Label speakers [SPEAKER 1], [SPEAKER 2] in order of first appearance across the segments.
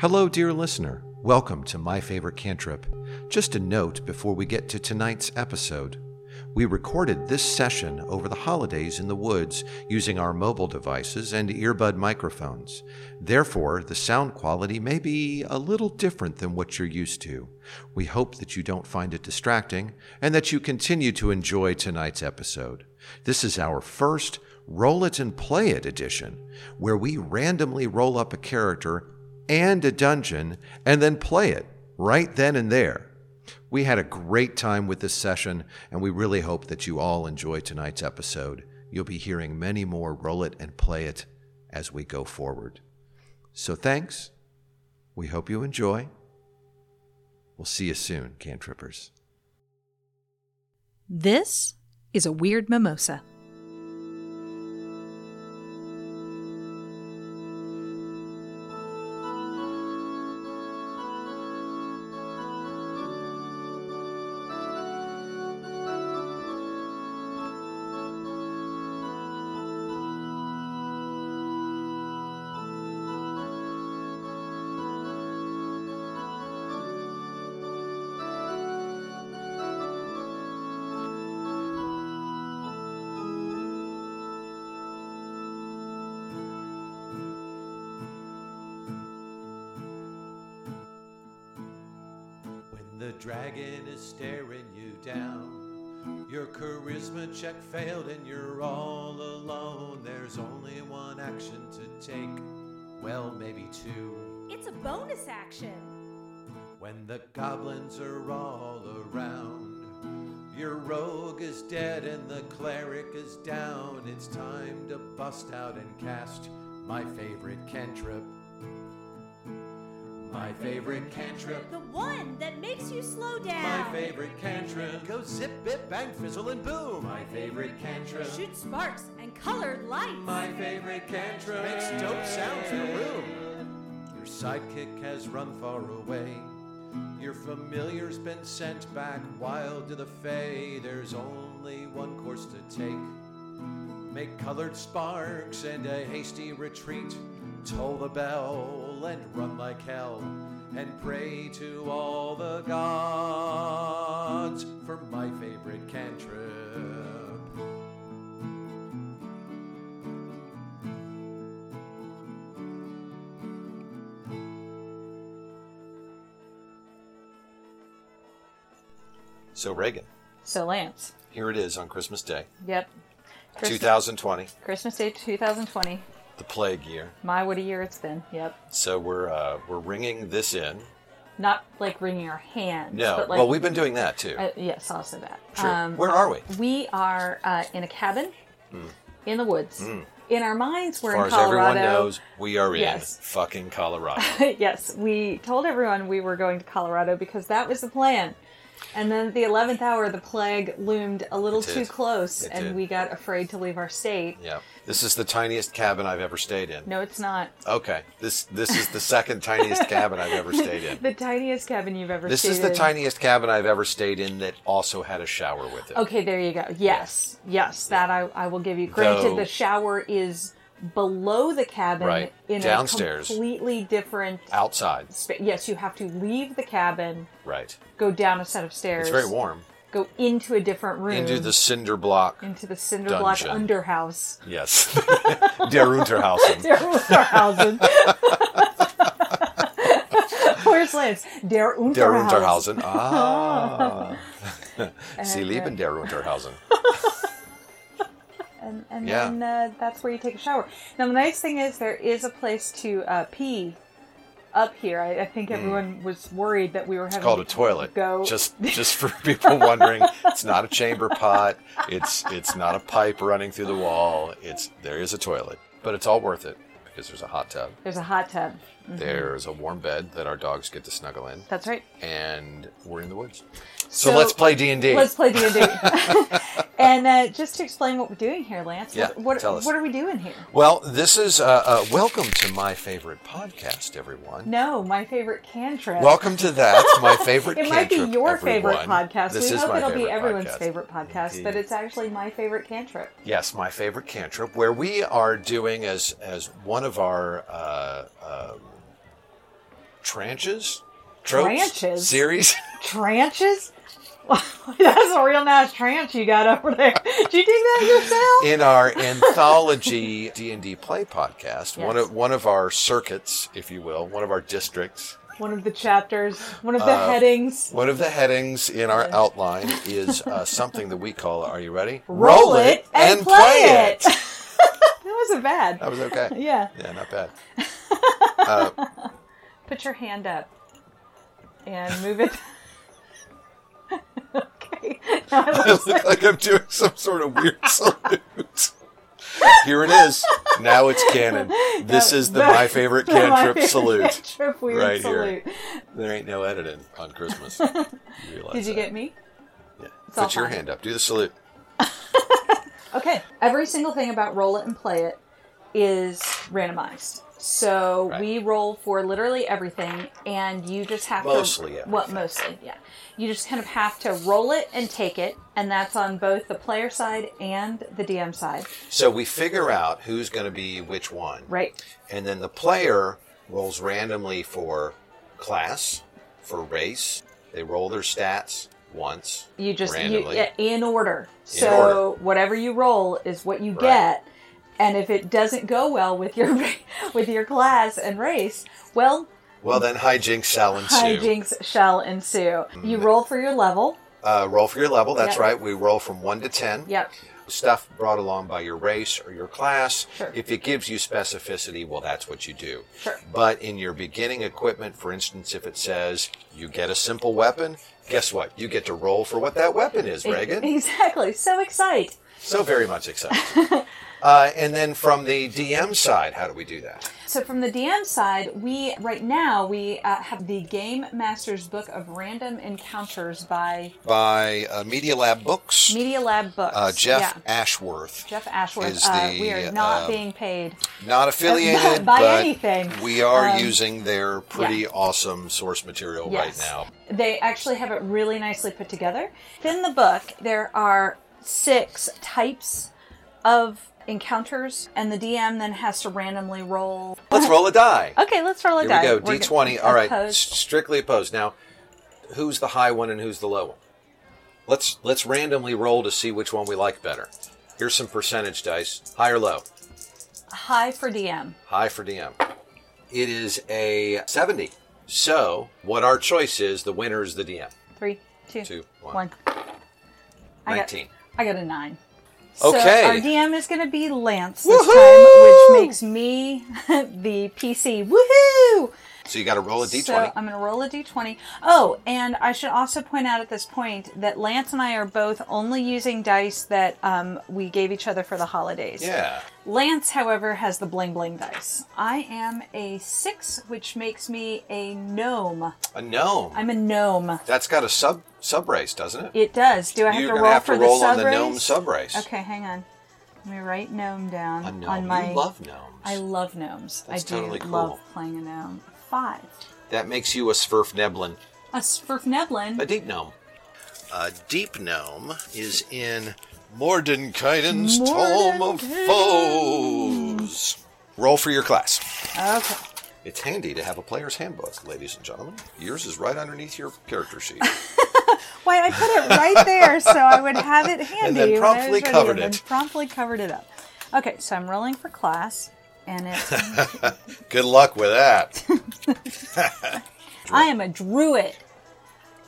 [SPEAKER 1] Hello, dear listener. Welcome to My Favorite Cantrip. Just a note before we get to tonight's episode. We recorded this session over the holidays in the woods using our mobile devices and earbud microphones. Therefore, the sound quality may be a little different than what you're used to. We hope that you don't find it distracting and that you continue to enjoy tonight's episode. This is our first Roll It and Play It edition, where we randomly roll up a character and a dungeon and then play it right then and there. We had a great time with this session, and we really hope that you all enjoy tonight's episode. You'll be hearing many more roll it and play it as we go forward. So thanks. We hope you enjoy. We'll see you soon, Cantrippers.
[SPEAKER 2] This is a weird mimosa.
[SPEAKER 1] When the dragon is staring you down, your charisma check failed and you're all alone. There's only one action to take, well, maybe two.
[SPEAKER 3] It's a bonus action.
[SPEAKER 1] When the goblins are all around, your rogue is dead and the cleric is down. It's time to bust out and cast my favorite cantrip. My favorite cantrip.
[SPEAKER 3] The one that makes you slow down.
[SPEAKER 1] My favorite cantrip. Go zip, bit, bang, fizzle, and boom. My favorite cantrip.
[SPEAKER 3] Shoot sparks and colored lights.
[SPEAKER 1] My favorite cantrip. Makes dope sounds in the room. Your sidekick has run far away. Your familiar's been sent back wild to the fay. There's only one course to take. Make colored sparks and a hasty retreat. Toll the bell and run like hell. And pray to all the gods for my favorite cantrip. So, Reagan,
[SPEAKER 4] So Lance,
[SPEAKER 1] here it is on Christmas Day,
[SPEAKER 4] yep. Christmas,
[SPEAKER 1] 2020,
[SPEAKER 4] Christmas Day 2020.
[SPEAKER 1] the plague year.
[SPEAKER 4] My what a year it's been. Yep.
[SPEAKER 1] So we're uh, we're ringing this in.
[SPEAKER 4] Not like wringing our hands.
[SPEAKER 1] No,
[SPEAKER 4] But like, um,
[SPEAKER 1] well, we've been doing that too.
[SPEAKER 4] Uh, yes, also that.
[SPEAKER 1] Sure. Where are we?
[SPEAKER 4] We are uh, in a cabin in the woods. In our minds, we're
[SPEAKER 1] Hmm. as far
[SPEAKER 4] in
[SPEAKER 1] as
[SPEAKER 4] Colorado.
[SPEAKER 1] everyone knows, we are
[SPEAKER 4] Yes.
[SPEAKER 1] in fucking Colorado.
[SPEAKER 4] yes, we told everyone we were going to Colorado because that was the plan. And then at the 11th hour, the plague loomed a little
[SPEAKER 1] It did.
[SPEAKER 4] too close,
[SPEAKER 1] It
[SPEAKER 4] and
[SPEAKER 1] did.
[SPEAKER 4] we got afraid to leave our state.
[SPEAKER 1] yeah, this is the tiniest cabin I've ever stayed in.
[SPEAKER 4] No, it's not.
[SPEAKER 1] Okay, this this is the second tiniest cabin I've ever stayed in.
[SPEAKER 4] The tiniest cabin you've ever
[SPEAKER 1] This
[SPEAKER 4] stayed
[SPEAKER 1] is the
[SPEAKER 4] in.
[SPEAKER 1] tiniest cabin I've ever stayed in that also had a shower with it.
[SPEAKER 4] Okay, there you go. Yes, yes, that I, I will give you. Granted,
[SPEAKER 1] Though-
[SPEAKER 4] the shower is below the cabin
[SPEAKER 1] Right,
[SPEAKER 4] in
[SPEAKER 1] downstairs.
[SPEAKER 4] a completely different
[SPEAKER 1] Outside,
[SPEAKER 4] spa- Yes, you have to leave the cabin,
[SPEAKER 1] right?
[SPEAKER 4] go down a set of stairs.
[SPEAKER 1] It's very warm.
[SPEAKER 4] Go into a different room.
[SPEAKER 1] Into the cinder block.
[SPEAKER 4] into the cinder block
[SPEAKER 1] dungeon.
[SPEAKER 4] underhouse.
[SPEAKER 1] Yes, der Unterhausen.
[SPEAKER 4] Der Unterhausen. Where's Lance? Der Unterhausen.
[SPEAKER 1] Der Unterhausen. Ah, Sie lieben
[SPEAKER 4] uh,
[SPEAKER 1] der Unterhausen.
[SPEAKER 4] and, and
[SPEAKER 1] Yeah.
[SPEAKER 4] then uh, that's where you take a shower. Now the nice thing is there is a place to uh, pee up here. I, I think everyone was worried that we were having
[SPEAKER 1] Hmm. called
[SPEAKER 4] to
[SPEAKER 1] a toilet.
[SPEAKER 4] Go
[SPEAKER 1] Just just for people wondering, it's not a chamber pot. It's it's not a pipe running through the wall. It's there is a toilet, but it's all worth it because there's a hot tub.
[SPEAKER 4] there's a hot tub.
[SPEAKER 1] There's a warm bed that our dogs get to snuggle in,
[SPEAKER 4] That's right.
[SPEAKER 1] and we're in the woods. So,
[SPEAKER 4] So,
[SPEAKER 1] let's play D and D.
[SPEAKER 4] Let's play D and D. And uh, just to explain what we're doing here, Lance.
[SPEAKER 1] Yeah,
[SPEAKER 4] what, what,
[SPEAKER 1] tell us.
[SPEAKER 4] what are we doing here?
[SPEAKER 1] Well, this is uh, uh, welcome to my favorite podcast, everyone.
[SPEAKER 4] No, my favorite cantrip.
[SPEAKER 1] Welcome to that, my favorite.
[SPEAKER 4] It might be
[SPEAKER 1] cantrip,
[SPEAKER 4] your favorite
[SPEAKER 1] everyone.
[SPEAKER 4] podcast.
[SPEAKER 1] This
[SPEAKER 4] we
[SPEAKER 1] is
[SPEAKER 4] hope
[SPEAKER 1] my
[SPEAKER 4] it'll be
[SPEAKER 1] favorite
[SPEAKER 4] everyone's
[SPEAKER 1] podcast.
[SPEAKER 4] favorite podcast, but it's actually my favorite cantrip.
[SPEAKER 1] Yes, my favorite cantrip, where we are doing as as one of our uh, um uh, Tranches? Tropes?
[SPEAKER 4] Tranches?
[SPEAKER 1] Series?
[SPEAKER 4] Tranches? That's a real nice tranche you got over there. Did you do that yourself?
[SPEAKER 1] in our anthology D&D play podcast, one
[SPEAKER 4] Yes.
[SPEAKER 1] of one of our circuits, if you will, one of our districts,
[SPEAKER 4] one of the chapters, one of the
[SPEAKER 1] Uh,
[SPEAKER 4] headings.
[SPEAKER 1] one of the headings in our outline is uh, something that we call are you ready?
[SPEAKER 4] that wasn't bad.
[SPEAKER 1] That was okay.
[SPEAKER 4] Yeah.
[SPEAKER 1] Yeah, not bad.
[SPEAKER 4] Put your hand up and move it. okay. Now I
[SPEAKER 1] I
[SPEAKER 4] look-
[SPEAKER 1] look like I'm doing some sort of weird salute. Here it is. Now it's canon. This is the my favorite
[SPEAKER 4] my
[SPEAKER 1] cantrip
[SPEAKER 4] favorite
[SPEAKER 1] salute.
[SPEAKER 4] cantrip weird
[SPEAKER 1] right
[SPEAKER 4] salute.
[SPEAKER 1] here. There ain't no editing on Christmas. You realize
[SPEAKER 4] Did you
[SPEAKER 1] that.
[SPEAKER 4] get me?
[SPEAKER 1] Yeah.
[SPEAKER 4] all
[SPEAKER 1] Put your
[SPEAKER 4] fine.
[SPEAKER 1] hand up. Do the salute.
[SPEAKER 4] Okay. Every single thing about roll it and play it is randomized. So
[SPEAKER 1] Right.
[SPEAKER 4] we roll for literally everything, and you just have
[SPEAKER 1] Mostly
[SPEAKER 4] to
[SPEAKER 1] everything.
[SPEAKER 4] well, mostly, yeah. You just kind of have to roll it and take it, and that's on both the player side and the DM side,
[SPEAKER 1] So we figure out who's going to be which one.
[SPEAKER 4] right?
[SPEAKER 1] And then the player rolls randomly for class, for race. They roll their stats once.
[SPEAKER 4] You just you,
[SPEAKER 1] randomly.
[SPEAKER 4] yeah, in order. So
[SPEAKER 1] order.
[SPEAKER 4] whatever you roll is what you get, and if it doesn't go well with your with your class and race, well,
[SPEAKER 1] Well, then hijinks shall ensue. Mm.
[SPEAKER 4] hijinks shall ensue. You roll for your level.
[SPEAKER 1] Uh, roll for your level. That's
[SPEAKER 4] Yep.
[SPEAKER 1] right. We roll from one to ten.
[SPEAKER 4] Yep.
[SPEAKER 1] Stuff brought along by your race or your class.
[SPEAKER 4] Sure.
[SPEAKER 1] If it gives you specificity, well, that's what you do.
[SPEAKER 4] Sure.
[SPEAKER 1] But in your beginning equipment, for instance, if it says you get a simple weapon, guess what? You get to roll for what that weapon is, Reagan.
[SPEAKER 4] Exactly. So excite.
[SPEAKER 1] So very much excited. uh, and then from the DM side, how do we do that?
[SPEAKER 4] So from the DM side, we right now we uh, have the Game Master's Book of Random Encounters by
[SPEAKER 1] By uh, Media Lab Books,
[SPEAKER 4] Media Lab Books.
[SPEAKER 1] uh, Jeff
[SPEAKER 4] Yeah.
[SPEAKER 1] Ashworth.
[SPEAKER 4] Jeff Ashworth.
[SPEAKER 1] is
[SPEAKER 4] uh,
[SPEAKER 1] the,
[SPEAKER 4] we are not
[SPEAKER 1] um,
[SPEAKER 4] being paid.
[SPEAKER 1] Not affiliated
[SPEAKER 4] By
[SPEAKER 1] but
[SPEAKER 4] anything.
[SPEAKER 1] We are
[SPEAKER 4] Um,
[SPEAKER 1] using their pretty
[SPEAKER 4] yeah.
[SPEAKER 1] awesome source material right now.
[SPEAKER 4] They actually have it really nicely put together. Within the book, there are six types of encounters, and the DM then has to randomly roll.
[SPEAKER 1] Let's roll a die.
[SPEAKER 4] Okay, let's roll a
[SPEAKER 1] Here
[SPEAKER 4] die.
[SPEAKER 1] we go. D
[SPEAKER 4] We're
[SPEAKER 1] twenty. All right. s-
[SPEAKER 4] opposed.
[SPEAKER 1] Strictly opposed. Now, who's the high one and who's the low one? Let's let's randomly roll to see which one we like better. Here's some percentage dice. High or low?
[SPEAKER 4] High for DM.
[SPEAKER 1] High for DM. It is a seventy. So what our choice is, the winner is the DM.
[SPEAKER 4] Three, two,
[SPEAKER 1] Two, one.
[SPEAKER 4] one. I got,
[SPEAKER 1] Nineteen.
[SPEAKER 4] I got a nine.
[SPEAKER 1] Okay.
[SPEAKER 4] So our DM is going to be Lance this time, which makes me the PC. Woohoo!
[SPEAKER 1] So you got to roll a d twenty.
[SPEAKER 4] So um, I'm going to roll a d20. Oh, and I should also point out at this point that Lance and I are both only using dice that um, we gave each other for the holidays.
[SPEAKER 1] yeah.
[SPEAKER 4] Lance, however, has the bling bling dice. I am a six, which makes me a gnome.
[SPEAKER 1] A gnome.
[SPEAKER 4] I'm a gnome.
[SPEAKER 1] That's got a sub sub race, doesn't it?
[SPEAKER 4] It does. Do I have
[SPEAKER 1] You're
[SPEAKER 4] to
[SPEAKER 1] gonna
[SPEAKER 4] roll
[SPEAKER 1] have
[SPEAKER 4] for
[SPEAKER 1] to roll
[SPEAKER 4] the
[SPEAKER 1] on
[SPEAKER 4] sub
[SPEAKER 1] the
[SPEAKER 4] race?
[SPEAKER 1] gnome sub race.
[SPEAKER 4] Okay, hang on. Let me write gnome down
[SPEAKER 1] A gnome.
[SPEAKER 4] on my.
[SPEAKER 1] You love gnomes.
[SPEAKER 4] I love gnomes.
[SPEAKER 1] That's
[SPEAKER 4] I do
[SPEAKER 1] totally cool.
[SPEAKER 4] love playing a gnome. Five.
[SPEAKER 1] That makes you a Sverfneblin,
[SPEAKER 4] A Sverfneblin.
[SPEAKER 1] a deep gnome. A deep gnome is in Mordenkainen's Tome of Foes. Roll for your class.
[SPEAKER 4] Okay.
[SPEAKER 1] It's handy to have a player's handbook, ladies and gentlemen. Yours is right underneath your character sheet.
[SPEAKER 4] Why I put it right there so I would have it handy.
[SPEAKER 1] then
[SPEAKER 4] when I
[SPEAKER 1] promptly
[SPEAKER 4] was ready,
[SPEAKER 1] covered
[SPEAKER 4] and
[SPEAKER 1] it.
[SPEAKER 4] Then promptly covered it up. Okay, so I'm rolling for class, and it's
[SPEAKER 1] Good luck with that.
[SPEAKER 4] I am a druid.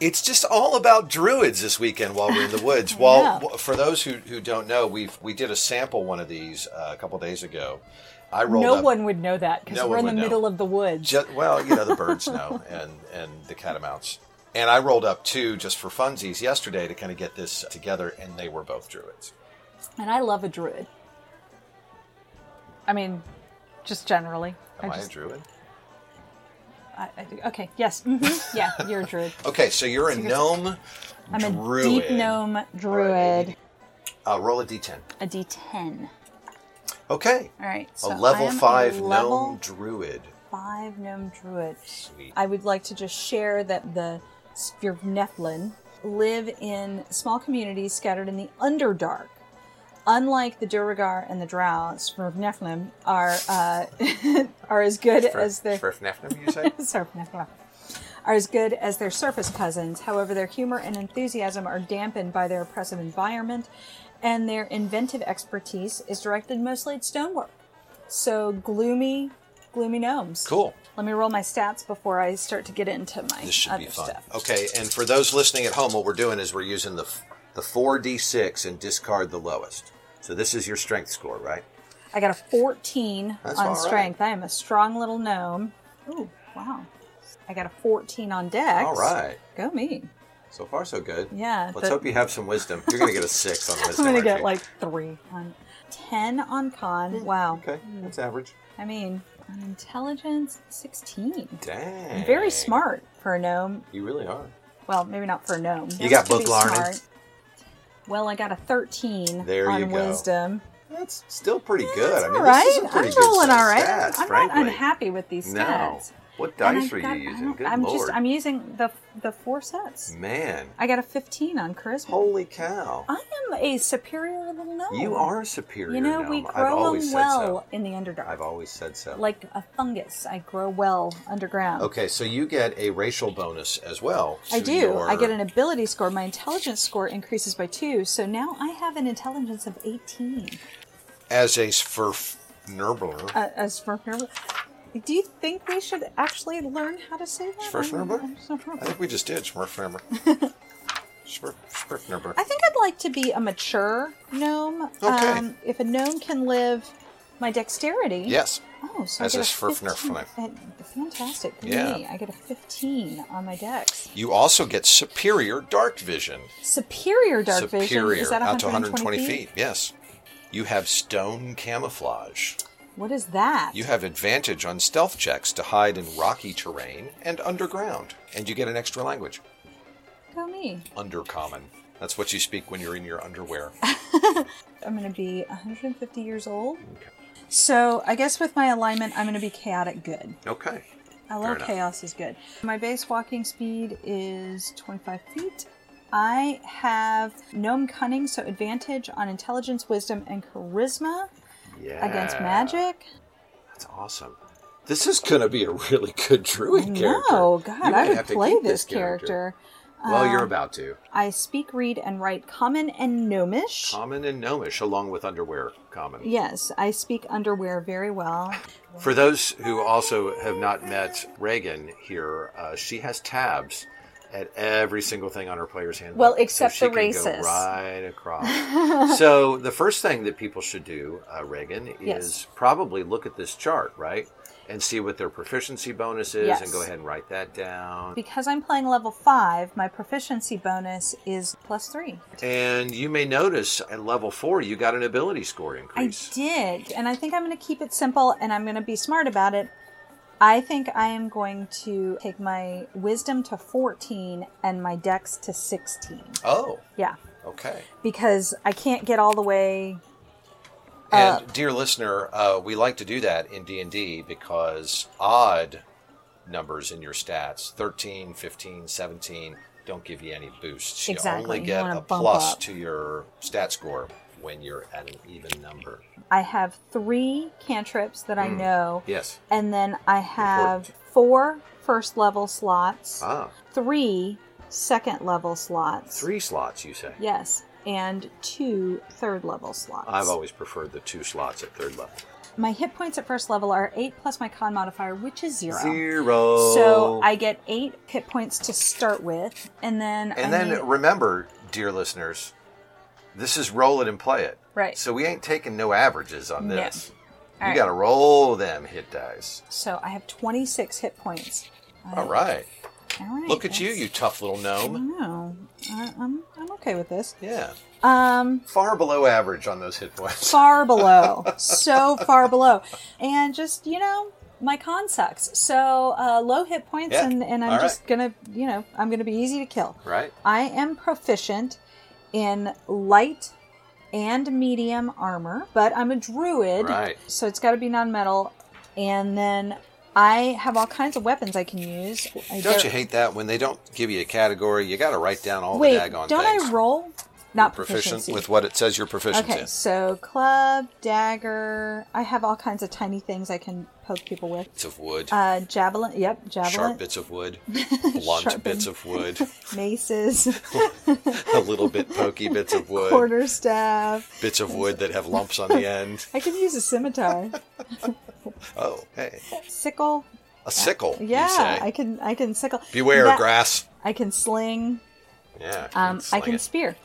[SPEAKER 1] It's just all about druids this weekend while we're in the woods.
[SPEAKER 4] Yeah.
[SPEAKER 1] While w- for those who, who don't know, we have we did a sample one of these uh, a couple days ago. I rolled
[SPEAKER 4] No
[SPEAKER 1] up-
[SPEAKER 4] one would know that because
[SPEAKER 1] No
[SPEAKER 4] we're
[SPEAKER 1] one
[SPEAKER 4] in the
[SPEAKER 1] would know.
[SPEAKER 4] middle of the woods.
[SPEAKER 1] Ju- well, you know the birds know, and and the catamounts. And I rolled up two just for funsies yesterday to kind of get this together, and they were both druids.
[SPEAKER 4] and I love a druid. I mean, just generally.
[SPEAKER 1] Am I,
[SPEAKER 4] just,
[SPEAKER 1] a druid?
[SPEAKER 4] I, I do. Okay. Yes. hmm yeah. You're a druid.
[SPEAKER 1] Okay, so you're a gnome
[SPEAKER 4] I'm a
[SPEAKER 1] druid.
[SPEAKER 4] deep gnome
[SPEAKER 1] Alright,
[SPEAKER 4] druid.
[SPEAKER 1] Uh, roll a d10.
[SPEAKER 4] A D10.
[SPEAKER 1] Okay,
[SPEAKER 4] All right. So
[SPEAKER 1] a level
[SPEAKER 4] I am
[SPEAKER 1] five
[SPEAKER 4] a
[SPEAKER 1] gnome
[SPEAKER 4] level
[SPEAKER 1] druid.
[SPEAKER 4] five gnome druid. I would like to just share that the Sphere Nephilim live in small communities scattered in the Underdark. unlike the Durgar and the Drow, Svrfneflim are uh, are as good as their
[SPEAKER 1] Svrfnefnum, you say?
[SPEAKER 4] Svrfneflim are as good as their surface cousins. However, their humor and enthusiasm are dampened by their oppressive environment, and their inventive expertise is directed mostly at stonework. So gloomy, gloomy gnomes.
[SPEAKER 1] cool.
[SPEAKER 4] Let me roll my stats before I start to get into my
[SPEAKER 1] This should
[SPEAKER 4] other
[SPEAKER 1] be fun.
[SPEAKER 4] stuff.
[SPEAKER 1] Okay, and for those listening at home, what we're doing is we're using the f- the four d six and discard the lowest. So this is your strength score, right?
[SPEAKER 4] I got a 14
[SPEAKER 1] That's all
[SPEAKER 4] on
[SPEAKER 1] right.
[SPEAKER 4] strength. I am a strong little gnome. Ooh, wow. I got a 14 on dex.
[SPEAKER 1] All right.
[SPEAKER 4] Go me.
[SPEAKER 1] So far, so good.
[SPEAKER 4] Yeah,
[SPEAKER 1] Let's
[SPEAKER 4] but-
[SPEAKER 1] hope you have some wisdom. You're gonna get a six on
[SPEAKER 4] I'm
[SPEAKER 1] wisdom.
[SPEAKER 4] going to
[SPEAKER 1] aren't
[SPEAKER 4] get
[SPEAKER 1] you?
[SPEAKER 4] like three on 10 on con. Wow.
[SPEAKER 1] Hmm, Okay, that's average.
[SPEAKER 4] I mean, on intelligence, 16.
[SPEAKER 1] Dang.
[SPEAKER 4] I'm Very smart for a gnome.
[SPEAKER 1] You really are.
[SPEAKER 4] Well, maybe not for a gnome.
[SPEAKER 1] You got
[SPEAKER 4] To be
[SPEAKER 1] book learning.
[SPEAKER 4] smart. Well, I got a 13
[SPEAKER 1] There
[SPEAKER 4] on
[SPEAKER 1] you go.
[SPEAKER 4] wisdom.
[SPEAKER 1] That's still pretty good.
[SPEAKER 4] That's
[SPEAKER 1] I mean,
[SPEAKER 4] all right.
[SPEAKER 1] this is a pretty
[SPEAKER 4] I'm
[SPEAKER 1] good
[SPEAKER 4] rolling
[SPEAKER 1] set of
[SPEAKER 4] all right.
[SPEAKER 1] Stats,
[SPEAKER 4] I'm
[SPEAKER 1] frankly.
[SPEAKER 4] not unhappy with these
[SPEAKER 1] No.
[SPEAKER 4] stats.
[SPEAKER 1] What
[SPEAKER 4] And
[SPEAKER 1] dice
[SPEAKER 4] I've
[SPEAKER 1] are
[SPEAKER 4] got-
[SPEAKER 1] you
[SPEAKER 4] I
[SPEAKER 1] using?
[SPEAKER 4] don't-
[SPEAKER 1] Good
[SPEAKER 4] I'm
[SPEAKER 1] lord. Hmm.
[SPEAKER 4] just I'm using the the four sets.
[SPEAKER 1] Man,
[SPEAKER 4] I got a 15 on charisma.
[SPEAKER 1] holy cow!
[SPEAKER 4] I am a superior little gnome.
[SPEAKER 1] You are superior.
[SPEAKER 4] You know,
[SPEAKER 1] gnome.
[SPEAKER 4] we
[SPEAKER 1] I've
[SPEAKER 4] grow
[SPEAKER 1] always
[SPEAKER 4] them
[SPEAKER 1] said
[SPEAKER 4] well
[SPEAKER 1] so.
[SPEAKER 4] in the underdark.
[SPEAKER 1] I've always said so.
[SPEAKER 4] like a fungus, I grow well underground.
[SPEAKER 1] okay, so you get a racial bonus as well.
[SPEAKER 4] I
[SPEAKER 1] to
[SPEAKER 4] do.
[SPEAKER 1] your-
[SPEAKER 4] I get an ability score. My intelligence score increases by two, so now I have an intelligence of 18.
[SPEAKER 1] as a for Nurbler.
[SPEAKER 4] Uh, as for do you think we should actually learn how to say that?
[SPEAKER 1] First
[SPEAKER 4] I'm-
[SPEAKER 1] number?
[SPEAKER 4] I'm so-
[SPEAKER 1] I think we just did Smurf number. Smurf Smurf number.
[SPEAKER 4] I think I'd like to be a mature gnome. Um,
[SPEAKER 1] Okay.
[SPEAKER 4] if a gnome can live my dexterity.
[SPEAKER 1] Yes.
[SPEAKER 4] Oh, so
[SPEAKER 1] As
[SPEAKER 4] I
[SPEAKER 1] a
[SPEAKER 4] get a
[SPEAKER 1] Svrfner
[SPEAKER 4] 15.
[SPEAKER 1] fly.
[SPEAKER 4] Uh, Fantastic. Good
[SPEAKER 1] Yeah.
[SPEAKER 4] me. I get a 15 on my dex.
[SPEAKER 1] You also get superior dark vision.
[SPEAKER 4] Superior dark
[SPEAKER 1] superior
[SPEAKER 4] vision. Is that
[SPEAKER 1] out to
[SPEAKER 4] 120
[SPEAKER 1] 120 feet? Yes. You have stone camouflage.
[SPEAKER 4] What is that?
[SPEAKER 1] You have advantage on stealth checks to hide in rocky terrain and underground, and you get an extra language,
[SPEAKER 4] Go me.
[SPEAKER 1] undercommon. That's what you speak when you're in your underwear.
[SPEAKER 4] I'm going to be 150 years old. So I guess with my alignment, I'm going to be chaotic good.
[SPEAKER 1] Okay.
[SPEAKER 4] I
[SPEAKER 1] Fair
[SPEAKER 4] love
[SPEAKER 1] enough.
[SPEAKER 4] chaos is good. My base walking speed is 25 feet. I have gnome cunning, so advantage on intelligence, wisdom, and charisma
[SPEAKER 1] Yeah.
[SPEAKER 4] against magic.
[SPEAKER 1] That's awesome. This is going to be a really good druid character.
[SPEAKER 4] No,
[SPEAKER 1] You
[SPEAKER 4] God,
[SPEAKER 1] might
[SPEAKER 4] I would
[SPEAKER 1] have to
[SPEAKER 4] play
[SPEAKER 1] keep
[SPEAKER 4] this character.
[SPEAKER 1] Well,
[SPEAKER 4] Uh,
[SPEAKER 1] you're about to.
[SPEAKER 4] I speak, read, and write common and gnomish.
[SPEAKER 1] Common and gnomish, along with underwear common.
[SPEAKER 4] Yes, I speak underwear very well.
[SPEAKER 1] For those who also have not met Reagan here, uh, she has tabs at every single thing on her player's handbook.
[SPEAKER 4] Well, except
[SPEAKER 1] so she
[SPEAKER 4] the
[SPEAKER 1] can go
[SPEAKER 4] racist.
[SPEAKER 1] right across. so the first thing that people should do, uh, Reagan, is
[SPEAKER 4] Yes.
[SPEAKER 1] probably look at this chart, right, and see what their proficiency bonus is, and
[SPEAKER 4] Yes.
[SPEAKER 1] go ahead and write that down.
[SPEAKER 4] Because I'm playing level 5, my proficiency bonus is plus 3.
[SPEAKER 1] And you may notice at level four, you got an ability score
[SPEAKER 4] I
[SPEAKER 1] increase.
[SPEAKER 4] did, and I think I'm going to keep it simple and I'm going to be smart about it. I think I am going to take my wisdom to 14 and my dex to 16.
[SPEAKER 1] Oh,
[SPEAKER 4] Yeah,
[SPEAKER 1] okay.
[SPEAKER 4] because I can't get all the way.
[SPEAKER 1] And dear listener, uh, we like to do that in D&D because odd numbers in your stats, 13, 15, 17, don't give you any boosts.
[SPEAKER 4] Exactly.
[SPEAKER 1] You only
[SPEAKER 4] You
[SPEAKER 1] get
[SPEAKER 4] wanna
[SPEAKER 1] a
[SPEAKER 4] bump
[SPEAKER 1] plus
[SPEAKER 4] up.
[SPEAKER 1] to your stat score when you're at an even number.
[SPEAKER 4] I have three cantrips that I
[SPEAKER 1] Hmm.
[SPEAKER 4] know,
[SPEAKER 1] Yes.
[SPEAKER 4] and then I have four first level slots,
[SPEAKER 1] Ah,
[SPEAKER 4] three second level slots.
[SPEAKER 1] three slots, you say.
[SPEAKER 4] Yes, and two third level slots.
[SPEAKER 1] I've always preferred the two slots at third level.
[SPEAKER 4] My hit points at first level are 8 plus my con modifier, which is 0.
[SPEAKER 1] Zero.
[SPEAKER 4] So I get 8 hit points to start with, and then
[SPEAKER 1] And
[SPEAKER 4] I
[SPEAKER 1] then
[SPEAKER 4] need-
[SPEAKER 1] remember, dear listeners, this is roll it and play it.
[SPEAKER 4] Right.
[SPEAKER 1] So we ain't taking no averages on
[SPEAKER 4] No.
[SPEAKER 1] this. you
[SPEAKER 4] All right.
[SPEAKER 1] got to roll them hit dice.
[SPEAKER 4] so I have 26 hit points.
[SPEAKER 1] All right.
[SPEAKER 4] All right.
[SPEAKER 1] Look at you,
[SPEAKER 4] that's-
[SPEAKER 1] you tough little
[SPEAKER 4] I
[SPEAKER 1] gnome.
[SPEAKER 4] don't know. I, I'm, I'm okay with this.
[SPEAKER 1] Yeah.
[SPEAKER 4] Um,
[SPEAKER 1] Far below average on those hit points.
[SPEAKER 4] far below. so far below. And just, you know, my con sucks. So uh, low hit points,
[SPEAKER 1] Yeah.
[SPEAKER 4] and, and I'm
[SPEAKER 1] All right.
[SPEAKER 4] just going to, you know, I'm going to be easy to kill.
[SPEAKER 1] Right?
[SPEAKER 4] I am proficient in light and medium armor, but I'm a druid,
[SPEAKER 1] Right.
[SPEAKER 4] so it's got to be non-metal. And then I have all kinds of weapons I can use. I
[SPEAKER 1] Don't you hate that when they don't give you a category? You got to write down all
[SPEAKER 4] Wait,
[SPEAKER 1] the daggone
[SPEAKER 4] don't
[SPEAKER 1] things.
[SPEAKER 4] I roll? Not
[SPEAKER 1] You're
[SPEAKER 4] proficiency.
[SPEAKER 1] with what it says you're proficient
[SPEAKER 4] Okay,
[SPEAKER 1] in.
[SPEAKER 4] so club, dagger. I have all kinds of tiny things I can poke people with.
[SPEAKER 1] Bits of wood,
[SPEAKER 4] Uh, javelin. Yep, javelin.
[SPEAKER 1] sharp bits of wood, blunt
[SPEAKER 4] Sharpen.
[SPEAKER 1] bits of wood,
[SPEAKER 4] Maces,
[SPEAKER 1] a little bit pokey bits of wood,
[SPEAKER 4] quarterstaff.
[SPEAKER 1] bits of wood that have lumps on the end.
[SPEAKER 4] I could use a scimitar,
[SPEAKER 1] Oh, hey,
[SPEAKER 4] sickle.
[SPEAKER 1] a sickle. you
[SPEAKER 4] Yeah,
[SPEAKER 1] say.
[SPEAKER 4] I can. I can sickle.
[SPEAKER 1] Beware,
[SPEAKER 4] That-
[SPEAKER 1] grass.
[SPEAKER 4] I can sling.
[SPEAKER 1] Yeah, you
[SPEAKER 4] Um, I
[SPEAKER 1] sling
[SPEAKER 4] can
[SPEAKER 1] it.
[SPEAKER 4] spear.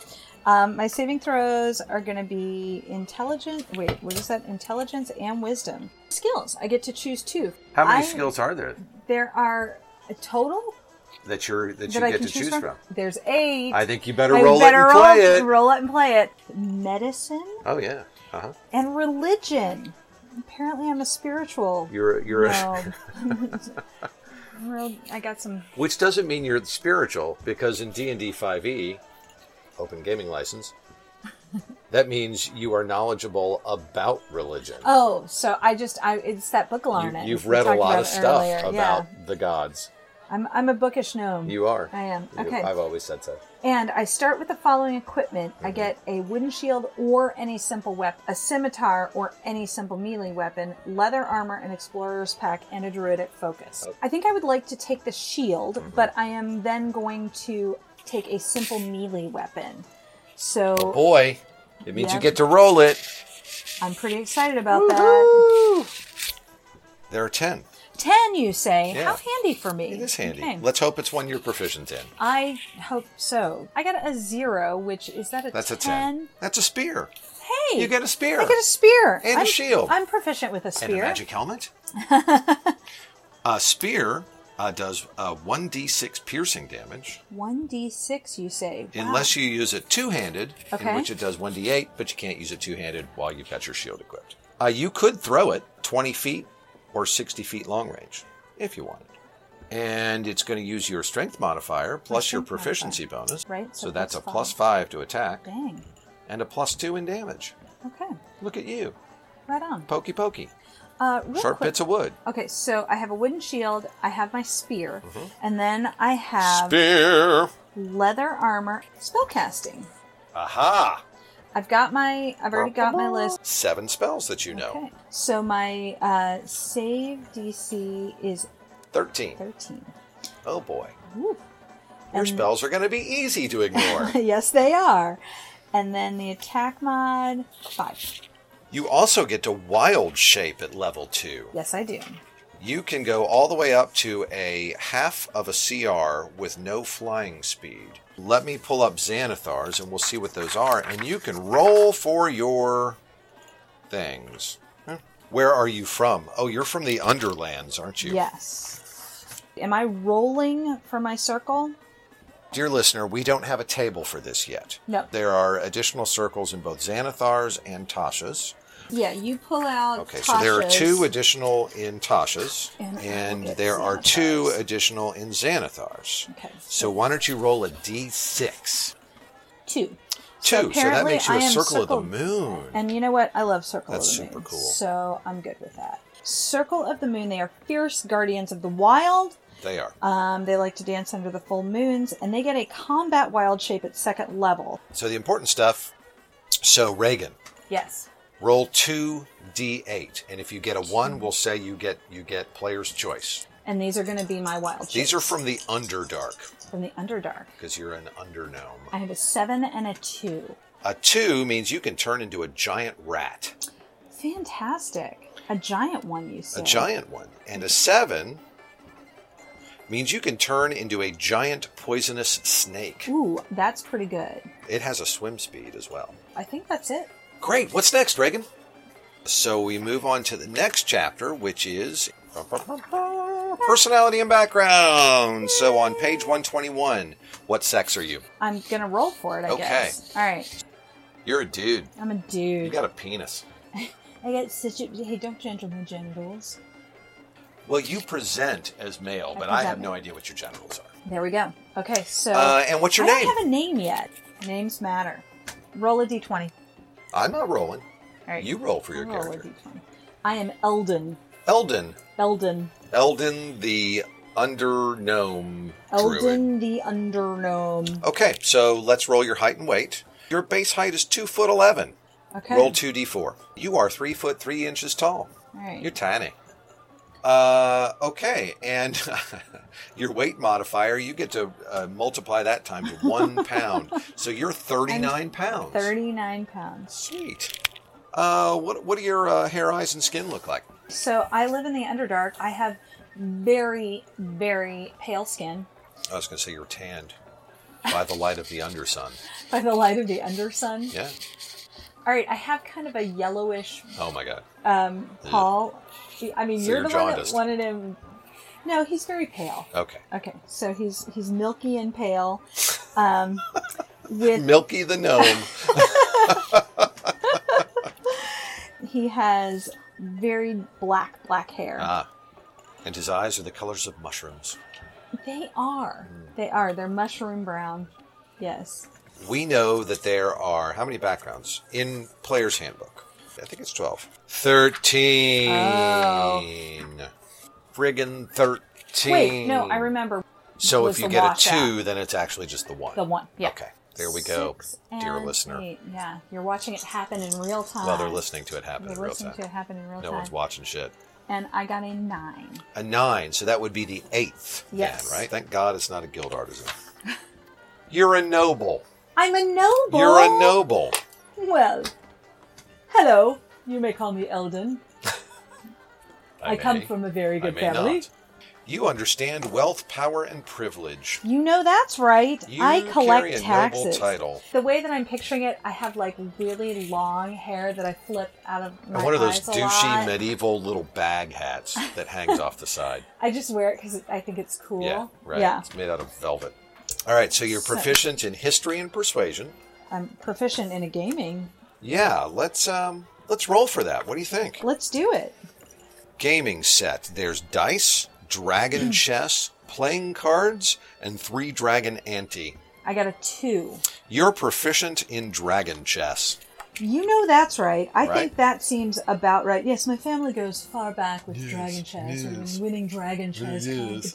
[SPEAKER 4] Um, my saving throws are going to be intelligent. Wait, what is that? Intelligence and wisdom skills. I get to choose two.
[SPEAKER 1] How many
[SPEAKER 4] I-
[SPEAKER 1] skills are there
[SPEAKER 4] There are a total
[SPEAKER 1] that you're that you
[SPEAKER 4] that I
[SPEAKER 1] get
[SPEAKER 4] can
[SPEAKER 1] to choose from?
[SPEAKER 4] There's eight.
[SPEAKER 1] I think you better
[SPEAKER 4] I
[SPEAKER 1] roll it
[SPEAKER 4] better
[SPEAKER 1] and
[SPEAKER 4] roll,
[SPEAKER 1] play it.
[SPEAKER 4] roll it and play it. Medicine
[SPEAKER 1] Oh yeah. Uh-huh.
[SPEAKER 4] and religion. Apparently, I'm a spiritual.
[SPEAKER 1] You're you're a-
[SPEAKER 4] no. Real- I got some.
[SPEAKER 1] which doesn't mean you're spiritual because in D&D 5e E, open gaming license that means you are knowledgeable about religion.
[SPEAKER 4] Oh, so I just I it's that book
[SPEAKER 1] you,
[SPEAKER 4] on it.
[SPEAKER 1] you've
[SPEAKER 4] we
[SPEAKER 1] read a
[SPEAKER 4] talked
[SPEAKER 1] lot
[SPEAKER 4] about
[SPEAKER 1] of
[SPEAKER 4] it
[SPEAKER 1] stuff
[SPEAKER 4] earlier.
[SPEAKER 1] about
[SPEAKER 4] Yeah.
[SPEAKER 1] the gods.
[SPEAKER 4] I'm I'm a bookish gnome.
[SPEAKER 1] You are.
[SPEAKER 4] I am.
[SPEAKER 1] You-
[SPEAKER 4] Okay.
[SPEAKER 1] I've always said so.
[SPEAKER 4] And I start with the following equipment.
[SPEAKER 1] Mhm.
[SPEAKER 4] I get a wooden shield or any simple weapon, a scimitar or any simple melee weapon, leather armor, an explorer's pack, and a druidic focus.
[SPEAKER 1] Oh.
[SPEAKER 4] I think I would like to take the shield,
[SPEAKER 1] Mhm.
[SPEAKER 4] but I am then going to take a simple melee weapon. So
[SPEAKER 1] Oh, Boy, it means you
[SPEAKER 4] Yeah.
[SPEAKER 1] get to roll it.
[SPEAKER 4] I'm pretty excited about that.
[SPEAKER 1] There are 10.
[SPEAKER 4] Ten, you say?
[SPEAKER 1] Yeah.
[SPEAKER 4] How handy for me.
[SPEAKER 1] It is handy.
[SPEAKER 4] Okay.
[SPEAKER 1] Let's hope it's one you're proficient in.
[SPEAKER 4] I hope so. I got a zero, which is that a
[SPEAKER 1] That's a
[SPEAKER 4] 10?
[SPEAKER 1] 10. That's a spear.
[SPEAKER 4] Hey,
[SPEAKER 1] You get a spear.
[SPEAKER 4] I get a spear
[SPEAKER 1] And a
[SPEAKER 4] I'm-
[SPEAKER 1] shield.
[SPEAKER 4] I'm proficient with a spear.
[SPEAKER 1] and a magic helmet. a spear uh, does uh, 1d6 piercing damage
[SPEAKER 4] One d six, you say. Wow.
[SPEAKER 1] unless you use it two handed, in
[SPEAKER 4] Okay.
[SPEAKER 1] which it does 1d8, but you can't use it two handed while you've got your shield equipped. Uh, you could throw it 20 feet or 60 feet long range if you wanted. And it's going to use your strength modifier plus your
[SPEAKER 4] strength modifier.
[SPEAKER 1] proficiency bonus.
[SPEAKER 4] Right,
[SPEAKER 1] So,
[SPEAKER 4] so
[SPEAKER 1] that's a
[SPEAKER 4] plus
[SPEAKER 1] plus five to attack
[SPEAKER 4] Dang.
[SPEAKER 1] and a plus two in damage.
[SPEAKER 4] Okay.
[SPEAKER 1] Look at you.
[SPEAKER 4] Right on.
[SPEAKER 1] Pokey pokey.
[SPEAKER 4] Uh, real
[SPEAKER 1] Sharp
[SPEAKER 4] quick.
[SPEAKER 1] bits of wood.
[SPEAKER 4] Okay, so I have a wooden shield. I have my spear, and then I have
[SPEAKER 1] Mm-hmm. Spear.
[SPEAKER 4] leather armor. Spell casting.
[SPEAKER 1] Aha.
[SPEAKER 4] I've got my. I've already got my list.
[SPEAKER 1] Seven spells that you know.
[SPEAKER 4] Okay. So my uh, save DC is
[SPEAKER 1] 13.
[SPEAKER 4] thirteen.
[SPEAKER 1] Oh boy.
[SPEAKER 4] Ooh.
[SPEAKER 1] Your
[SPEAKER 4] And-
[SPEAKER 1] spells are going to be easy to ignore.
[SPEAKER 4] yes, they are. And then the attack mod five.
[SPEAKER 1] you also get to wild shape at level 2.
[SPEAKER 4] Yes, I do.
[SPEAKER 1] You can go all the way up to a half of a CR with no flying speed. Let me pull up Xanathar's and we'll see what those are. And you can roll for your things. Huh. Where are you from? Oh, you're from the Underlands, aren't you?
[SPEAKER 4] Yes. Am I rolling for my circle?
[SPEAKER 1] Dear listener, we don't have a table for this yet.
[SPEAKER 4] No.
[SPEAKER 1] There are additional circles in both Xanathar's and Tasha's.
[SPEAKER 4] Yeah, you pull out.
[SPEAKER 1] Okay, so there are two
[SPEAKER 4] Tasha's.
[SPEAKER 1] additional in Tasha's, and,
[SPEAKER 4] And I'll get
[SPEAKER 1] there are two
[SPEAKER 4] Xanathar's.
[SPEAKER 1] additional in Xanathar's.
[SPEAKER 4] Okay.
[SPEAKER 1] So why don't you roll a d6?
[SPEAKER 4] Two.
[SPEAKER 1] Two, so that
[SPEAKER 4] apparently
[SPEAKER 1] makes you
[SPEAKER 4] I
[SPEAKER 1] a
[SPEAKER 4] am
[SPEAKER 1] circle of the
[SPEAKER 4] circled-
[SPEAKER 1] moon.
[SPEAKER 4] And you know what? I love Circle
[SPEAKER 1] That's
[SPEAKER 4] of the Moon.
[SPEAKER 1] super cool.
[SPEAKER 4] So I'm good with that. Circle of the Moon. They are fierce guardians of the wild.
[SPEAKER 1] they are.
[SPEAKER 4] Um, they like to dance under the full moons, and they get a combat wild shape at second level.
[SPEAKER 1] So the important stuff. So Reagan,
[SPEAKER 4] Yes.
[SPEAKER 1] roll two d8, and if you get a one, we'll say you get you get player's choice.
[SPEAKER 4] And these are going to be my wild shapes
[SPEAKER 1] These are from the Underdark
[SPEAKER 4] from the Underdark.
[SPEAKER 1] because you're an Undergnome.
[SPEAKER 4] I have a seven and a two.
[SPEAKER 1] A two means you can turn into a giant rat,
[SPEAKER 4] Fantastic. A giant one, you
[SPEAKER 1] a
[SPEAKER 4] said.
[SPEAKER 1] giant one. And a seven means you can turn into a giant poisonous snake.
[SPEAKER 4] Ooh, that's pretty good.
[SPEAKER 1] It has a swim speed as well.
[SPEAKER 4] I think that's it.
[SPEAKER 1] Great. What's next, Reagan? So we move on to the next chapter, which is Ah. personality and background. So on page 121, what sex are you?
[SPEAKER 4] I'm gonna roll for it, I
[SPEAKER 1] Okay.
[SPEAKER 4] guess. All right,
[SPEAKER 1] You're a dude.
[SPEAKER 4] I'm a
[SPEAKER 1] You
[SPEAKER 4] dude.
[SPEAKER 1] got a penis.
[SPEAKER 4] I got such. A, hey, don't gender my genitals.
[SPEAKER 1] Well, you present as male, but I have no idea what your genitals are.
[SPEAKER 4] There we go. Okay, so
[SPEAKER 1] Uh, and what's your
[SPEAKER 4] I
[SPEAKER 1] name?
[SPEAKER 4] don't have a name yet. Names matter. Roll a d20.
[SPEAKER 1] I'm not rolling.
[SPEAKER 4] All right,
[SPEAKER 1] You roll for your
[SPEAKER 4] I'll roll
[SPEAKER 1] character.
[SPEAKER 4] A d20. I am Eldon.
[SPEAKER 1] Eldon.
[SPEAKER 4] Eldon.
[SPEAKER 1] Eldon the under gnome druid.
[SPEAKER 4] Eldon the Undergnome.
[SPEAKER 1] Okay, so let's roll your height and weight. Your base height is two foot eleven.
[SPEAKER 4] Okay.
[SPEAKER 1] Roll two d four. You are three foot three inches tall.
[SPEAKER 4] All right.
[SPEAKER 1] You're tiny. Uh, okay, and your weight modifier, you get to uh, multiply that times one pound. So you're 39 pounds.
[SPEAKER 4] 39 pounds.
[SPEAKER 1] Sweet. Uh, what, what do your uh, hair, eyes, and skin look like?
[SPEAKER 4] So I live in the Underdark. I have very, very pale skin
[SPEAKER 1] I was going to say you're tanned by the light of the undersun.
[SPEAKER 4] by the light of the Undersun.
[SPEAKER 1] Yeah.
[SPEAKER 4] All right, I have kind of a yellowish
[SPEAKER 1] Oh my God.
[SPEAKER 4] um, Paul. I mean,
[SPEAKER 1] So
[SPEAKER 4] you're
[SPEAKER 1] you're
[SPEAKER 4] the one that
[SPEAKER 1] jaundiced.
[SPEAKER 4] wanted him. No, he's very pale.
[SPEAKER 1] Okay.
[SPEAKER 4] Okay, so he's he's milky and pale, um, with
[SPEAKER 1] Milky the gnome.
[SPEAKER 4] he has very black black hair.
[SPEAKER 1] ah. And his eyes are the colors of mushrooms.
[SPEAKER 4] They are,
[SPEAKER 1] Hmm.
[SPEAKER 4] they are. They're mushroom brown. Yes.
[SPEAKER 1] We know that there are how many backgrounds in Player's Handbook? I think it's 12. 13. Friggin' 13.
[SPEAKER 4] Oh. Wait, no, I remember.
[SPEAKER 1] So
[SPEAKER 4] was
[SPEAKER 1] if you
[SPEAKER 4] the
[SPEAKER 1] get a
[SPEAKER 4] washout.
[SPEAKER 1] two, then it's actually just the one.
[SPEAKER 4] The one, yeah.
[SPEAKER 1] Okay. There we go,
[SPEAKER 4] Six
[SPEAKER 1] dear
[SPEAKER 4] and
[SPEAKER 1] listener.
[SPEAKER 4] eight. Yeah, you're watching it happen in real time.
[SPEAKER 1] Well, they're listening to it happen
[SPEAKER 4] They're
[SPEAKER 1] in real
[SPEAKER 4] listening
[SPEAKER 1] time.
[SPEAKER 4] to it happen in real
[SPEAKER 1] no
[SPEAKER 4] time.
[SPEAKER 1] one's watching shit.
[SPEAKER 4] And I got a nine.
[SPEAKER 1] A nine, so that would be the eighth.
[SPEAKER 4] Yes.
[SPEAKER 1] Man, right? Thank God it's not a guild artisan. You're a noble.
[SPEAKER 4] I'm a noble.
[SPEAKER 1] You're a noble.
[SPEAKER 4] Well, hello. You may call me Eldon. I, come
[SPEAKER 1] may.
[SPEAKER 4] from a very
[SPEAKER 1] I
[SPEAKER 4] good
[SPEAKER 1] may
[SPEAKER 4] family.
[SPEAKER 1] not. You understand wealth, power, and privilege.
[SPEAKER 4] You know that's right.
[SPEAKER 1] You
[SPEAKER 4] I collect
[SPEAKER 1] carry a
[SPEAKER 4] taxes.
[SPEAKER 1] noble title.
[SPEAKER 4] The way that I'm picturing it, I have like really long hair that I flip out of my
[SPEAKER 1] And one of those
[SPEAKER 4] eyes a lot.
[SPEAKER 1] douchey medieval little bag hats that hangs off the side.
[SPEAKER 4] I just wear it because I think it's cool.
[SPEAKER 1] Yeah, right.
[SPEAKER 4] Yeah,
[SPEAKER 1] It's made out of velvet. All right, so you're
[SPEAKER 4] So-
[SPEAKER 1] proficient in history and persuasion.
[SPEAKER 4] I'm proficient in a gaming.
[SPEAKER 1] Yeah, let's um let's roll for that. What do you think?
[SPEAKER 4] Let's do it.
[SPEAKER 1] Gaming set. There's dice,
[SPEAKER 4] Mm.
[SPEAKER 1] dragon chess, playing cards, and three dragon ante.
[SPEAKER 4] I got a two.
[SPEAKER 1] You're proficient in dragon chess.
[SPEAKER 4] You know that's right. I
[SPEAKER 1] Right.
[SPEAKER 4] think that seems about right. Yes, my family goes far back with Dragon Chess. We've been winning Dragon Chess competitions.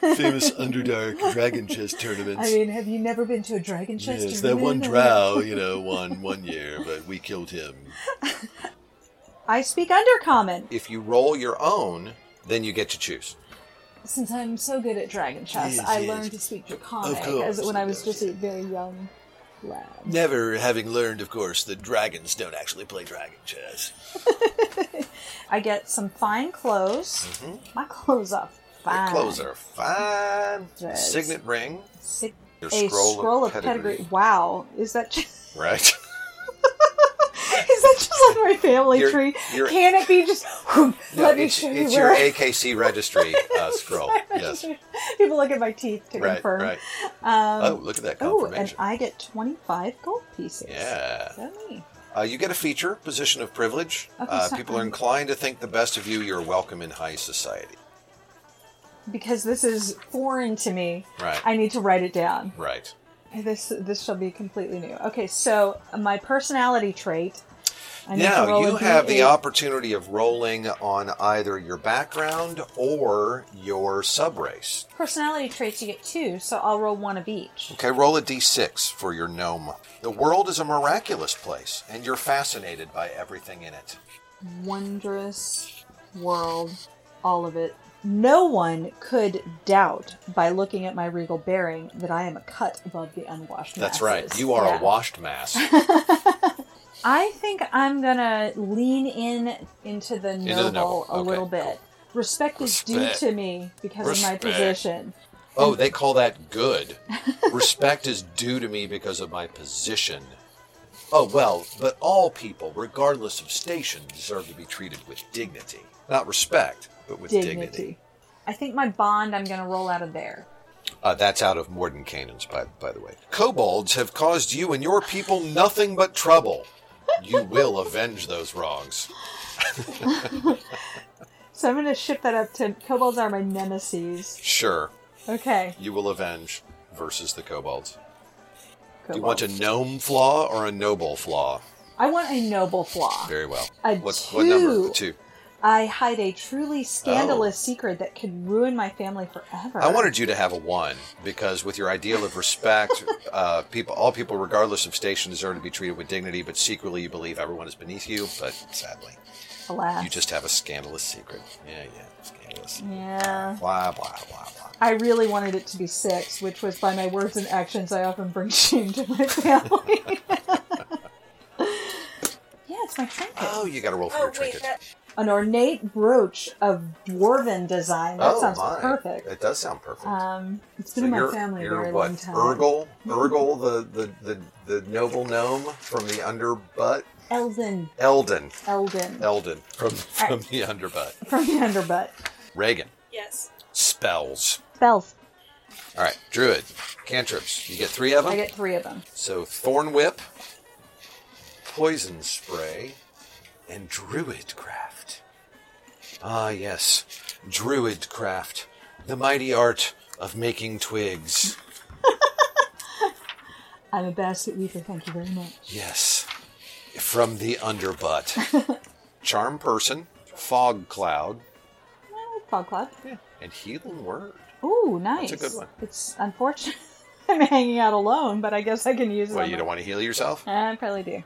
[SPEAKER 5] famous Underdark Dragon Chess
[SPEAKER 4] I
[SPEAKER 5] tournaments.
[SPEAKER 4] mean, have you never been to a Dragon Chess?
[SPEAKER 5] Yes, that one
[SPEAKER 4] tournament?
[SPEAKER 5] drow, you know, won one year, but we killed him.
[SPEAKER 4] I speak Undercommon
[SPEAKER 1] If you roll your own, then you get to choose.
[SPEAKER 4] since I'm so good at Dragon Chess.
[SPEAKER 5] Yes,
[SPEAKER 4] I
[SPEAKER 5] yes.
[SPEAKER 4] learned to speak Draconic
[SPEAKER 5] course,
[SPEAKER 4] as when I was
[SPEAKER 5] yes.
[SPEAKER 4] just a very young lad.
[SPEAKER 5] Never having learned, of course, that dragons don't actually play dragon chess.
[SPEAKER 4] I get some fine clothes. My clothes are fine.
[SPEAKER 1] Your clothes are fine.
[SPEAKER 4] Ah. Yes.
[SPEAKER 1] Signet ring.
[SPEAKER 4] Sig-
[SPEAKER 1] Your
[SPEAKER 4] a
[SPEAKER 1] scroll
[SPEAKER 4] scroll,
[SPEAKER 1] of
[SPEAKER 4] of, pedigree.
[SPEAKER 1] pedigree.
[SPEAKER 4] Wow, is that just,
[SPEAKER 1] Right.
[SPEAKER 4] is that just like my family
[SPEAKER 1] Your-
[SPEAKER 4] tree?
[SPEAKER 1] your-
[SPEAKER 4] Can it be just?
[SPEAKER 1] No,
[SPEAKER 4] let me
[SPEAKER 1] it's,
[SPEAKER 4] show you
[SPEAKER 1] it's
[SPEAKER 4] where
[SPEAKER 1] your
[SPEAKER 4] I-
[SPEAKER 1] AKC registry uh, scroll. Yes.
[SPEAKER 4] People look at my teeth to
[SPEAKER 1] Right,
[SPEAKER 4] confirm.
[SPEAKER 1] right.
[SPEAKER 4] Um,
[SPEAKER 1] oh, look at that
[SPEAKER 4] oh, and
[SPEAKER 1] confirmation.
[SPEAKER 4] I get 25 gold pieces.
[SPEAKER 1] yeah.
[SPEAKER 4] So neat.
[SPEAKER 1] Uh, you get a feature, position of privilege.
[SPEAKER 4] Okay,
[SPEAKER 1] uh,
[SPEAKER 4] so
[SPEAKER 1] people are
[SPEAKER 4] I'm-
[SPEAKER 1] inclined to think the best of you. You're welcome in high society.
[SPEAKER 4] Because this is foreign to me,
[SPEAKER 1] Right.
[SPEAKER 4] I need to write it down.
[SPEAKER 1] Right.
[SPEAKER 4] This this shall be completely new. Okay, so my personality trait. I need to
[SPEAKER 1] now,
[SPEAKER 4] roll
[SPEAKER 1] you
[SPEAKER 4] a
[SPEAKER 1] have the
[SPEAKER 4] D8.
[SPEAKER 1] opportunity of rolling on either your background or your subrace.
[SPEAKER 4] personality traits. You get two, so I'll roll one of each.
[SPEAKER 1] Okay, roll a d6 for your gnome. The world is a miraculous place, and you're fascinated by everything in it.
[SPEAKER 4] Wondrous world, all of it. No one could doubt by looking at my regal bearing that I am a cut above the unwashed.
[SPEAKER 1] That's
[SPEAKER 4] masses.
[SPEAKER 1] right. You are
[SPEAKER 4] Yeah.
[SPEAKER 1] a washed mass.
[SPEAKER 4] I think I'm gonna lean in into the noble,
[SPEAKER 1] the noble.
[SPEAKER 4] a
[SPEAKER 1] Okay,
[SPEAKER 4] little bit. Respect, is
[SPEAKER 1] Respect.
[SPEAKER 4] due to me because
[SPEAKER 1] Respect.
[SPEAKER 4] of my position.
[SPEAKER 1] Oh, they call that good. Respect is due to me because of my position. Oh, well, but all people, regardless of station, deserve to be treated with dignity. Not respect, but with dignity.
[SPEAKER 4] Dignity. I think my bond. I'm gonna roll out of there.
[SPEAKER 1] Uh, that's out of Mordenkainen's, by, by the way. Kobolds have caused you and your people nothing but trouble. You will avenge those wrongs.
[SPEAKER 4] So I'm gonna shift that up to kobolds are my nemesis.
[SPEAKER 1] Sure,
[SPEAKER 4] Okay.
[SPEAKER 1] you will avenge versus the kobolds.
[SPEAKER 4] Kobolds.
[SPEAKER 1] Do you want a gnome flaw or a noble flaw?
[SPEAKER 4] I want a noble flaw.
[SPEAKER 1] Very well.
[SPEAKER 4] A
[SPEAKER 1] what, what number?
[SPEAKER 4] two.
[SPEAKER 1] A two.
[SPEAKER 4] I hide a truly scandalous secret that could ruin my family forever.
[SPEAKER 1] Oh. I wanted you to have a one because with your ideal of respect, uh, people, all people, regardless of station, deserve to be treated with dignity. But secretly, you believe everyone is beneath you. But sadly,
[SPEAKER 4] Alas.
[SPEAKER 1] you just have a scandalous secret. Yeah, yeah, scandalous.
[SPEAKER 4] Yeah.
[SPEAKER 1] Blah blah blah blah.
[SPEAKER 4] I really wanted it to be six, which was by my words and actions I often bring shame to my family. yeah, it's my trinket.
[SPEAKER 1] Oh, you got to roll for your trinket.
[SPEAKER 4] An ornate brooch of dwarven design. That
[SPEAKER 1] oh
[SPEAKER 4] sounds
[SPEAKER 1] my!
[SPEAKER 4] perfect.
[SPEAKER 1] It does sound perfect.
[SPEAKER 4] Um, it's been
[SPEAKER 1] So
[SPEAKER 4] in my
[SPEAKER 1] you're,
[SPEAKER 4] family
[SPEAKER 1] you're
[SPEAKER 4] a very
[SPEAKER 1] what?
[SPEAKER 4] long time.
[SPEAKER 1] Urgle, Urgle, the, the the the noble gnome from the underbutt,
[SPEAKER 4] Elden.
[SPEAKER 1] Eldon,
[SPEAKER 4] Elden.
[SPEAKER 1] Eldon from from the underbutt,
[SPEAKER 4] From the underbutt.
[SPEAKER 1] Reagan,
[SPEAKER 6] Yes.
[SPEAKER 1] spells.
[SPEAKER 4] Spells.
[SPEAKER 1] All right, druid, cantrips. You get three of them.
[SPEAKER 4] I get three of them.
[SPEAKER 1] So thorn whip, poison spray, and druid craft. Ah, yes, druid craft, the mighty art of making twigs.
[SPEAKER 4] I'm a basket weaver. Thank you very much.
[SPEAKER 1] Yes. From the underbutt. Charm person, fog cloud,
[SPEAKER 4] Well, Fog Cloud.
[SPEAKER 1] and healing word.
[SPEAKER 4] Ooh, nice.
[SPEAKER 1] a good one.
[SPEAKER 4] It's unfortunate I'm hanging out alone, but I guess I can use it.
[SPEAKER 1] Well,
[SPEAKER 4] on
[SPEAKER 1] you
[SPEAKER 4] my-
[SPEAKER 1] don't want to heal yourself?
[SPEAKER 4] I probably do.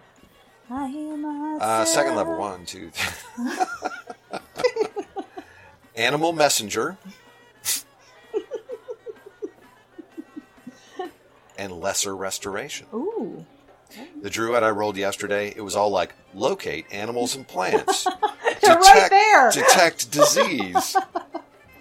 [SPEAKER 4] I hear myself.
[SPEAKER 1] Uh, second level, one, two, three. Animal messenger. and lesser restoration.
[SPEAKER 4] Ooh.
[SPEAKER 1] The druid I rolled yesterday, it was all like locate animals and plants.
[SPEAKER 4] They're right there.
[SPEAKER 1] Detect disease.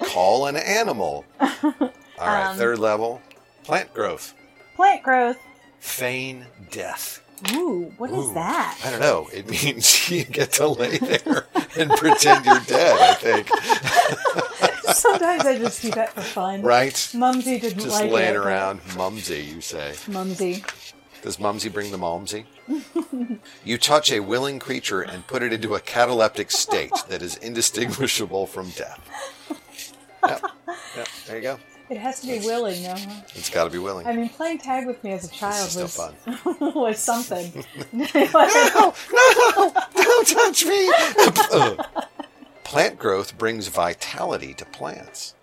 [SPEAKER 1] Call an animal. All right,
[SPEAKER 4] Um,
[SPEAKER 1] third level. Plant growth.
[SPEAKER 4] Plant growth.
[SPEAKER 1] Feign death.
[SPEAKER 4] Ooh, what is
[SPEAKER 1] Ooh,
[SPEAKER 4] that?
[SPEAKER 1] I don't know. It means you get to lay there and pretend you're dead, I think.
[SPEAKER 4] Sometimes I just do that for fun.
[SPEAKER 1] Right?
[SPEAKER 4] Mumsy didn't
[SPEAKER 1] Just
[SPEAKER 4] like
[SPEAKER 1] laying
[SPEAKER 4] it. but-
[SPEAKER 1] around. Mumsy, you say.
[SPEAKER 4] Mumsy.
[SPEAKER 1] Does Mumsy bring the Malmsy? you touch a willing creature and put it into a cataleptic state that is indistinguishable from death. Yep. Yep. There you go.
[SPEAKER 4] It has to be willing, though. huh?
[SPEAKER 1] It's got to be willing.
[SPEAKER 4] I mean, playing tag with me as a child
[SPEAKER 1] is
[SPEAKER 4] was
[SPEAKER 1] still
[SPEAKER 4] was something. no!
[SPEAKER 1] no! Don't touch me! Plant growth brings vitality to plants.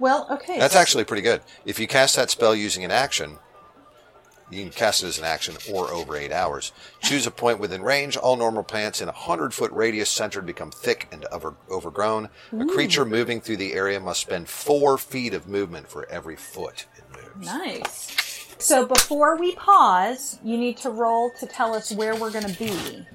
[SPEAKER 4] Well, okay.
[SPEAKER 1] That's
[SPEAKER 4] so-
[SPEAKER 1] actually pretty good. If you cast that spell using an action, you can cast it as an action or over eight hours. Choose a point within range. All normal plants in a hundred foot radius centered become thick and over- overgrown. A creature moving through the area must spend four feet of movement for every foot it moves.
[SPEAKER 4] Nice. So before we pause, you need to roll to tell us where we're going to be.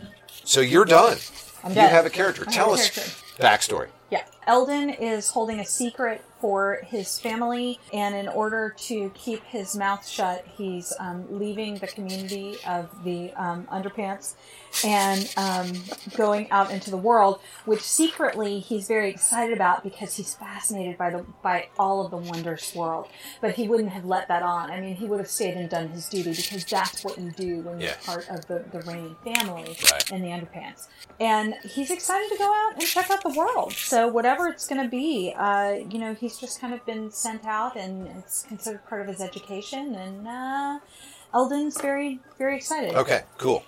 [SPEAKER 1] So you're done.
[SPEAKER 4] I'm
[SPEAKER 1] you
[SPEAKER 4] done.
[SPEAKER 1] have a character.
[SPEAKER 4] I have
[SPEAKER 1] Tell
[SPEAKER 4] a
[SPEAKER 1] us
[SPEAKER 4] character.
[SPEAKER 1] backstory.
[SPEAKER 4] Yeah. Eldon is holding a secret for his family, and in order to keep his mouth shut, he's um, leaving the community of the um, underpants and um, going out into the world, which secretly he's very excited about because he's fascinated by the by all of the wondrous world. But he wouldn't have let that on. I mean, he would have stayed and done his duty because that's what you do when
[SPEAKER 1] Yeah.
[SPEAKER 4] you're part of the, the reigning family
[SPEAKER 1] Right.
[SPEAKER 4] in the underpants. And he's excited to go out and check out the world. So whatever it's going to be, uh, you know, he's just kind of been sent out, and it's considered part of his education. And uh, Eldon's very, very excited.
[SPEAKER 1] Okay, cool.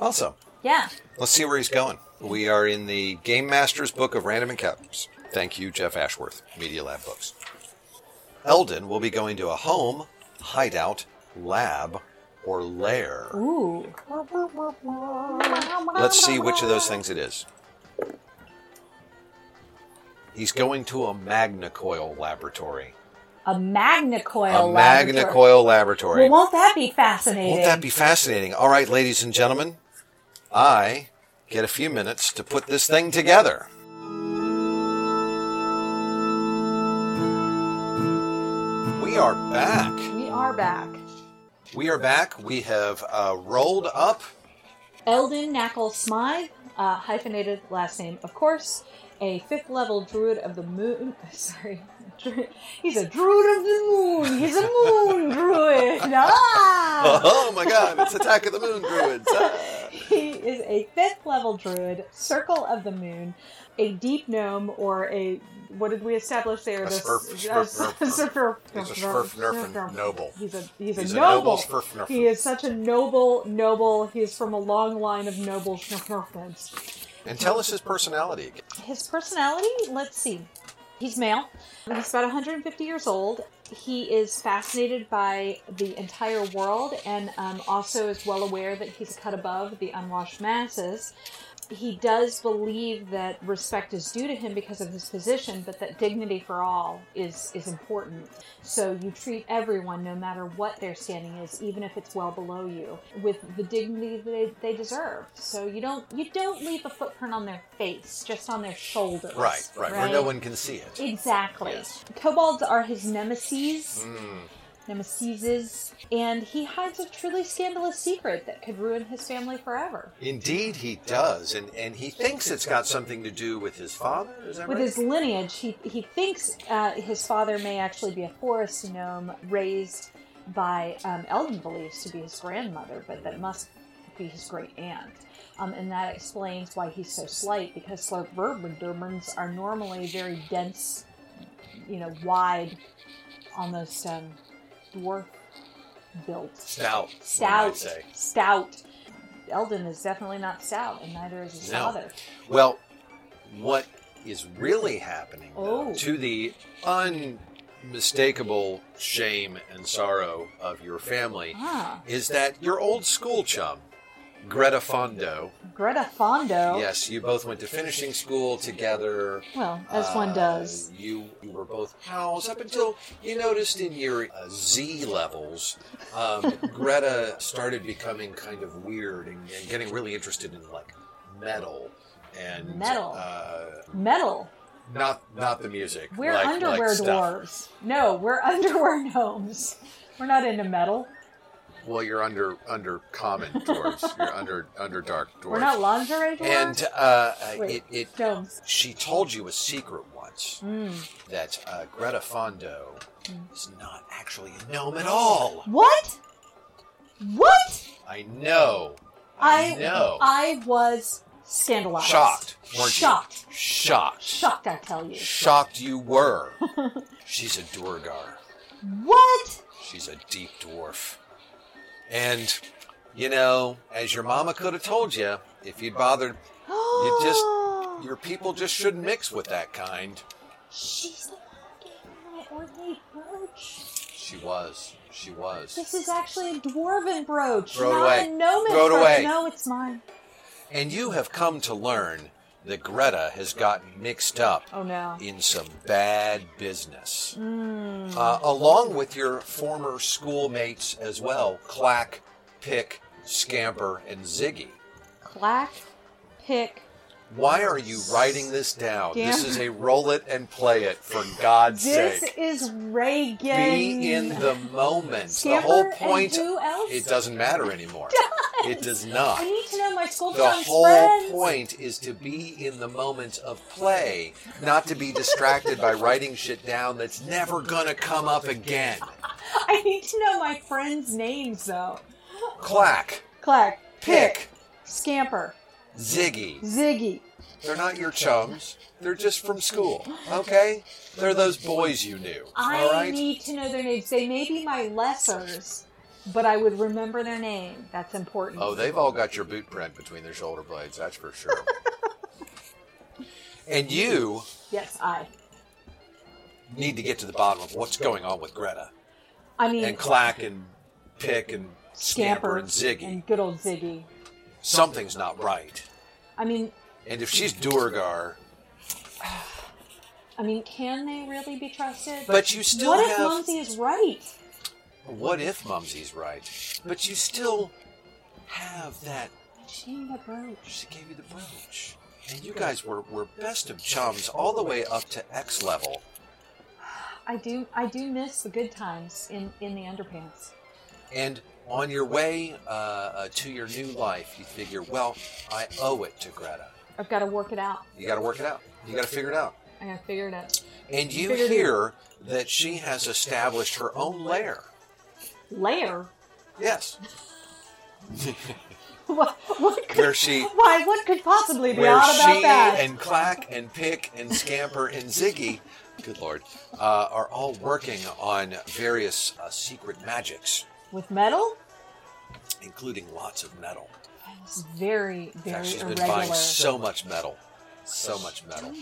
[SPEAKER 1] Awesome.
[SPEAKER 4] Yeah.
[SPEAKER 1] Let's see where he's going. We are in the Game Master's Book of Random Encounters. Thank you, Jeff Ashworth, Media Lab Books. Eldon will be going to a home, hideout, lab, or lair.
[SPEAKER 4] Ooh.
[SPEAKER 1] Let's see which of those things it is. He's going to a magna coil laboratory.
[SPEAKER 4] A magna coil.
[SPEAKER 1] a magna coil laboratory.
[SPEAKER 4] Well, won't that be fascinating?
[SPEAKER 1] Won't that be fascinating? All right, ladies and gentlemen, I get a few minutes to put this thing together. We are back.
[SPEAKER 4] We are back.
[SPEAKER 1] We are back. We have uh, rolled up.
[SPEAKER 4] Eldon Knackle Smythe, uh, hyphenated last name, of course, a fifth level druid of the moon. Sorry, druid- he's a druid of the moon. He's a moon druid. Ah!
[SPEAKER 1] Oh my God! It's Attack of the Moon Druids. Ah.
[SPEAKER 4] He is a fifth level druid, Circle of the Moon, a deep gnome, or a what did we establish there?
[SPEAKER 1] A
[SPEAKER 4] The s-
[SPEAKER 1] swerf-
[SPEAKER 4] a
[SPEAKER 1] swerf-
[SPEAKER 4] s-
[SPEAKER 1] nerf-
[SPEAKER 4] swerf-
[SPEAKER 1] He's a
[SPEAKER 4] nerf-
[SPEAKER 1] swerf- nerf- noble.
[SPEAKER 4] He's a he's a
[SPEAKER 1] He's a noble
[SPEAKER 4] noble.
[SPEAKER 1] swerf- nerf-
[SPEAKER 4] He is such a noble noble. He is from a long line of noble nerfmans.
[SPEAKER 1] And tell us his personality again.
[SPEAKER 4] His personality, let's see. He's male. He's about 150 years old. He is fascinated by the entire world and um, also is well aware that he's cut above the unwashed masses. He does believe that respect is due to him because of his position, but that dignity for all is, is important. So you treat everyone, no matter what their standing is, even if it's well below you, with the dignity that they, they deserve. So you don't you don't leave a footprint on their face, just on their shoulders.
[SPEAKER 1] Right, right, where no one can see it.
[SPEAKER 4] Exactly. Kobolds are his nemesis. Nemesis. And he hides a truly scandalous secret that could ruin his family forever.
[SPEAKER 1] Indeed, he does, and and he thinks it's got something to do with his father. Is that
[SPEAKER 4] With
[SPEAKER 1] right?
[SPEAKER 4] his lineage, he, he thinks uh, his father may actually be a forest gnome raised by um, Eldon believes to be his grandmother, but that must be his great aunt. Um, and that explains why he's so slight, because Slurpverberdermans are normally very dense, you know, wide, almost um, dwarf built.
[SPEAKER 1] stout. one might
[SPEAKER 4] Stout.
[SPEAKER 1] say.
[SPEAKER 4] Stout. Eldon is definitely not stout, and neither is his
[SPEAKER 1] No.
[SPEAKER 4] father.
[SPEAKER 1] Well, what is really happening though,
[SPEAKER 4] Oh.
[SPEAKER 1] to the unmistakable shame and sorrow of your family
[SPEAKER 4] Ah.
[SPEAKER 1] is that your old school chum, Greta Fondo.
[SPEAKER 4] Greta Fondo.
[SPEAKER 1] Yes, you both went to finishing school together.
[SPEAKER 4] Well, as one
[SPEAKER 1] Uh,
[SPEAKER 4] does.
[SPEAKER 1] You, you were both pals up until you noticed in your uh, Z levels, um, Greta started becoming kind of weird and, and getting really interested in like metal and
[SPEAKER 4] Metal.
[SPEAKER 1] Uh,
[SPEAKER 4] Metal.
[SPEAKER 1] not not the music.
[SPEAKER 4] We're
[SPEAKER 1] like- like
[SPEAKER 4] underwear
[SPEAKER 1] stuff.
[SPEAKER 4] dwarves. No, we're underwear gnomes. We're not into metal.
[SPEAKER 1] Well, you're under under common dwarves. you're under under dark dwarves.
[SPEAKER 4] We're not lingerie dwarves.
[SPEAKER 1] and uh, uh,
[SPEAKER 4] Wait,
[SPEAKER 1] it, it
[SPEAKER 4] gnomes. Hmm.
[SPEAKER 1] she told you a secret once that uh, Greta Fondo is not actually a gnome at all.
[SPEAKER 4] What? What?
[SPEAKER 1] I know.
[SPEAKER 4] I
[SPEAKER 1] know.
[SPEAKER 4] I was scandalized.
[SPEAKER 1] Shocked. Weren't
[SPEAKER 4] Shocked.
[SPEAKER 1] You? Shocked.
[SPEAKER 4] Shocked, I tell you.
[SPEAKER 1] Shocked you were. She's a Durgar.
[SPEAKER 4] What?
[SPEAKER 1] She's a deep dwarf. And, you know, as your mama could have told you, if you'd bothered, you just, your people just shouldn't mix with that kind.
[SPEAKER 4] She's the one who gave me my ornate brooch.
[SPEAKER 1] She was. She was.
[SPEAKER 4] This is actually a dwarven brooch,
[SPEAKER 1] Throw it
[SPEAKER 4] not
[SPEAKER 1] away.
[SPEAKER 4] a gnomic
[SPEAKER 1] Throw it
[SPEAKER 4] brooch.
[SPEAKER 1] away.
[SPEAKER 4] No, it's mine.
[SPEAKER 1] And you have come to learn that Greta has gotten mixed up
[SPEAKER 4] Oh no.
[SPEAKER 1] in some bad business,
[SPEAKER 4] Hmm.
[SPEAKER 1] uh, along with your former schoolmates as well Clack, Pick, Scamper, and Ziggy.
[SPEAKER 4] Clack, pick,
[SPEAKER 1] Why are you writing this down? This
[SPEAKER 4] Scamper.
[SPEAKER 1] is a roll it and play it for God's
[SPEAKER 4] This
[SPEAKER 1] sake.
[SPEAKER 4] is Reagan.
[SPEAKER 1] Be in the moment. the whole
[SPEAKER 4] Scamper and
[SPEAKER 1] point.
[SPEAKER 4] who else?
[SPEAKER 1] It doesn't matter anymore. It does not.
[SPEAKER 4] I need to know my school
[SPEAKER 1] The
[SPEAKER 4] chum's
[SPEAKER 1] whole
[SPEAKER 4] friends.
[SPEAKER 1] point is to be in the moment of play, not to be distracted by writing shit down that's never gonna come up again.
[SPEAKER 4] I need to know my friends' names though.
[SPEAKER 1] Clack,
[SPEAKER 4] Clack,
[SPEAKER 1] Pick,
[SPEAKER 4] Scamper,
[SPEAKER 1] Ziggy.
[SPEAKER 4] Ziggy.
[SPEAKER 1] They're not your chums. They're just from school, okay? They're those boys you knew,
[SPEAKER 4] I
[SPEAKER 1] all right?
[SPEAKER 4] need to know their names. They may be my lessers, but I would remember their name. That's important.
[SPEAKER 1] Oh, they've all got your boot print between their shoulder blades, that's for sure. and you
[SPEAKER 4] yes, I.
[SPEAKER 1] need to get to the bottom of what's going on with Greta
[SPEAKER 4] I mean,
[SPEAKER 1] and Clack and Pick and Scamper and Ziggy.
[SPEAKER 4] and good old Ziggy.
[SPEAKER 1] something's not right.
[SPEAKER 4] I mean,
[SPEAKER 1] And if she's Durgar,
[SPEAKER 4] I mean, can they really be trusted?
[SPEAKER 1] but you still
[SPEAKER 4] what if
[SPEAKER 1] have.
[SPEAKER 4] Mumsy is right?
[SPEAKER 1] What if Mumsy's right? But you still have that.
[SPEAKER 4] She ain't a brooch.
[SPEAKER 1] She gave you the brooch. And you guys were, were best of chums all the way up to X level.
[SPEAKER 4] I do I do miss the good times in in the underpants.
[SPEAKER 1] And on your way uh, uh, to your new life, you figure, well, I owe it to Greta.
[SPEAKER 4] I've got to work it out.
[SPEAKER 1] You got to work it out. You got to figure it out.
[SPEAKER 4] I got to figure it out.
[SPEAKER 1] And you
[SPEAKER 4] Figured it
[SPEAKER 1] hear that she has established her own lair.
[SPEAKER 4] Lair.
[SPEAKER 1] Yes.
[SPEAKER 4] What, what could,
[SPEAKER 1] Where she
[SPEAKER 4] why? What could possibly be
[SPEAKER 1] where
[SPEAKER 4] odd about
[SPEAKER 1] she
[SPEAKER 4] that?
[SPEAKER 1] and Clack and Pick and Scamper and Ziggy, good lord, uh, are all working on various uh, secret magics,
[SPEAKER 4] With metal?
[SPEAKER 1] including lots of metal.
[SPEAKER 4] It's very,
[SPEAKER 1] In
[SPEAKER 4] very
[SPEAKER 1] fact, she's been
[SPEAKER 4] irregular.
[SPEAKER 1] buying so much metal. So much metal.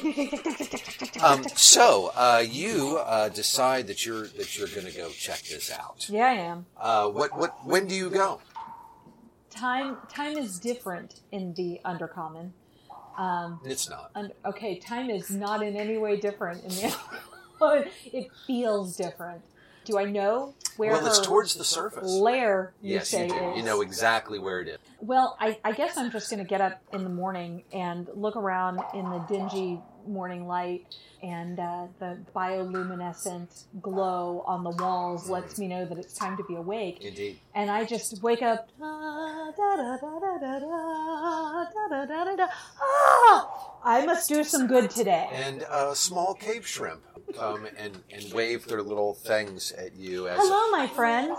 [SPEAKER 1] Um, so uh, you uh, decide that you're that you're going to go check this out.
[SPEAKER 4] yeah, I am.
[SPEAKER 1] Uh, what what when do you go?
[SPEAKER 4] Time time is different in the undercommon. Um,
[SPEAKER 1] It's not.
[SPEAKER 4] un- okay, time is not in any way different in the undercommon. It feels different. Do I know where
[SPEAKER 1] Well, it's
[SPEAKER 4] her
[SPEAKER 1] towards the surface.
[SPEAKER 4] lair? You
[SPEAKER 1] yes,
[SPEAKER 4] say
[SPEAKER 1] you do.
[SPEAKER 4] Is?
[SPEAKER 1] You know exactly where it is.
[SPEAKER 4] Well, I, I guess I'm just going to get up in the morning and look around in the dingy morning light, and uh, the bioluminescent glow on the walls lets me know that it's time to be awake.
[SPEAKER 1] Indeed.
[SPEAKER 4] And I just wake up. "Ah, da, da, da, da, da, da, da, da, da, da, da. Ah, I must do some good today.
[SPEAKER 1] And uh, small cave shrimp come and, and wave their little things at you as
[SPEAKER 4] Hello, my friends.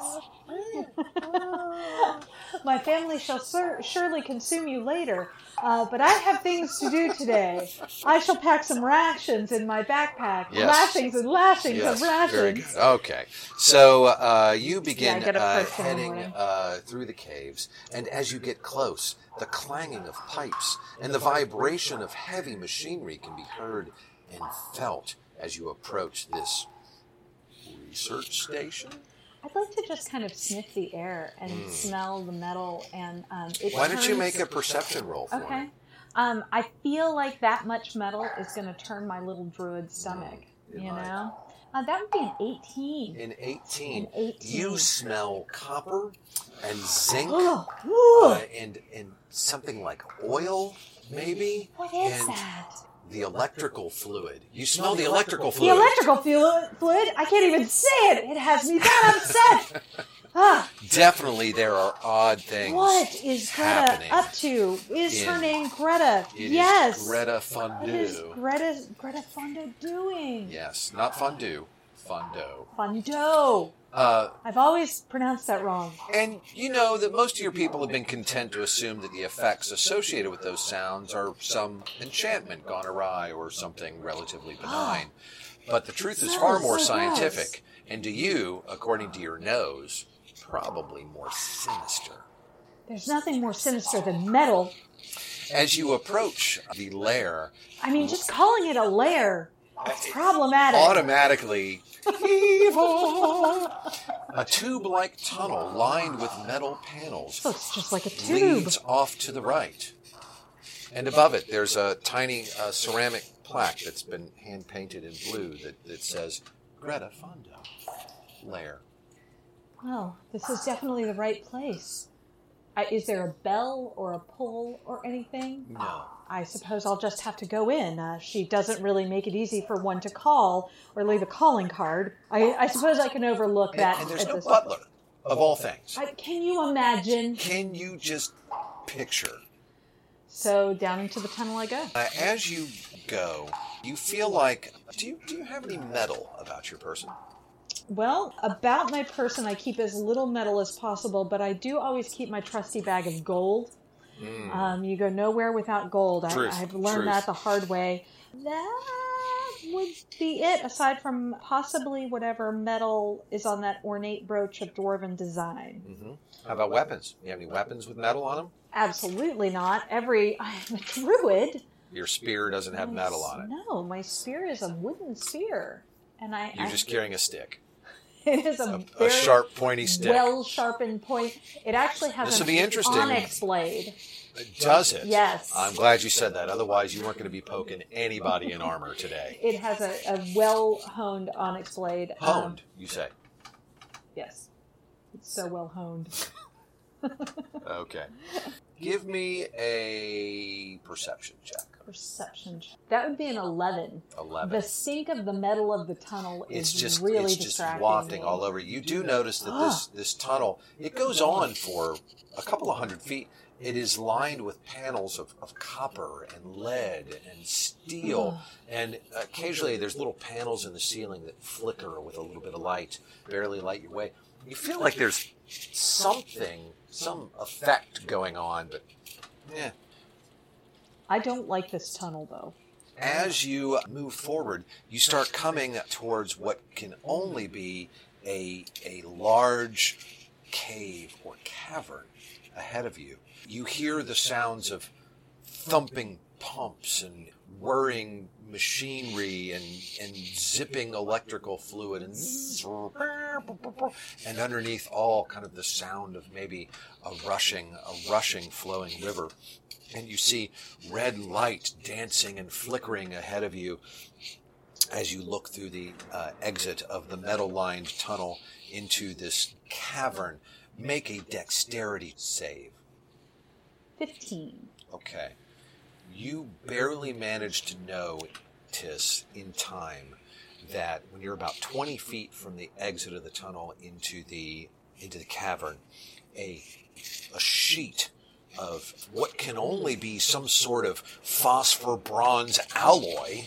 [SPEAKER 4] my family shall sur- surely consume you later, uh, but I have things to do today. I shall pack some rations in my backpack.
[SPEAKER 1] Yes.
[SPEAKER 4] Lashings and lashings
[SPEAKER 1] Yes,
[SPEAKER 4] of rations.
[SPEAKER 1] very good. Okay, so uh, you
[SPEAKER 4] Yeah,
[SPEAKER 1] begin
[SPEAKER 4] I get up
[SPEAKER 1] uh,
[SPEAKER 4] first thing in the
[SPEAKER 1] heading
[SPEAKER 4] morning.
[SPEAKER 1] uh, through the caves, and as you get close, the clanging of pipes and the vibration of heavy machinery can be heard and felt as you approach this research station.
[SPEAKER 4] I'd like to just kind of sniff the air and smell the metal, and um, it
[SPEAKER 1] Hmm. Why don't you
[SPEAKER 4] turns-
[SPEAKER 1] make a perception roll for
[SPEAKER 4] Okay.
[SPEAKER 1] me?
[SPEAKER 4] Um, I feel like that much metal is going to turn my little druid stomach.
[SPEAKER 1] it
[SPEAKER 4] you
[SPEAKER 1] might.
[SPEAKER 4] know, uh, that would be an eighteen.
[SPEAKER 1] In 18,
[SPEAKER 4] An 18.
[SPEAKER 1] you smell copper and zinc.
[SPEAKER 4] Ugh.
[SPEAKER 1] uh, and and something like oil, maybe.
[SPEAKER 4] what is
[SPEAKER 1] and
[SPEAKER 4] that?
[SPEAKER 1] The electrical fluid. You smell the electrical
[SPEAKER 4] The
[SPEAKER 1] fluid.
[SPEAKER 4] electrical fluid, fluid. I can't even say it. It has me that upset. Ah,
[SPEAKER 1] Definitely, there are odd things.
[SPEAKER 4] what is Greta
[SPEAKER 1] happening.
[SPEAKER 4] up to? Is her
[SPEAKER 1] in-
[SPEAKER 4] name Greta?
[SPEAKER 1] It is
[SPEAKER 4] yes.
[SPEAKER 1] Greta
[SPEAKER 4] What is
[SPEAKER 1] fondue.
[SPEAKER 4] Greta Greta Fondo doing?
[SPEAKER 1] yes, not fondue, fondo.
[SPEAKER 4] Fondo.
[SPEAKER 1] Uh,
[SPEAKER 4] I've always pronounced that wrong.
[SPEAKER 1] and you know that most of your people have been content to assume that the effects associated with those sounds are some enchantment gone awry or something relatively benign. But the truth is far
[SPEAKER 4] Smells
[SPEAKER 1] more
[SPEAKER 4] so gross.
[SPEAKER 1] scientific, and to you, according to your nose, probably more sinister.
[SPEAKER 4] There's nothing more sinister than metal.
[SPEAKER 1] As you approach the lair,
[SPEAKER 4] I mean, just calling it a lair. It's problematic.
[SPEAKER 1] automatically evil. A tube-like tunnel lined with metal panels
[SPEAKER 4] Looks just like a tube.
[SPEAKER 1] leads off to the right, and above it there's a tiny uh, ceramic plaque that's been hand painted in blue that, that says Greta Fondo Lair.
[SPEAKER 4] Well, this is definitely the right place. I, is there a bell or a pull or anything?
[SPEAKER 1] No.
[SPEAKER 4] I suppose I'll just have to go in. Uh, she doesn't really make it easy for one to call or leave a calling card. I, I suppose I can overlook
[SPEAKER 1] And,
[SPEAKER 4] that.
[SPEAKER 1] and there's
[SPEAKER 4] at
[SPEAKER 1] no
[SPEAKER 4] this-
[SPEAKER 1] butler, of all things.
[SPEAKER 4] I, can you imagine?
[SPEAKER 1] Can you just picture?
[SPEAKER 4] So down into the tunnel I go.
[SPEAKER 1] Uh, as you go, you feel like do you do you have any metal about your person?
[SPEAKER 4] Well, about my person, I keep as little metal as possible, but I do always keep my trusty bag of gold.
[SPEAKER 1] Hmm.
[SPEAKER 4] Um, you go nowhere without gold. I,
[SPEAKER 1] Mm-hmm. Truth,
[SPEAKER 4] I've learned
[SPEAKER 1] truth.
[SPEAKER 4] that the hard way. That would be it, aside from possibly whatever metal is on that ornate brooch of dwarven design.
[SPEAKER 1] Mm-hmm. How about weapons? You have any weapons with metal on them?
[SPEAKER 4] Absolutely not. Every I'm a druid.
[SPEAKER 1] Your spear doesn't have
[SPEAKER 4] My
[SPEAKER 1] metal
[SPEAKER 4] s-
[SPEAKER 1] on it.
[SPEAKER 4] No, my spear is a wooden spear, and I.
[SPEAKER 1] You're
[SPEAKER 4] I-
[SPEAKER 1] just carrying a stick,
[SPEAKER 4] it is a,
[SPEAKER 1] a, a
[SPEAKER 4] Um, very
[SPEAKER 1] sharp, pointy stick.
[SPEAKER 4] well sharpened point. It actually has
[SPEAKER 1] This'll
[SPEAKER 4] an
[SPEAKER 1] be interesting.
[SPEAKER 4] onyx blade.
[SPEAKER 1] Does it?
[SPEAKER 4] Yes.
[SPEAKER 1] I'm glad you said that. Otherwise, you weren't going to be poking anybody in armor today.
[SPEAKER 4] It has a, a well honed onyx blade. Um,
[SPEAKER 1] Honed, you say?
[SPEAKER 4] yes. It's so well honed.
[SPEAKER 1] Okay. Give me a perception check.
[SPEAKER 4] Perception. check. That would be an 11.
[SPEAKER 1] Eleven.
[SPEAKER 4] The sink of the metal of the tunnel
[SPEAKER 1] it's
[SPEAKER 4] is
[SPEAKER 1] just
[SPEAKER 4] really
[SPEAKER 1] it's just
[SPEAKER 4] distracting
[SPEAKER 1] wafting
[SPEAKER 4] me.
[SPEAKER 1] all over you do notice that this this tunnel it goes on for a couple of hundred feet it is lined with panels of, of copper and lead and steel and occasionally there's little panels in the ceiling that flicker with a little bit of light barely light your way you feel like there's something some effect going on but yeah
[SPEAKER 4] I don't like this tunnel though.
[SPEAKER 1] as you move forward, you start coming towards what can only be a, a large cave or cavern ahead of you. You hear the sounds of thumping pumps and whirring machinery and, and zipping electrical fluid and zzz, and underneath all kind of the sound of maybe a rushing a rushing flowing river and you see red light dancing and flickering ahead of you as you look through the uh, exit of the metal lined tunnel into this cavern make a dexterity save
[SPEAKER 4] 15.
[SPEAKER 1] Okay. You barely managed to know, Tis, in time that when you're about 20 feet from the exit of the tunnel into the into the cavern, a a sheet of what can only be some sort of phosphor bronze alloy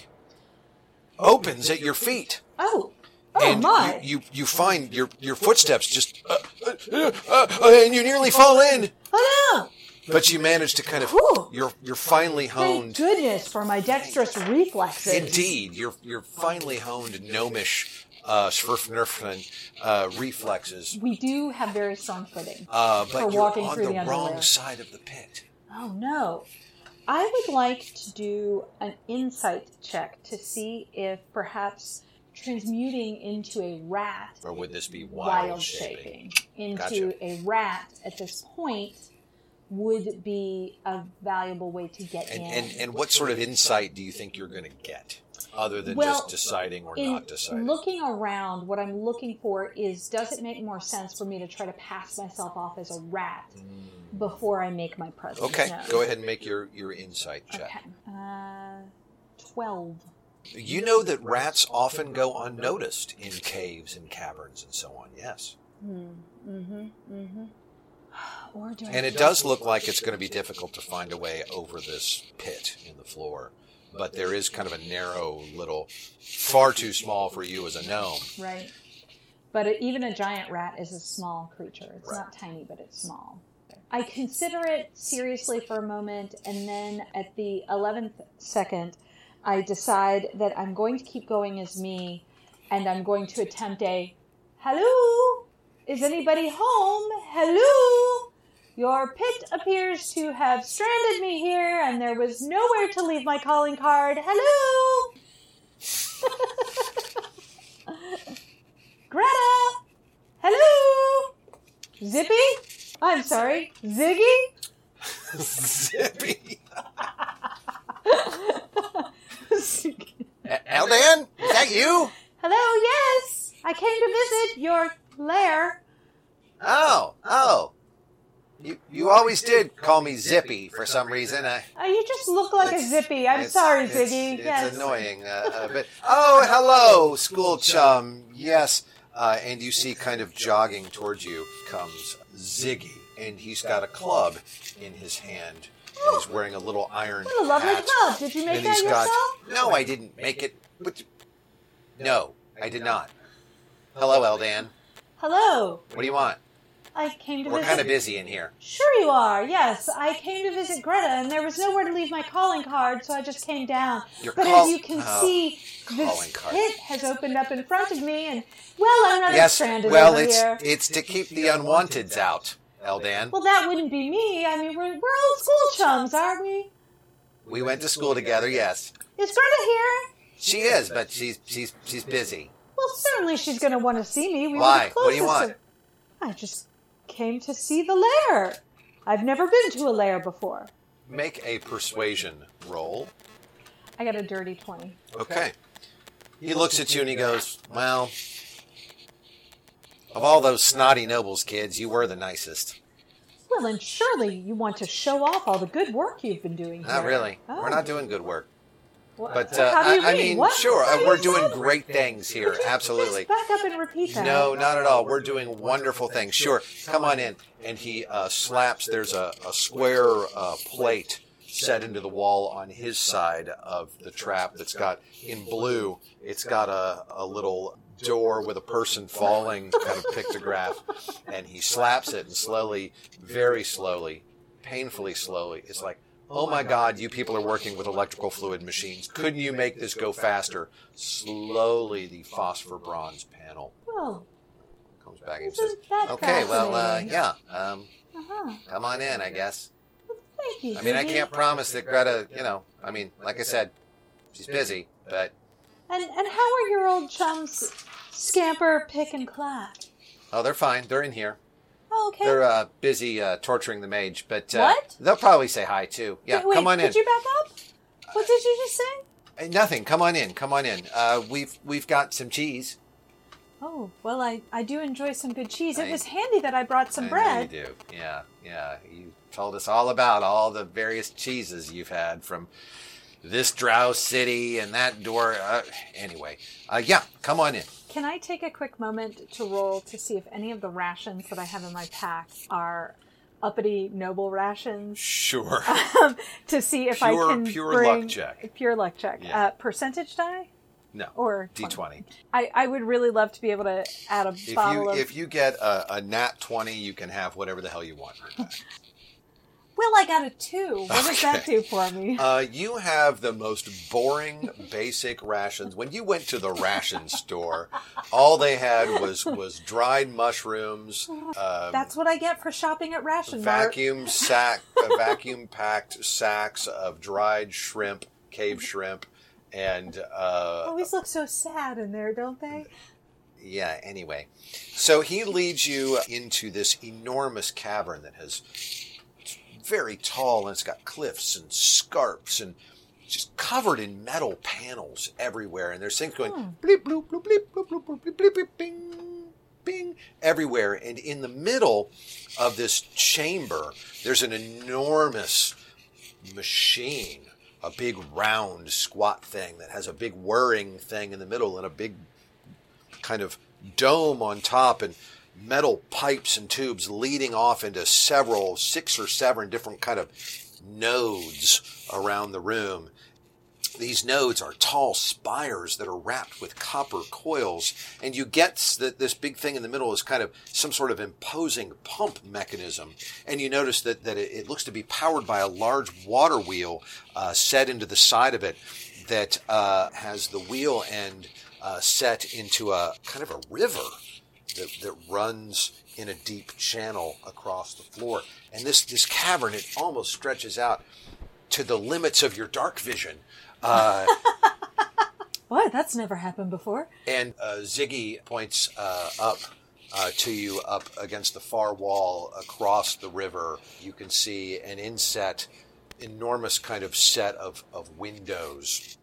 [SPEAKER 1] opens at your feet
[SPEAKER 4] Oh! Oh
[SPEAKER 1] and
[SPEAKER 4] my!
[SPEAKER 1] You, you you find your your footsteps just uh, uh, uh, uh, and you nearly fall in
[SPEAKER 4] oh
[SPEAKER 1] but you manage to kind of
[SPEAKER 4] Whew.
[SPEAKER 1] you're you're finally
[SPEAKER 4] no! Thank
[SPEAKER 1] honed.
[SPEAKER 4] goodness for my dexterous reflexes.
[SPEAKER 1] Indeed, you're you're finally honed gnomish uh, Swerfnerfen, uh reflexes,
[SPEAKER 4] We do have very strong footing.
[SPEAKER 1] uh,
[SPEAKER 4] For
[SPEAKER 1] but you're
[SPEAKER 4] walking
[SPEAKER 1] on
[SPEAKER 4] through
[SPEAKER 1] the,
[SPEAKER 4] the
[SPEAKER 1] wrong
[SPEAKER 4] underwear.
[SPEAKER 1] side of the pit.
[SPEAKER 4] Oh no. I would like to do an insight check to see if perhaps transmuting into a rat,
[SPEAKER 1] Or would this be wild,
[SPEAKER 4] wild,
[SPEAKER 1] shaping?
[SPEAKER 4] shaping, into a rat at this point would be a valuable way to get
[SPEAKER 1] And,
[SPEAKER 4] in.
[SPEAKER 1] and and what sort of insight do you think you're going to get, other than
[SPEAKER 4] Well,
[SPEAKER 1] just deciding or
[SPEAKER 4] in
[SPEAKER 1] not deciding?
[SPEAKER 4] looking around, what I'm looking for is does it make more sense for me to try to pass myself off as a rat before I make my presence
[SPEAKER 1] Mm. okay,
[SPEAKER 4] known?
[SPEAKER 1] go ahead and make your your insight check.
[SPEAKER 4] Okay. Uh, 12.
[SPEAKER 1] You know that rats often go unnoticed in caves and caverns and so on. Yes.
[SPEAKER 4] Mm-hmm. Mm-hmm. Or do I
[SPEAKER 1] And it does look like it's going to be difficult to find a way over this pit in the floor. But there is kind of a narrow little, far too small for you as a gnome.
[SPEAKER 4] right? But a, even a giant rat is a small creature. It's
[SPEAKER 1] Right.
[SPEAKER 4] not tiny, but it's small. I consider it seriously for a moment, and then at the eleventh second, I decide that I'm going to keep going as me, and I'm going to attempt a "Hello, is anybody home? Hello." Your pit appears to have stranded me here, and there was nowhere to leave my calling card. Hello! Greta! Hello! Zippy? I'm sorry, Ziggy?
[SPEAKER 1] Zippy!
[SPEAKER 4] Hello,
[SPEAKER 1] Eldan, is that you?
[SPEAKER 4] yes! I came to visit your lair.
[SPEAKER 1] Oh, oh. You, you always did call me Zippy for some reason. I,
[SPEAKER 4] Uh, you just look like a
[SPEAKER 1] It's-
[SPEAKER 4] Zippy. I'm
[SPEAKER 1] it's-
[SPEAKER 4] sorry,
[SPEAKER 1] it's-
[SPEAKER 4] Ziggy.
[SPEAKER 1] It's,
[SPEAKER 4] yes.
[SPEAKER 1] annoying. Uh, uh, but oh, hello, school chum. Yes, uh, and you see, kind of jogging towards you comes Ziggy, and he's got a club in his hand. And he's wearing a little iron.
[SPEAKER 4] What a lovely
[SPEAKER 1] hat.
[SPEAKER 4] club. Did you make
[SPEAKER 1] and
[SPEAKER 4] that
[SPEAKER 1] he's got-
[SPEAKER 4] yourself?
[SPEAKER 1] No, I didn't make it. But, no, I did not. Hello, Eldan.
[SPEAKER 4] Hello.
[SPEAKER 1] What do you want?
[SPEAKER 4] I came to
[SPEAKER 1] We're
[SPEAKER 4] visit.
[SPEAKER 1] kind of busy in here.
[SPEAKER 4] Sure, you are. Yes, I came to visit Greta, and there was nowhere to leave my calling card, so I just came down.
[SPEAKER 1] Your
[SPEAKER 4] but
[SPEAKER 1] call-
[SPEAKER 4] as you can
[SPEAKER 1] oh,
[SPEAKER 4] see, this
[SPEAKER 1] calling card.
[SPEAKER 4] pit has opened up in front of me, and well, I'm not
[SPEAKER 1] Yes.
[SPEAKER 4] stranded
[SPEAKER 1] Well,
[SPEAKER 4] over
[SPEAKER 1] it's
[SPEAKER 4] here.
[SPEAKER 1] it's to keep the unwanteds out, Eldan.
[SPEAKER 4] Well, that wouldn't be me. I mean, we're, we're old school chums, aren't we?
[SPEAKER 1] We went to school together. Yes.
[SPEAKER 4] Is Greta here?
[SPEAKER 1] She is, but she's she's she's busy.
[SPEAKER 4] Well, certainly she's going to want to see me. We Were
[SPEAKER 1] Why?
[SPEAKER 4] the
[SPEAKER 1] What do you
[SPEAKER 4] closest
[SPEAKER 1] want?
[SPEAKER 4] of- I just came to see the lair. I've never been to a lair before.
[SPEAKER 1] Make a persuasion roll.
[SPEAKER 4] I got a dirty 20.
[SPEAKER 1] Okay. He looks at you and he goes, "Well, of all those snotty nobles kids, you were the nicest.
[SPEAKER 4] Well, and surely you want to show off all the good work you've been doing here.
[SPEAKER 1] Not really.
[SPEAKER 4] Oh.
[SPEAKER 1] We're not doing good work,
[SPEAKER 4] Well,
[SPEAKER 1] but uh,
[SPEAKER 4] how do you
[SPEAKER 1] I, I
[SPEAKER 4] mean?
[SPEAKER 1] mean,
[SPEAKER 4] What?
[SPEAKER 1] sure,
[SPEAKER 4] What
[SPEAKER 1] uh,
[SPEAKER 4] do you
[SPEAKER 1] we're doing
[SPEAKER 4] mean?
[SPEAKER 1] great things here.
[SPEAKER 4] Could you
[SPEAKER 1] Absolutely.
[SPEAKER 4] Just back up and repeat that.
[SPEAKER 1] No, not at all. We're doing wonderful things. Sure, come on in. And he uh, slaps. There's a, a square uh, plate set into the wall on his side of the trap. That's got in blue. It's got a, a little door with a person falling kind of pictograph, and he slaps it and slowly, very slowly, painfully slowly. It's like. Oh my God, you people are working with electrical fluid machines. Couldn't you make this go faster? Slowly, the phosphor bronze panel
[SPEAKER 4] Well,
[SPEAKER 1] comes comes back and
[SPEAKER 4] Isn't
[SPEAKER 1] says,
[SPEAKER 4] that
[SPEAKER 1] "Okay, well, uh,
[SPEAKER 4] fascinating?
[SPEAKER 1] yeah, um,
[SPEAKER 4] Uh-huh.
[SPEAKER 1] come on in, I guess.
[SPEAKER 4] Thank you.
[SPEAKER 1] I mean, I
[SPEAKER 4] Judy.
[SPEAKER 1] can't promise that Greta, you know, I mean, like I said, she's busy, but
[SPEAKER 4] And, and how are your old chums, Scamper, Pick, and Clack?
[SPEAKER 1] oh, they're fine. They're in here.
[SPEAKER 4] Oh, okay.
[SPEAKER 1] They're uh, busy uh, torturing the mage, but uh,
[SPEAKER 4] What?
[SPEAKER 1] they'll probably say hi too. Yeah,
[SPEAKER 4] Wait, wait,
[SPEAKER 1] come on in.
[SPEAKER 4] Did you back up? What did you just say?
[SPEAKER 1] Uh, Nothing. Come on in. Come on in. Uh, we've we've got some cheese.
[SPEAKER 4] Oh, well, I, I do enjoy some good cheese.
[SPEAKER 1] I-
[SPEAKER 4] It was handy that I brought some
[SPEAKER 1] I know
[SPEAKER 4] bread.
[SPEAKER 1] you do. Yeah, yeah. You told us all about all the various cheeses you've had from this drow city and that door. Uh, anyway, uh, yeah, come on in.
[SPEAKER 4] Can I take a quick moment to roll to see if any of the rations that I have in my pack are uppity noble rations?
[SPEAKER 1] Sure.
[SPEAKER 4] Um, to see if
[SPEAKER 1] Pure-
[SPEAKER 4] I can
[SPEAKER 1] pure
[SPEAKER 4] bring
[SPEAKER 1] luck check.
[SPEAKER 4] pure luck check.
[SPEAKER 1] Yeah.
[SPEAKER 4] Uh, percentage die
[SPEAKER 1] No.
[SPEAKER 4] or
[SPEAKER 1] D twenty.
[SPEAKER 4] I, I would really love to be able to add a
[SPEAKER 1] If
[SPEAKER 4] bottle
[SPEAKER 1] you
[SPEAKER 4] of.
[SPEAKER 1] if you get a, a nat twenty, you can have whatever the hell you want.
[SPEAKER 4] Well, I got a two. What does that
[SPEAKER 1] Okay.
[SPEAKER 4] do for me?
[SPEAKER 1] Uh, you have the most boring basic rations. When you went to the ration store, all they had was was dried mushrooms, um,
[SPEAKER 4] That's what I get for shopping at Ration Mart.
[SPEAKER 1] vacuum sack, uh, vacuum packed sacks of dried shrimp, cave shrimp, and uh,
[SPEAKER 4] Always look so sad in there, don't
[SPEAKER 1] Mm.
[SPEAKER 4] they?
[SPEAKER 1] yeah. Anyway, so he leads you into this enormous cavern that has it's very tall and it's got cliffs and scarps and it's just covered in metal panels everywhere. And there's things going bleep bloop bloop bleep bloop bloop bloop bleep bleep bleep bing bing everywhere. And in the middle of this chamber, there's an enormous machine, a big round squat thing that has a big whirring thing in the middle and a big kind of dome on top and metal pipes and tubes leading off into several six or seven different kind of nodes around the room these nodes are tall spires that are wrapped with copper coils and you get s- that this big thing in the middle is kind of some sort of imposing pump mechanism and you notice that, that it, it looks to be powered by a large water wheel uh, set into the side of it that uh, has the wheel end uh, set into a kind of a river that, that runs in a deep channel across the floor and this, this cavern it almost stretches out to the limits of your dark vision. Uh,
[SPEAKER 4] Why? That's never happened before.
[SPEAKER 1] and uh, Ziggy points uh, up uh, to you up against the far wall across the river. You can see an inset, enormous kind of set of, of windows,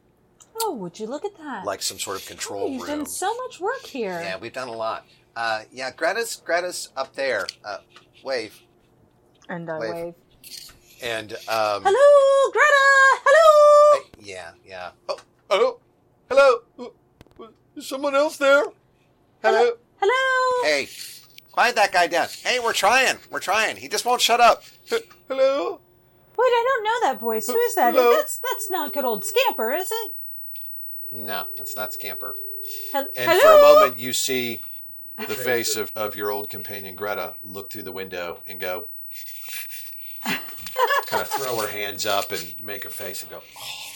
[SPEAKER 4] Oh, would you look at that?
[SPEAKER 1] like some sort of
[SPEAKER 4] Oh,
[SPEAKER 1] control
[SPEAKER 4] you've
[SPEAKER 1] room.
[SPEAKER 4] done so much work here.
[SPEAKER 1] yeah, we've done a lot. Uh, yeah, Greta's Greta's up there. Uh, wave
[SPEAKER 4] and I
[SPEAKER 1] Wave.
[SPEAKER 4] wave.
[SPEAKER 1] and um,
[SPEAKER 4] Hello, Greta. Hello.
[SPEAKER 1] Yeah, yeah. Oh, hello, hello. Uh, Is someone else there? hello.
[SPEAKER 4] Hello.
[SPEAKER 1] Hey, quiet that guy down. Hey, we're trying. We're trying. He just won't shut up. H- Hello?
[SPEAKER 4] Wait, I don't know that voice. Who is that?
[SPEAKER 1] Hello.
[SPEAKER 4] That's that's not good old Scamper, is it?
[SPEAKER 1] No, it's not Scamper.
[SPEAKER 4] Hel-
[SPEAKER 1] And
[SPEAKER 4] hello.
[SPEAKER 1] for a moment, you see the face of, of your old companion Greta look through the window and go, kind of throw her hands up and make a face and go, oh,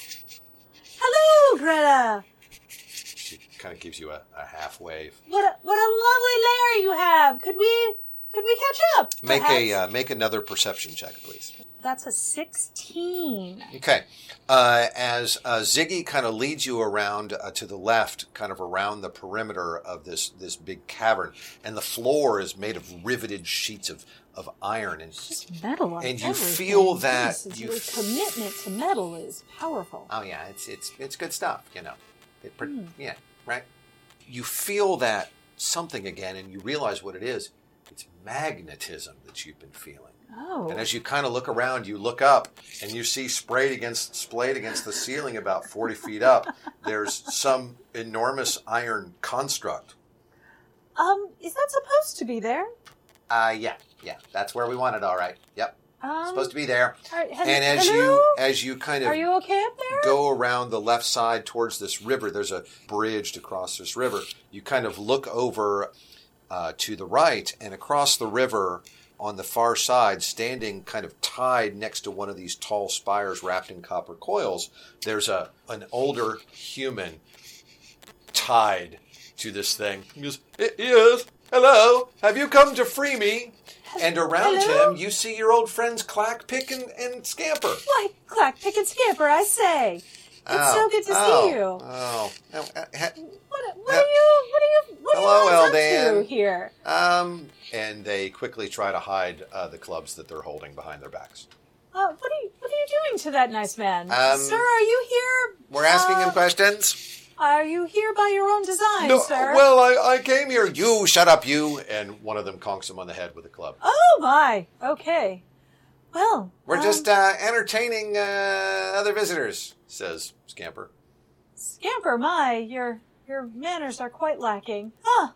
[SPEAKER 4] Hello, Greta.
[SPEAKER 1] she kind of gives you a, a half wave.
[SPEAKER 4] What a, what a lovely lair you have. Could we could we catch up?
[SPEAKER 1] Make a
[SPEAKER 4] perhaps?
[SPEAKER 1] uh, make another perception check, please.
[SPEAKER 4] That's a sixteen.
[SPEAKER 1] Okay. Uh, as uh, Ziggy kind of leads you around uh, to the left, kind of around the perimeter of this this big cavern, and the floor is made of riveted sheets of, of iron, and
[SPEAKER 4] Just metal on
[SPEAKER 1] And you
[SPEAKER 4] everything.
[SPEAKER 1] feel that
[SPEAKER 4] This is
[SPEAKER 1] you
[SPEAKER 4] your
[SPEAKER 1] f-
[SPEAKER 4] commitment to metal is powerful.
[SPEAKER 1] oh yeah, it's it's it's good stuff, you know. It, pre- Yeah, right. You feel that something again, and you realize what it is. It's magnetism that you've been feeling.
[SPEAKER 4] Oh.
[SPEAKER 1] And as you kind of look around, you look up and you see sprayed against splayed against the ceiling about 40 feet up, there's some enormous iron construct.
[SPEAKER 4] Um, is that supposed to be there?
[SPEAKER 1] Uh yeah. Yeah, that's where we want it all right. Yep.
[SPEAKER 4] Um,
[SPEAKER 1] Supposed to be there.
[SPEAKER 4] all right, has-
[SPEAKER 1] And as
[SPEAKER 4] hello?
[SPEAKER 1] you as you kind
[SPEAKER 4] are
[SPEAKER 1] of
[SPEAKER 4] you okay up there?
[SPEAKER 1] go around the left side towards this river. There's a bridge to cross this river. You kind of look over uh, to the right, and across the river on the far side, standing kind of tied next to one of these tall spires wrapped in copper coils, there's a an older human tied to this thing. He goes, "Y- "Yes, Hello, have you come to free me? And around
[SPEAKER 4] Hello?
[SPEAKER 1] him, you see your old friends Clack, Pick, and, and Scamper.
[SPEAKER 4] Why, Clack, Pick, and Scamper, I say. It's so good to see you.
[SPEAKER 1] Oh, oh, uh, ha-
[SPEAKER 4] What, what are you? What are you? What
[SPEAKER 1] Hello,
[SPEAKER 4] are you up
[SPEAKER 1] Eldan.
[SPEAKER 4] to here?
[SPEAKER 1] um, and they quickly try to hide uh, the clubs that they're holding behind their backs.
[SPEAKER 4] Uh, what are you? What are you doing to that nice man,
[SPEAKER 1] Um,
[SPEAKER 4] sir? Are you here?
[SPEAKER 1] We're asking
[SPEAKER 4] uh,
[SPEAKER 1] him questions.
[SPEAKER 4] Are you here by your own design, sir?
[SPEAKER 1] well, I, I came here. You shut up, you. And one of them conks him on the head with a club.
[SPEAKER 4] Oh my. Okay. Well,
[SPEAKER 1] We're
[SPEAKER 4] um,
[SPEAKER 1] just uh, entertaining uh, other visitors, says Scamper.
[SPEAKER 4] scamper. My, your your manners are quite lacking. Huh.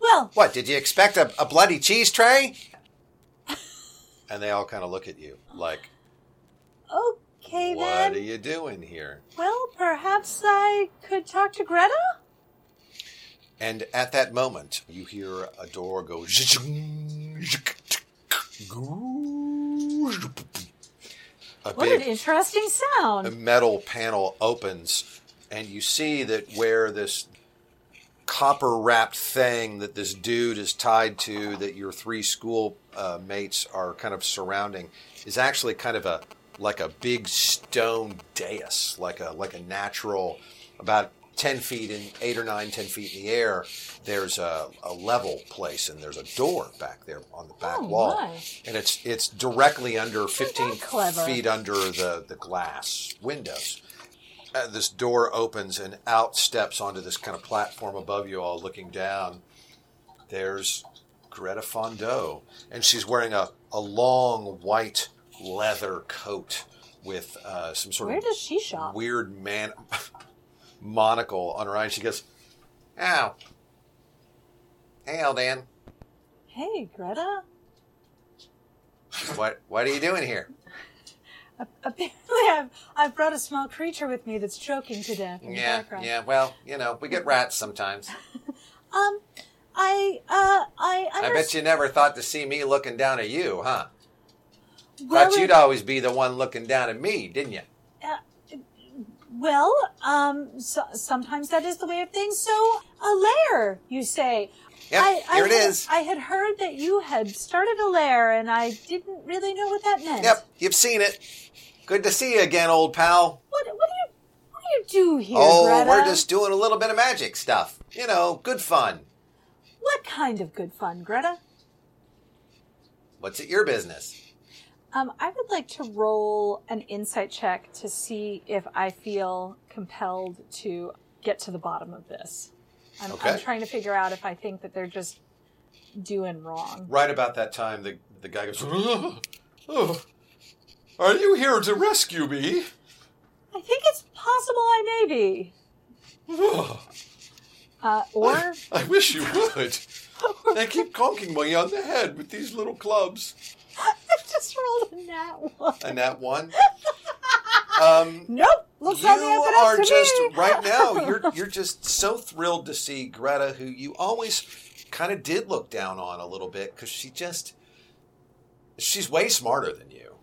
[SPEAKER 4] Well,
[SPEAKER 1] What, did you expect a, a bloody cheese tray? and they all kind of look at you like,
[SPEAKER 4] okay
[SPEAKER 1] what
[SPEAKER 4] then.
[SPEAKER 1] are you doing here?
[SPEAKER 4] Well, perhaps I could talk to Greta.
[SPEAKER 1] And at that moment, you hear a door go. A
[SPEAKER 4] What an
[SPEAKER 1] big
[SPEAKER 4] interesting sound.
[SPEAKER 1] metal panel opens, and you see that where this copper wrapped thing that this dude is tied to, that your three school uh, mates are kind of surrounding, is actually kind of a like a big stone dais, like a like a natural about. 10 feet in 8 or 9 10 feet in the air there's a, a level place and there's a door back there on the back
[SPEAKER 4] Oh,
[SPEAKER 1] wall
[SPEAKER 4] my.
[SPEAKER 1] and it's it's directly under 15
[SPEAKER 4] clever.
[SPEAKER 1] feet under the, the glass windows. Uh, this door opens and out steps onto this kind of platform above you all, looking down. There's Greta Fondeau, and she's wearing a, a long white leather coat with uh, some sort
[SPEAKER 4] Where
[SPEAKER 1] of
[SPEAKER 4] does she shop?
[SPEAKER 1] weird man monocle on her eye. And she goes, "Ow, hey, Dan,
[SPEAKER 4] Hey, Greta.
[SPEAKER 1] what what are you doing here?"
[SPEAKER 4] Apparently, I've, I've brought a small creature with me that's choking to death in the
[SPEAKER 1] Yeah,
[SPEAKER 4] background.
[SPEAKER 1] yeah. Well, you know, we get rats sometimes.
[SPEAKER 4] Um, I, uh, I
[SPEAKER 1] I
[SPEAKER 4] understand.
[SPEAKER 1] bet you never thought to see me looking down at you, huh?
[SPEAKER 4] well,
[SPEAKER 1] thought you'd
[SPEAKER 4] it-
[SPEAKER 1] always be the one looking down at me, didn't you?
[SPEAKER 4] well, um, so, sometimes that is the way of things. So, a lair, you say.
[SPEAKER 1] Yep,
[SPEAKER 4] I,
[SPEAKER 1] here
[SPEAKER 4] I
[SPEAKER 1] it
[SPEAKER 4] had,
[SPEAKER 1] is.
[SPEAKER 4] I had heard that you had started a lair, and I didn't really know what that meant.
[SPEAKER 1] Yep, you've seen it. Good to see you again, old pal.
[SPEAKER 4] What, what do you, what do you do here,
[SPEAKER 1] oh,
[SPEAKER 4] Greta?
[SPEAKER 1] we're just doing a little bit of magic stuff. You know, good fun.
[SPEAKER 4] What kind of good fun, Greta?
[SPEAKER 1] What's it your business?
[SPEAKER 4] Um, I would like to roll an insight check to see if I feel compelled to get to the bottom of this. I'm, I'm
[SPEAKER 1] Okay.
[SPEAKER 4] trying to figure out if I think that they're just doing wrong.
[SPEAKER 1] Right about that time, the the guy goes, oh, "Are you here to rescue me?"
[SPEAKER 4] I think it's possible I may be. Uh, or
[SPEAKER 1] I wish you would. They keep conking me on the head with these little clubs.
[SPEAKER 4] I just rolled a nat one.
[SPEAKER 1] And that one. Um,
[SPEAKER 4] Nope. Looks
[SPEAKER 1] you
[SPEAKER 4] like they opened up
[SPEAKER 1] are
[SPEAKER 4] to
[SPEAKER 1] just
[SPEAKER 4] me.
[SPEAKER 1] right now. You're you're just so thrilled to see Greta, who you always kind of did look down on a little bit because she just she's way smarter than you,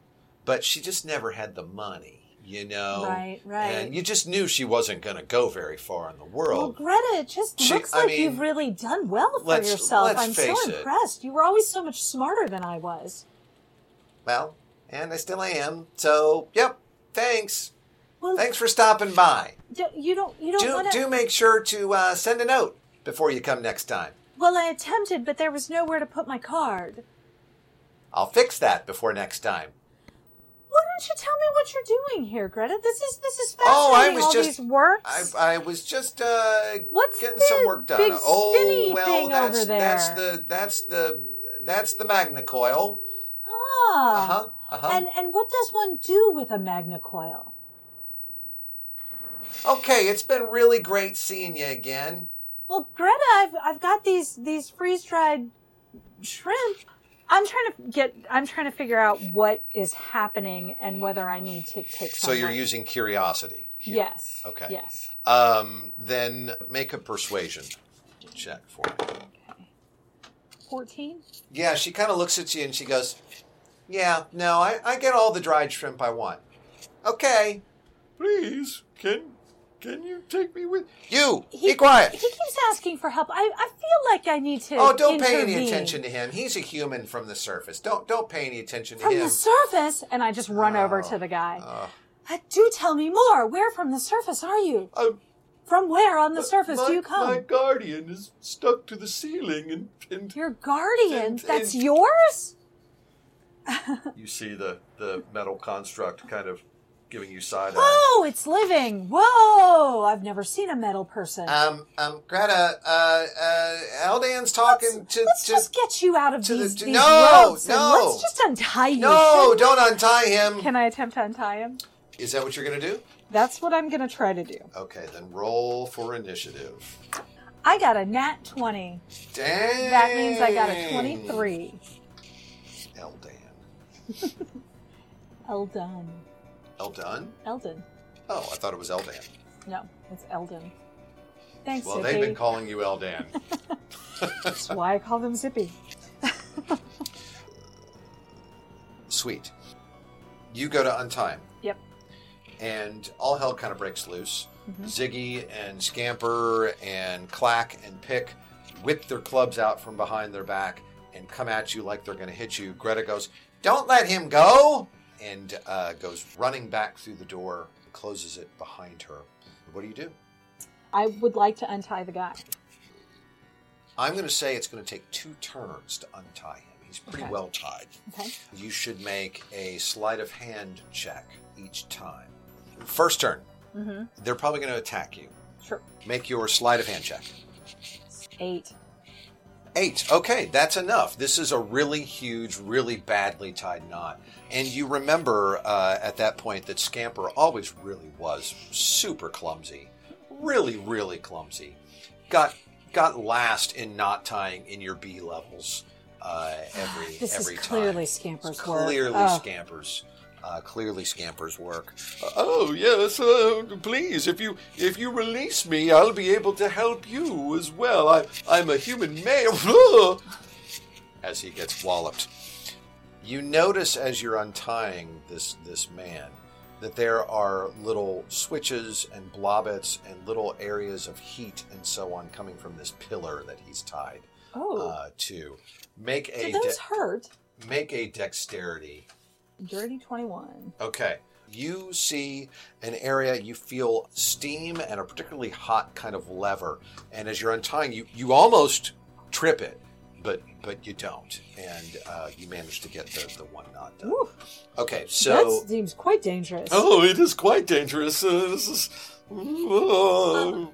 [SPEAKER 1] but she just never had the money, you know.
[SPEAKER 4] Right, right.
[SPEAKER 1] And you just knew she wasn't going to go very far in the
[SPEAKER 4] Well,
[SPEAKER 1] world.
[SPEAKER 4] Greta, it just
[SPEAKER 1] She-
[SPEAKER 4] looks
[SPEAKER 1] I
[SPEAKER 4] like
[SPEAKER 1] mean,
[SPEAKER 4] you've really done well for
[SPEAKER 1] let's-
[SPEAKER 4] yourself.
[SPEAKER 1] let's
[SPEAKER 4] I'm so
[SPEAKER 1] face it.
[SPEAKER 4] impressed. You were always so much smarter than I was.
[SPEAKER 1] Well, and I still am. So, yep. Thanks.
[SPEAKER 4] Well,
[SPEAKER 1] Thanks for stopping by.
[SPEAKER 4] d- you don't you don't
[SPEAKER 1] Do
[SPEAKER 4] want to
[SPEAKER 1] do make sure to uh, send a note before you come next time.
[SPEAKER 4] Well, I attempted, but there was nowhere to put my card.
[SPEAKER 1] I'll fix that before next time.
[SPEAKER 4] Why don't you tell me what you're doing here, Greta? This is this is fascinating.
[SPEAKER 1] Oh, I was
[SPEAKER 4] all
[SPEAKER 1] just-
[SPEAKER 4] these works.
[SPEAKER 1] I, I was just uh,
[SPEAKER 4] What's
[SPEAKER 1] getting
[SPEAKER 4] the
[SPEAKER 1] some work done.
[SPEAKER 4] big
[SPEAKER 1] oh
[SPEAKER 4] spinny
[SPEAKER 1] well,
[SPEAKER 4] thing
[SPEAKER 1] that's
[SPEAKER 4] over there?
[SPEAKER 1] that's the that's the that's the magna coil. Uh
[SPEAKER 4] ah.
[SPEAKER 1] huh. Uh huh.
[SPEAKER 4] And and what does one do with a magna coil?
[SPEAKER 1] Okay, it's been really great seeing you again.
[SPEAKER 4] Well, Greta, I've I've got these these freeze dried shrimp. I'm trying to get. I'm trying to figure out what is happening and whether I need to take.
[SPEAKER 1] So you're
[SPEAKER 4] someone.
[SPEAKER 1] using curiosity.
[SPEAKER 4] Yes.
[SPEAKER 1] Okay.
[SPEAKER 4] Yes.
[SPEAKER 1] Um, then make a persuasion check for me.
[SPEAKER 4] Fourteen.
[SPEAKER 1] Yeah, she kind of looks at you and she goes, "Yeah, no, I, I get all the dried shrimp I want." Okay. Please, can Can you take me with
[SPEAKER 5] You!
[SPEAKER 4] He-
[SPEAKER 5] be quiet!
[SPEAKER 4] He keeps asking for help. I, I feel like I need to.
[SPEAKER 1] Oh, don't pay any
[SPEAKER 4] intervene.
[SPEAKER 1] attention to him. He's a human from the surface. Don't don't pay any attention to
[SPEAKER 4] From
[SPEAKER 1] him. Oh.
[SPEAKER 4] the surface, and I just run over to the guy. Uh, do tell me more. Where from the surface are you?
[SPEAKER 6] Um,
[SPEAKER 4] from where
[SPEAKER 1] Uh,
[SPEAKER 4] on the surface do you come?
[SPEAKER 6] My guardian is stuck to the ceiling, and, and
[SPEAKER 4] Your guardian.
[SPEAKER 6] And-
[SPEAKER 4] That's
[SPEAKER 6] and-
[SPEAKER 4] yours.
[SPEAKER 6] you see the, the metal construct kind of giving you side eye.
[SPEAKER 4] Oh, it's living. Whoa! I've never seen a metal person.
[SPEAKER 1] Um, um, Greta, uh, uh, Eldan's talking to,
[SPEAKER 4] Let's
[SPEAKER 1] to-
[SPEAKER 4] just get you out of
[SPEAKER 1] to the-
[SPEAKER 4] these,
[SPEAKER 1] to-
[SPEAKER 4] these
[SPEAKER 1] no,
[SPEAKER 4] ropes and
[SPEAKER 1] no.
[SPEAKER 4] let's just untie you.
[SPEAKER 1] No, don't untie him.
[SPEAKER 4] Can I attempt to untie him?
[SPEAKER 1] Is that what you're gonna do?
[SPEAKER 4] That's what I'm gonna try to do.
[SPEAKER 1] Okay, then roll for initiative.
[SPEAKER 4] I got a nat twenty.
[SPEAKER 1] Dang.
[SPEAKER 4] That means I got a twenty-three.
[SPEAKER 1] Eldan.
[SPEAKER 4] Eldon.
[SPEAKER 1] Eldon?
[SPEAKER 4] Eldon.
[SPEAKER 1] Oh, I thought it was Eldan.
[SPEAKER 4] No, it's Eldon. Thanks,
[SPEAKER 1] Well,
[SPEAKER 4] Zippy.
[SPEAKER 1] they've been calling you Eldan.
[SPEAKER 4] That's why I call them Zippy.
[SPEAKER 1] Sweet. You go to untie him.
[SPEAKER 4] Yep.
[SPEAKER 1] and all hell kind of breaks loose.
[SPEAKER 4] Mm-hmm.
[SPEAKER 1] Ziggy and Scamper and Clack and Pick whip their clubs out from behind their back and come at you like they're going to hit you. Greta goes, Don't let him go! And uh, goes running back through the door, and closes it behind her. What do you do?
[SPEAKER 4] I would like to untie the guy.
[SPEAKER 1] I'm going to say it's going to take two turns to untie him. He's pretty
[SPEAKER 4] Okay.
[SPEAKER 1] well tied.
[SPEAKER 4] Okay.
[SPEAKER 1] You should make a sleight of hand check each time. First turn,
[SPEAKER 4] Mm-hmm.
[SPEAKER 1] they're probably going to attack you.
[SPEAKER 4] Sure.
[SPEAKER 1] Make your sleight of hand check.
[SPEAKER 4] Eight.
[SPEAKER 1] Eight. Okay, that's enough. This is a really huge, really badly tied knot. And you remember uh, at that point that Scamper always really was super clumsy. Really, really clumsy. Got got last in knot tying in your B levels uh, every
[SPEAKER 4] This
[SPEAKER 1] every
[SPEAKER 4] is
[SPEAKER 1] time.
[SPEAKER 4] clearly Scamper's work.
[SPEAKER 1] Clearly
[SPEAKER 4] Oh.
[SPEAKER 1] Scamper's. Uh, clearly Scamper's work.
[SPEAKER 6] Oh yes, uh, please. If you if you release me, I'll be able to help you as well. I I'm a human male.
[SPEAKER 1] as he gets walloped. You notice as you're untying this this man that there are little switches and blobbits and little areas of heat and so on coming from this pillar that he's tied
[SPEAKER 4] Oh.
[SPEAKER 1] uh, to. Make a
[SPEAKER 4] Did those
[SPEAKER 1] de-
[SPEAKER 4] hurt?
[SPEAKER 1] make a dexterity
[SPEAKER 4] Dirty 21.
[SPEAKER 1] Okay. You see an area, you feel steam and a particularly hot kind of lever. And as you're untying, you, you almost trip it, but but you don't. And uh, you manage to get the, the one knot done.
[SPEAKER 4] Ooh,
[SPEAKER 1] Okay, so.
[SPEAKER 4] that seems quite dangerous.
[SPEAKER 6] oh, it is quite dangerous. Uh, this is. Oh.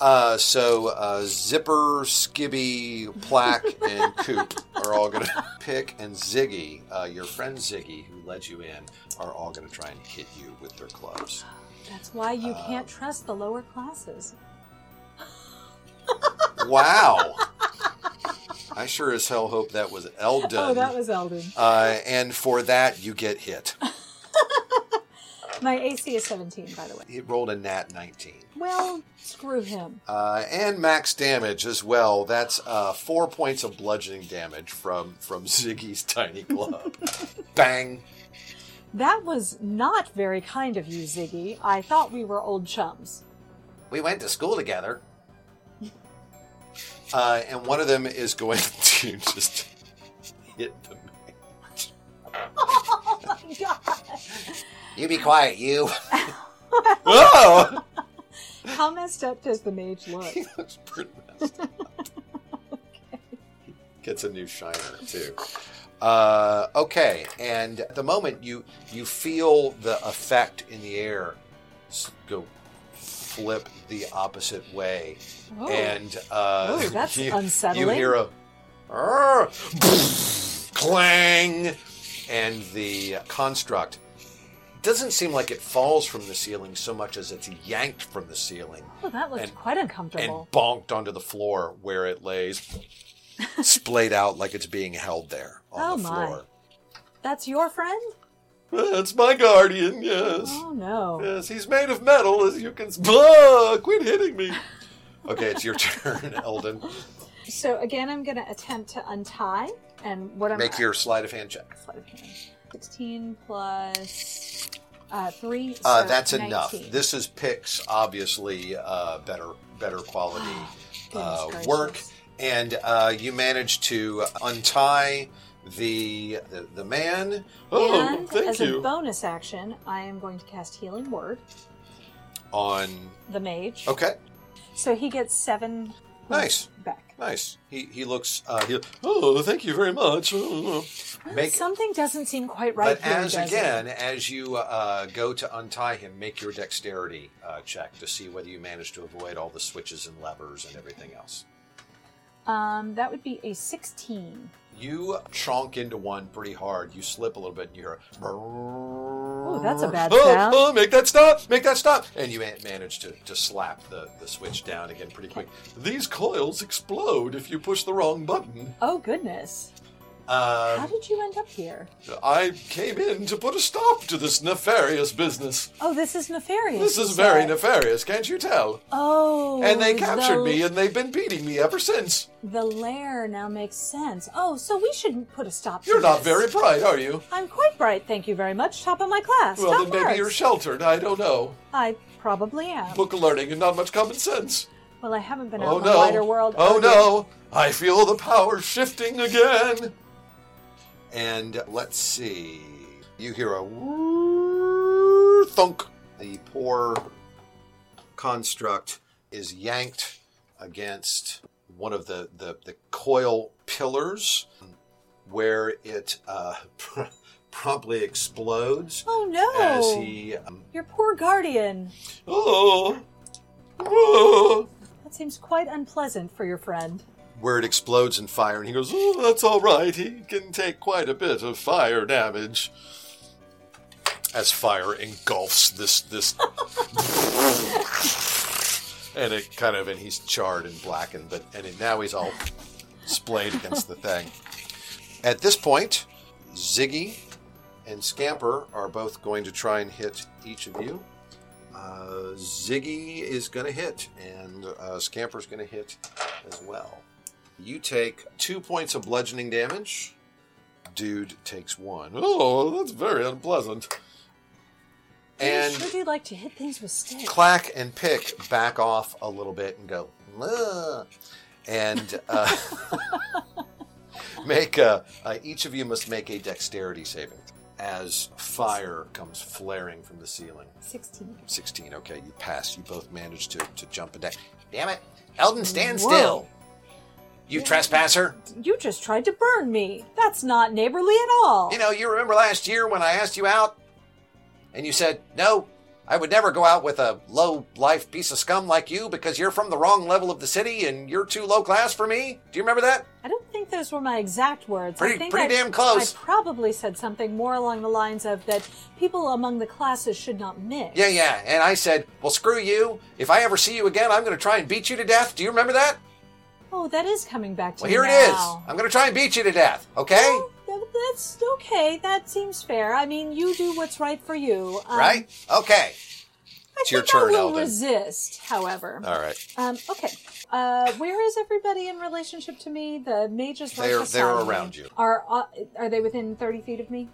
[SPEAKER 1] Uh, so uh, Zipper, Skibby, Plack, and Coop are all going to pick, and Ziggy, uh, your friend Ziggy, who led you in, are all going to try and hit you with their clubs.
[SPEAKER 4] That's why you can't trust the lower classes.
[SPEAKER 1] Wow. I sure as hell hope that was Eldon.
[SPEAKER 4] Oh, that was Eldon.
[SPEAKER 1] Uh, and for that, you get hit.
[SPEAKER 4] My AC is 17, by the way.
[SPEAKER 1] It rolled a nat 19.
[SPEAKER 4] Well, screw him.
[SPEAKER 1] Uh, and max damage as well. That's uh, four points of bludgeoning damage from, from Ziggy's tiny club. Bang.
[SPEAKER 4] That was not very kind of you, Ziggy. I thought we were old chums.
[SPEAKER 1] We went to school together. Uh, and one of them is going to just hit them.
[SPEAKER 4] Oh my god!
[SPEAKER 1] You be quiet, you.
[SPEAKER 6] Oh!
[SPEAKER 4] How messed up does the mage look?
[SPEAKER 1] That's pretty messed up. Gets a new shiner too. Uh, okay, and at the moment you you feel the effect in the air s- go flip the opposite way,
[SPEAKER 4] Oh,
[SPEAKER 1] and uh,
[SPEAKER 4] Oh, that's
[SPEAKER 1] you, You
[SPEAKER 4] unsettling.
[SPEAKER 1] hear a "Arr!" clang, and the construct doesn't seem like it falls from the ceiling so much as it's yanked from the ceiling
[SPEAKER 4] Oh, that looked
[SPEAKER 1] and-
[SPEAKER 4] quite
[SPEAKER 1] and
[SPEAKER 4] uncomfortable.
[SPEAKER 1] bonked onto the floor where it lays, splayed out like it's being held there on
[SPEAKER 4] Oh,
[SPEAKER 1] the
[SPEAKER 4] my.
[SPEAKER 1] floor. Eh,
[SPEAKER 4] That's your friend?
[SPEAKER 6] That's my guardian. Yes.
[SPEAKER 4] Oh no.
[SPEAKER 6] Yes, he's made of metal, as you can. s- Ah, quit hitting me.
[SPEAKER 1] Okay, it's your turn, Eldon.
[SPEAKER 4] So again, I'm going to attempt to untie, and what I'm
[SPEAKER 1] Make your sleight of hand check.
[SPEAKER 4] sleight of hand. 16 plus. Uh, three.
[SPEAKER 1] Uh,
[SPEAKER 4] sir,
[SPEAKER 1] that's enough.
[SPEAKER 4] 19.
[SPEAKER 1] This is Pix, obviously uh, better better quality uh,
[SPEAKER 4] Goodness
[SPEAKER 1] work,
[SPEAKER 4] gracious.
[SPEAKER 1] and uh, you manage to untie the the, the man. Oh,
[SPEAKER 4] and
[SPEAKER 1] thank
[SPEAKER 4] as a
[SPEAKER 1] you
[SPEAKER 4] bonus action, I am going to cast Healing Word,
[SPEAKER 1] on.
[SPEAKER 4] the mage.
[SPEAKER 1] Okay,
[SPEAKER 4] So he gets seven. points
[SPEAKER 1] Nice.
[SPEAKER 4] Back.
[SPEAKER 1] nice. He he looks. Uh, he, oh, thank you very much. Oh. Make,
[SPEAKER 4] Something doesn't seem quite right
[SPEAKER 1] but
[SPEAKER 4] here.
[SPEAKER 1] as
[SPEAKER 4] does it?
[SPEAKER 1] again, as you uh, go to untie him, make your dexterity uh, check to see whether you manage to avoid all the switches and levers and everything else.
[SPEAKER 4] um, that would be a sixteen.
[SPEAKER 1] You chonk into one pretty hard. You slip a little bit, and you hear. Oh,
[SPEAKER 4] that's a bad
[SPEAKER 1] oh,
[SPEAKER 4] sound.
[SPEAKER 1] oh, make that stop! Make that stop! And you man- manage to, to slap the, the switch down again pretty quick. These coils explode if you push the wrong button.
[SPEAKER 4] Oh goodness! How
[SPEAKER 1] Um,
[SPEAKER 4] did you end up here?
[SPEAKER 1] I came in to put a stop to this nefarious business.
[SPEAKER 4] Oh, this is nefarious.
[SPEAKER 1] This
[SPEAKER 4] you
[SPEAKER 1] is very
[SPEAKER 4] said.
[SPEAKER 1] nefarious, can't you tell?
[SPEAKER 4] Oh,
[SPEAKER 1] And they
[SPEAKER 4] the-
[SPEAKER 1] captured me, and they've been beating me ever since.
[SPEAKER 4] The lair now makes sense. Oh, so we should put a stop. to
[SPEAKER 1] You're not
[SPEAKER 4] this.
[SPEAKER 1] very bright, are you?
[SPEAKER 4] I'm quite bright, thank you very much. Top of my class.
[SPEAKER 1] Well,
[SPEAKER 4] Top
[SPEAKER 1] then maybe
[SPEAKER 4] marks.
[SPEAKER 1] you're sheltered. I don't know.
[SPEAKER 4] I probably am.
[SPEAKER 1] Book learning and not much common sense.
[SPEAKER 4] Well, I haven't been out
[SPEAKER 1] Oh
[SPEAKER 4] in the wider
[SPEAKER 1] no!
[SPEAKER 4] world.
[SPEAKER 1] Oh
[SPEAKER 4] dear.
[SPEAKER 1] no! I feel the power shifting again. And let's see. You hear a whirr thunk. The poor construct is yanked against one of the the, the coil pillars, where it uh, promptly explodes
[SPEAKER 4] Oh no!
[SPEAKER 1] as he. um,
[SPEAKER 4] Your poor guardian.
[SPEAKER 1] oh. Oh.
[SPEAKER 4] That seems quite unpleasant for your friend.
[SPEAKER 1] where it explodes in fire, and he goes, "Oh, that's all right. He can take quite a bit of fire damage." As fire engulfs this this, and it kind of, and he's charred and blackened, but and it, now he's all splayed against the thing. At this point, Ziggy and Scamper are both going to try and hit each of you. Uh, Ziggy is going to hit, and uh, Scamper's going to hit as well. You take two points of bludgeoning damage. Dude takes one. Oh, that's very unpleasant. And
[SPEAKER 4] I sure do like to hit things with sticks.
[SPEAKER 1] clack and pick back off a little bit and go, "Ugh." and uh, make a, uh, each of you must make a dexterity saving as fire comes flaring from the ceiling.
[SPEAKER 4] Sixteen.
[SPEAKER 1] 16. Okay, you pass. You both managed to, to jump a deck. Damn it. Eldon, stand
[SPEAKER 4] Whoa.
[SPEAKER 1] still. You trespasser.
[SPEAKER 4] You just tried to burn me. That's not neighborly at all.
[SPEAKER 1] You know, you remember last year when I asked you out and you said, no, I would never go out with a low life piece of scum like you because you're from the wrong level of the city and you're too low class for me? Do you remember that?
[SPEAKER 4] I don't think those were my exact words.
[SPEAKER 1] Pretty-
[SPEAKER 4] I think
[SPEAKER 1] pretty
[SPEAKER 4] I,
[SPEAKER 1] damn close.
[SPEAKER 4] I probably said something more along the lines of that people among the classes should not mix.
[SPEAKER 1] Yeah, yeah. And I said, well, screw you. If I ever see you again, I'm going to try and beat you to death. Do you remember that?
[SPEAKER 4] Oh, that is coming back to
[SPEAKER 1] Well,
[SPEAKER 4] me
[SPEAKER 1] here it is.
[SPEAKER 4] now.
[SPEAKER 1] I'm going to try and beat you to death, okay?
[SPEAKER 4] Well, that- that's okay. That seems fair. I mean, you do what's right for you. Um,
[SPEAKER 1] right? Okay.
[SPEAKER 4] I
[SPEAKER 1] It's your
[SPEAKER 4] think I
[SPEAKER 1] turn,
[SPEAKER 4] will
[SPEAKER 1] Eldon.
[SPEAKER 4] resist, however.
[SPEAKER 1] All right.
[SPEAKER 4] Um, okay. Uh, where is everybody in relationship to me? The mages. right
[SPEAKER 1] They're-
[SPEAKER 4] beside
[SPEAKER 1] they're
[SPEAKER 4] me.
[SPEAKER 1] around you.
[SPEAKER 4] Are uh, are they within thirty feet of me?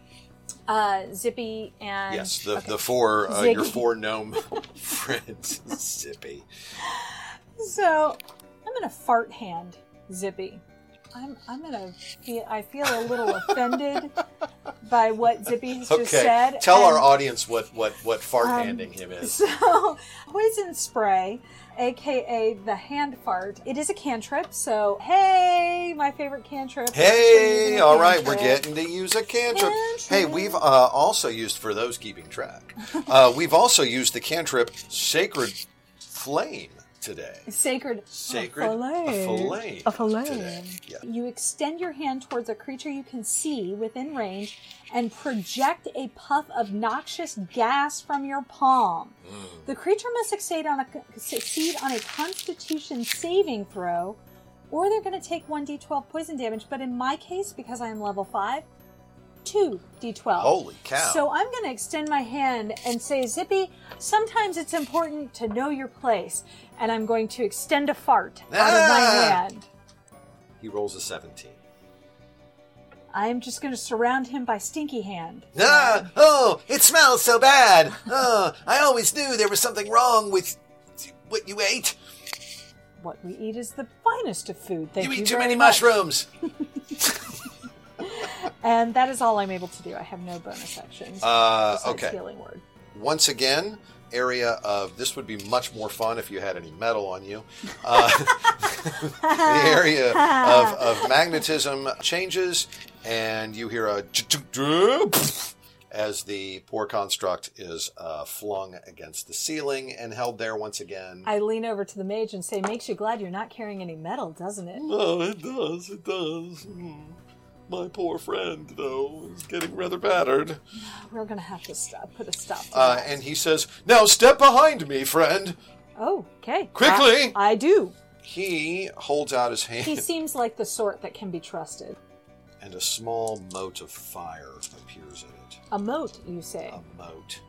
[SPEAKER 4] Uh, Zippy and
[SPEAKER 1] Yes, the,
[SPEAKER 4] okay.
[SPEAKER 1] the four, uh, your
[SPEAKER 4] Ziggy.
[SPEAKER 1] four gnome friends, Zippy.
[SPEAKER 4] So I'm gonna fart hand Zippy. I'm I'm gonna feel I feel a little offended by what Zippy has just said.
[SPEAKER 1] Tell our
[SPEAKER 4] and- Um,
[SPEAKER 1] audience what what what fart handing him is.
[SPEAKER 4] So, poison spray, aka the hand fart. It is a cantrip. So, hey, my favorite cantrip.
[SPEAKER 1] Hey,
[SPEAKER 4] Choosing a
[SPEAKER 1] all right, we're
[SPEAKER 4] cantrip.
[SPEAKER 1] getting to use a cantrip.
[SPEAKER 4] Cantrip.
[SPEAKER 1] Hey, we've uh, also used for those keeping track. Uh, we've also used the cantrip Sacred Flame today.
[SPEAKER 4] Sacred
[SPEAKER 1] Sacred
[SPEAKER 4] a fillet.
[SPEAKER 1] flame.
[SPEAKER 7] A fillet.
[SPEAKER 1] Today. Yeah.
[SPEAKER 4] You extend your hand towards a creature you can see within range and project a puff of noxious gas from your palm.
[SPEAKER 1] Hmm.
[SPEAKER 4] The creature must succeed on a succeed on a Constitution saving throw, or they're going to take one d12 poison damage. But in my case, because I am level five, two d12.
[SPEAKER 1] Holy cow.
[SPEAKER 4] So I'm going to extend my hand and say, Zippy, sometimes it's important to know your place, and I'm going to extend a fart out of
[SPEAKER 1] Ah!
[SPEAKER 4] my hand.
[SPEAKER 1] He rolls a 17.
[SPEAKER 4] I'm just going to surround him by Stinky Hand.
[SPEAKER 8] Ah, oh, it smells so bad.
[SPEAKER 1] Ah,
[SPEAKER 8] Oh, I always knew there was something wrong with what you ate.
[SPEAKER 4] What we eat is the finest of food. Thank
[SPEAKER 8] you
[SPEAKER 4] you,
[SPEAKER 8] eat too
[SPEAKER 4] very
[SPEAKER 8] many
[SPEAKER 4] much.
[SPEAKER 8] mushrooms.
[SPEAKER 4] And that is all I'm able to do. I have no bonus actions.
[SPEAKER 1] Uh,
[SPEAKER 4] besides
[SPEAKER 1] okay.
[SPEAKER 4] Healing word.
[SPEAKER 1] Once again, area of this would be much more fun if you had any metal on you. Uh, the area of, of magnetism changes, and you hear a as the poor construct is uh, flung against the ceiling and held there once again.
[SPEAKER 4] I lean over to the mage and say, "Makes you glad you're not carrying any metal, doesn't it?"
[SPEAKER 1] Oh, it does, it does. Hmm. My poor friend, though, is getting rather battered.
[SPEAKER 4] We're going to have to stop. Put a stop. To
[SPEAKER 1] Uh,
[SPEAKER 4] that.
[SPEAKER 1] and he says, Now step behind me, friend.
[SPEAKER 4] Oh, okay.
[SPEAKER 1] Quickly!
[SPEAKER 4] I, I do.
[SPEAKER 1] He holds out his hand,
[SPEAKER 4] He seems like the sort that can be trusted.
[SPEAKER 1] and a small mote of fire appears in it.
[SPEAKER 4] A moat, you say?
[SPEAKER 1] A mote.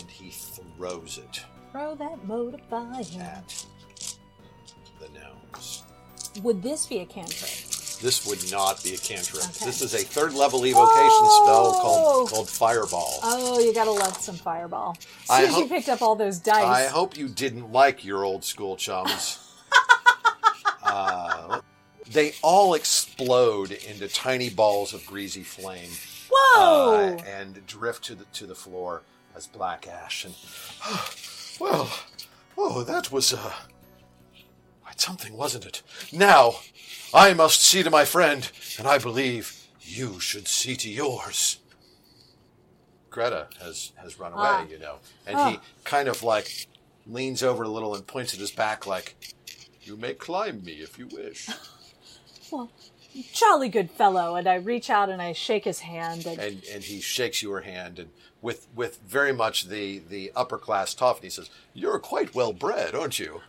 [SPEAKER 1] And he throws it
[SPEAKER 4] Throw that moat of fire.
[SPEAKER 1] at the gnomes.
[SPEAKER 4] Would this be a cantrip?
[SPEAKER 1] This would not be a cantrip.
[SPEAKER 4] Okay.
[SPEAKER 1] This is a third level evocation spell
[SPEAKER 4] Oh!
[SPEAKER 1] called, called Fireball.
[SPEAKER 4] Oh, you gotta love some fireball. As soon
[SPEAKER 1] I
[SPEAKER 4] as you
[SPEAKER 1] hope-
[SPEAKER 4] picked up all those dice,
[SPEAKER 1] I hope you didn't like your old school chums. uh, they all explode into tiny balls of greasy flame uh,
[SPEAKER 4] whoa!
[SPEAKER 1] and drift to the to the floor as black ash. And well, oh, that was uh, quite something, wasn't it? Now, I must see to my friend, and I believe you should see to yours. Greta has has run away,
[SPEAKER 4] Ah.
[SPEAKER 1] you know, and he kind of like leans over a little and points at his back, like, "You may climb me if you wish."
[SPEAKER 4] Well, jolly good fellow. And I reach out and I shake his hand. And,
[SPEAKER 1] and and he shakes your hand and with with very much the the upper class tough and he says you're quite well bred aren't you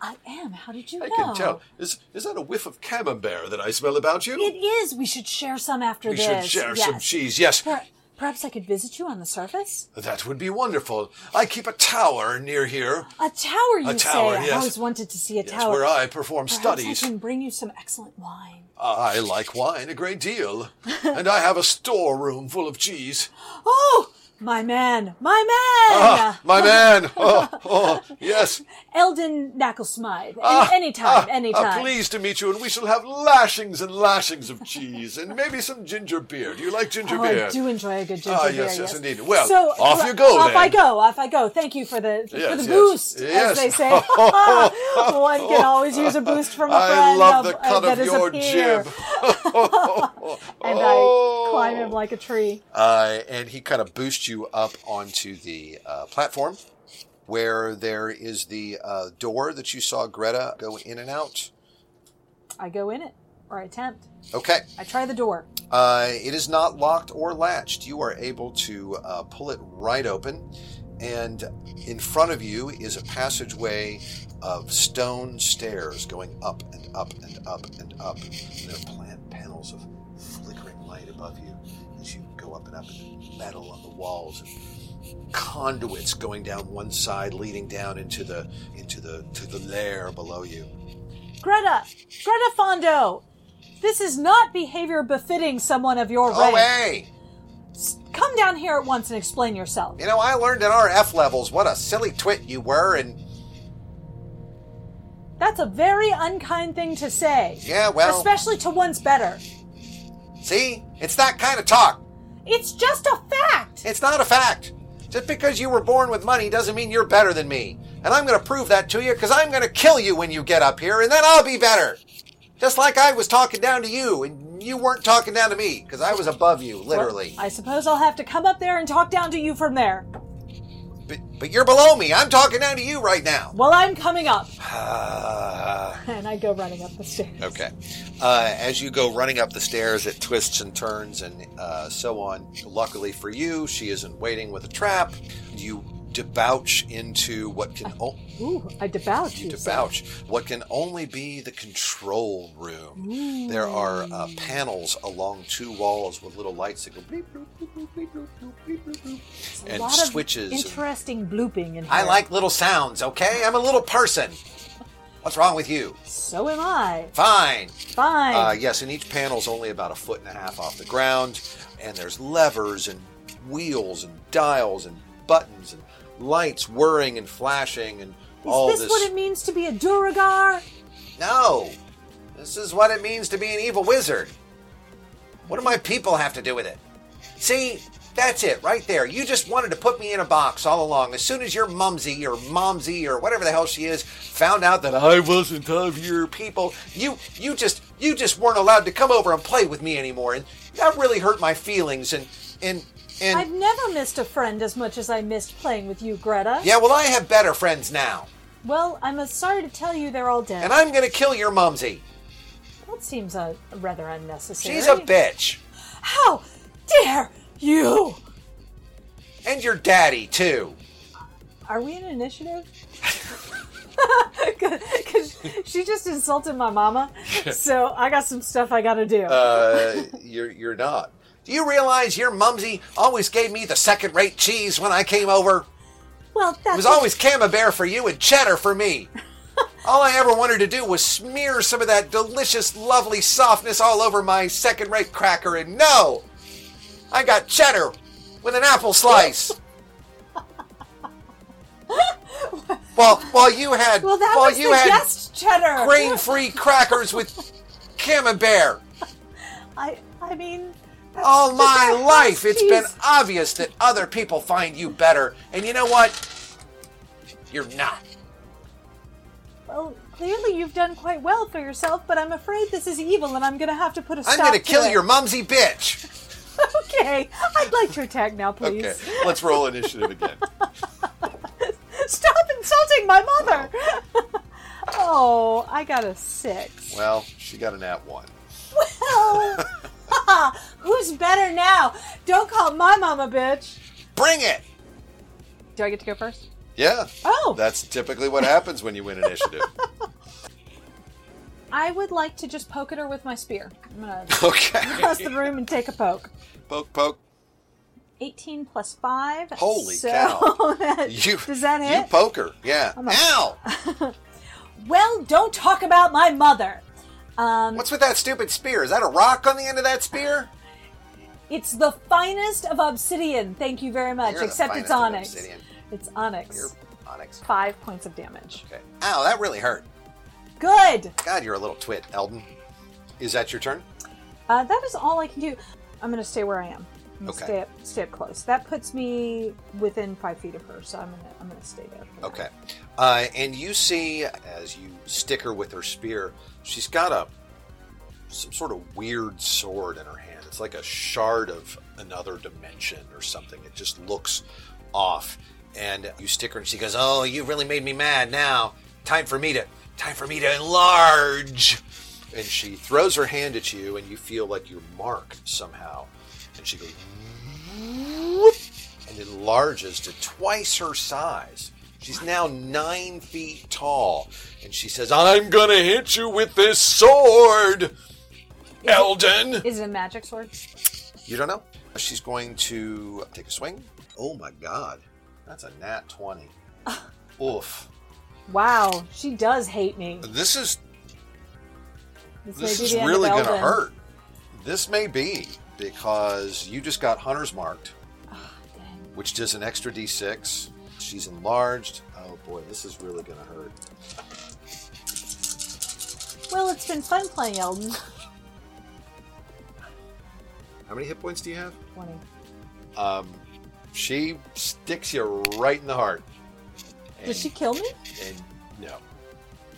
[SPEAKER 4] I am. How did you
[SPEAKER 1] i
[SPEAKER 4] know?
[SPEAKER 1] can tell is is that a whiff of camembert that i smell about you
[SPEAKER 4] It is. We should share some after
[SPEAKER 1] we
[SPEAKER 4] this.
[SPEAKER 1] should share some
[SPEAKER 4] Yes.
[SPEAKER 1] cheese yes
[SPEAKER 4] Per- Perhaps I could visit you on the surface.
[SPEAKER 1] that would be wonderful i keep a tower near here
[SPEAKER 4] A tower, you
[SPEAKER 1] tower,
[SPEAKER 4] say? I
[SPEAKER 1] yes.
[SPEAKER 4] always wanted to see a
[SPEAKER 1] yes,
[SPEAKER 4] tower.
[SPEAKER 1] where i perform
[SPEAKER 4] Perhaps
[SPEAKER 1] studies
[SPEAKER 4] I can bring you some excellent wine.
[SPEAKER 1] i like wine a great deal and i have a storeroom full of cheese
[SPEAKER 4] Oh, my man, my man,
[SPEAKER 1] ah, my man oh, oh yes
[SPEAKER 4] Eldon Knacklesmith.
[SPEAKER 1] Ah,
[SPEAKER 4] Any anytime,
[SPEAKER 1] ah,
[SPEAKER 4] anytime.
[SPEAKER 1] ah, pleased to meet you, and we shall have lashings and lashings of cheese, and maybe some ginger beer. Do you like ginger
[SPEAKER 4] Oh,
[SPEAKER 1] beer?
[SPEAKER 4] I do enjoy a good ginger
[SPEAKER 1] Ah,
[SPEAKER 4] beer.
[SPEAKER 1] yes, yes, indeed. Well,
[SPEAKER 4] so,
[SPEAKER 1] off
[SPEAKER 4] well,
[SPEAKER 1] you go
[SPEAKER 4] Off
[SPEAKER 1] then.
[SPEAKER 4] I go. Off I go. Thank you for the for
[SPEAKER 1] Yes,
[SPEAKER 4] the
[SPEAKER 1] yes,
[SPEAKER 4] boost,
[SPEAKER 1] yes.
[SPEAKER 4] as they say. One can always use a boost from a
[SPEAKER 1] I
[SPEAKER 4] friend.
[SPEAKER 1] love the
[SPEAKER 4] of-
[SPEAKER 1] cut
[SPEAKER 4] uh,
[SPEAKER 1] of
[SPEAKER 4] that is a
[SPEAKER 1] your
[SPEAKER 4] peer.
[SPEAKER 1] jib.
[SPEAKER 4] And
[SPEAKER 1] Oh.
[SPEAKER 4] I climb him like a tree.
[SPEAKER 1] Uh, and he kind of boosts you up onto the uh, platform where there is the uh, door that you saw Greta go in and out.
[SPEAKER 4] I go in it, or I attempt.
[SPEAKER 1] Okay.
[SPEAKER 4] I try the door.
[SPEAKER 1] Uh, it is not locked or latched. You are able to uh, pull it right open, and in front of you is a passageway of stone stairs going up and up and up and up. And there are plant panels of flickering light above you as you go up and up, and metal on the walls and conduits going down one side, leading down into the into the to the lair below you.
[SPEAKER 4] Greta, Greta Fondo, this is not behavior befitting someone of your
[SPEAKER 1] Oh,
[SPEAKER 4] rank.
[SPEAKER 1] hey!
[SPEAKER 4] Come down here at once and explain yourself.
[SPEAKER 1] You know, I learned in our F levels what a silly twit you were, and
[SPEAKER 4] That's a very unkind thing to say.
[SPEAKER 1] Yeah, well-
[SPEAKER 4] especially to one's better.
[SPEAKER 1] See? It's that kind of talk.
[SPEAKER 4] It's just a fact.
[SPEAKER 1] It's not a fact. Just because you were born with money doesn't mean you're better than me. And I'm going to prove that to you because I'm going to kill you when you get up here, and then I'll be better. Just like I was talking down to you, and you weren't talking down to me because I was above you, literally.
[SPEAKER 4] I suppose I'll have to come up there and talk down to you from there.
[SPEAKER 1] But, but you're below me. I'm talking down to you right now.
[SPEAKER 4] Well, I'm coming up,
[SPEAKER 1] Ah.
[SPEAKER 4] and I go running up the stairs.
[SPEAKER 1] Okay. Uh, as you go running up the stairs, it twists and turns and uh, so on. Luckily for you, she isn't waiting with a trap. You debouch into what
[SPEAKER 4] Ah,
[SPEAKER 1] can o-
[SPEAKER 4] Ooh, I debouch.
[SPEAKER 1] you
[SPEAKER 4] You
[SPEAKER 1] debouch what can only be the control room. There are uh, panels along two walls with little lights that go bleep, bloop, bloop, bloop, bleep, bloop, bloop, bleep, bloop, bloop,
[SPEAKER 4] say.
[SPEAKER 1] and
[SPEAKER 4] a lot
[SPEAKER 1] switches.
[SPEAKER 4] Of
[SPEAKER 1] and-
[SPEAKER 4] interesting blooping in here.
[SPEAKER 1] I like little sounds. Okay, I'm a little person. What's wrong with you?
[SPEAKER 4] So am I.
[SPEAKER 1] Fine.
[SPEAKER 4] Fine.
[SPEAKER 1] Uh, yes, and each panel's only about a foot and a half off the ground, and there's levers and wheels and dials and buttons and lights whirring and flashing and all
[SPEAKER 4] Is this, what it means to be a Duragar?
[SPEAKER 1] No, this is what it means to be an evil wizard. What do my people have to do with it? See, that's it right there. You just wanted to put me in a box all along. As soon as your mumsy or momsy or whatever the hell she is found out that I wasn't of your people, you you just you just weren't allowed to come over and play with me anymore, and that really hurt my feelings. And and and
[SPEAKER 4] I've never missed a friend as much as I missed playing with you, Greta.
[SPEAKER 1] yeah, well, I have better friends now,
[SPEAKER 4] Well, I'm uh, sorry to tell you they're all dead.
[SPEAKER 1] and I'm gonna kill your mumsy.
[SPEAKER 4] that seems uh, rather unnecessary.
[SPEAKER 1] She's a bitch,
[SPEAKER 4] How dare you?
[SPEAKER 1] and your daddy too.
[SPEAKER 4] Are we in initiative? Because she just insulted my mama, so I got some stuff I got to do.
[SPEAKER 1] Uh, you're you're not. Do you realize your mumsy always gave me the second-rate cheese when I came over?
[SPEAKER 4] well,
[SPEAKER 1] It
[SPEAKER 4] that's
[SPEAKER 1] was always camembert for you and cheddar for me. All I ever wanted to do was smear some of that delicious, lovely softness all over my second-rate cracker, and no, I got cheddar with an apple slice. well, while you had
[SPEAKER 4] well, that
[SPEAKER 1] while
[SPEAKER 4] was
[SPEAKER 1] you
[SPEAKER 4] the
[SPEAKER 1] had
[SPEAKER 4] guest cheddar.
[SPEAKER 1] grain-free crackers with camembert.
[SPEAKER 4] I, I mean, that's
[SPEAKER 1] All
[SPEAKER 4] just
[SPEAKER 1] my
[SPEAKER 4] our house
[SPEAKER 1] life, it's been
[SPEAKER 4] cheese.
[SPEAKER 1] obvious that other people find you better. And you know what? You're not.
[SPEAKER 4] Well, clearly you've done quite well for yourself, but I'm afraid this is evil, and I'm going to have to put a
[SPEAKER 1] I'm
[SPEAKER 4] stop.
[SPEAKER 1] going to kill
[SPEAKER 4] it.
[SPEAKER 1] your mumsy bitch.
[SPEAKER 4] Okay, I'd like your tag now, please.
[SPEAKER 1] let's roll initiative again.
[SPEAKER 4] Stop insulting my mother. oh, I got a six.
[SPEAKER 1] Well, she got an at one.
[SPEAKER 4] Well, Oh. who's better now? Don't call my mom a bitch.
[SPEAKER 1] Bring it!
[SPEAKER 4] Do I get to go first?
[SPEAKER 1] Yeah.
[SPEAKER 4] Oh.
[SPEAKER 1] That's typically what happens when you win initiative.
[SPEAKER 4] I would like to just poke at her with my spear. I'm gonna
[SPEAKER 1] okay.
[SPEAKER 4] cross the room and take a poke.
[SPEAKER 1] Poke, poke.
[SPEAKER 4] 18 plus 5.
[SPEAKER 1] Holy
[SPEAKER 4] so
[SPEAKER 1] cow.
[SPEAKER 4] that-
[SPEAKER 1] You,
[SPEAKER 4] does that
[SPEAKER 1] You
[SPEAKER 4] hit? Oh
[SPEAKER 1] poker. Yeah. Ow!
[SPEAKER 4] well, don't talk about my mother. Um,
[SPEAKER 1] What's with that stupid spear? Is that a rock on the end of that spear?
[SPEAKER 4] It's the finest of obsidian. Thank you very much.
[SPEAKER 1] You're the
[SPEAKER 4] Except it's
[SPEAKER 1] finest of
[SPEAKER 4] onyx.
[SPEAKER 1] obsidian.
[SPEAKER 4] It's onyx.
[SPEAKER 1] You're onyx.
[SPEAKER 4] Five points of damage.
[SPEAKER 1] Okay. Ow, that really hurt.
[SPEAKER 4] Good.
[SPEAKER 1] God, you're a little twit, Eldon. Is that your turn?
[SPEAKER 4] Uh, that is all I can do. I'm going to stay where I am. I'm gonna
[SPEAKER 1] Okay.
[SPEAKER 4] Stay up, stay up close. That puts me within five feet of her, so I'm gonna, I'm gonna stay there. for now.
[SPEAKER 1] Okay. Uh, and you see, as you stick her with her spear, she's got a some sort of weird sword in her hand. It's like a shard of another dimension or something. It just looks off. And you stick her, and she goes, "Oh, you really made me mad. Now, time for me to time for me to enlarge." And she throws her hand at you, and you feel like you're marked somehow. And she goes, and enlarges to twice her size. She's now nine feet tall, and she says, "I'm gonna hit you with this sword, Eldon."
[SPEAKER 4] Is it a magic sword?
[SPEAKER 1] You don't know? She's going to take a swing. Oh my god, that's a nat twenty. Oof.
[SPEAKER 4] Wow, she does hate me.
[SPEAKER 1] This is
[SPEAKER 4] This,
[SPEAKER 1] this
[SPEAKER 4] may be
[SPEAKER 1] is
[SPEAKER 4] the end of
[SPEAKER 1] really gonna
[SPEAKER 4] Elden.
[SPEAKER 1] hurt. This may be because you just got hunters marked, which does an extra d6. She's enlarged. Oh boy, this is really gonna hurt.
[SPEAKER 4] Well, it's been fun playing Elden.
[SPEAKER 1] How many hit points do you have?
[SPEAKER 4] Twenty.
[SPEAKER 1] Um, she sticks you right in the heart. And,
[SPEAKER 4] Did she kill me?
[SPEAKER 1] And no,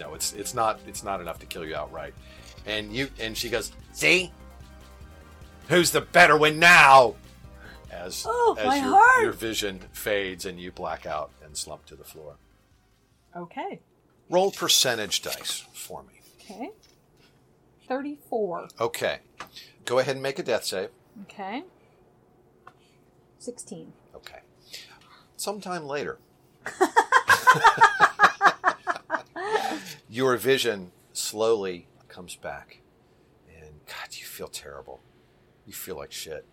[SPEAKER 1] no, it's it's not it's not enough to kill you outright. And you and she goes, see, who's the better one now? As
[SPEAKER 4] Oh,
[SPEAKER 1] as
[SPEAKER 4] my
[SPEAKER 1] your,
[SPEAKER 4] heart!
[SPEAKER 1] your vision fades and you black out and slump to the floor.
[SPEAKER 4] Okay.
[SPEAKER 1] Roll percentage dice for me.
[SPEAKER 4] Okay. Thirty-four.
[SPEAKER 1] Okay, go ahead and make a death save.
[SPEAKER 4] Okay. 16.
[SPEAKER 1] Okay. Sometime later, your vision slowly comes back, and God, you feel terrible. You feel like shit.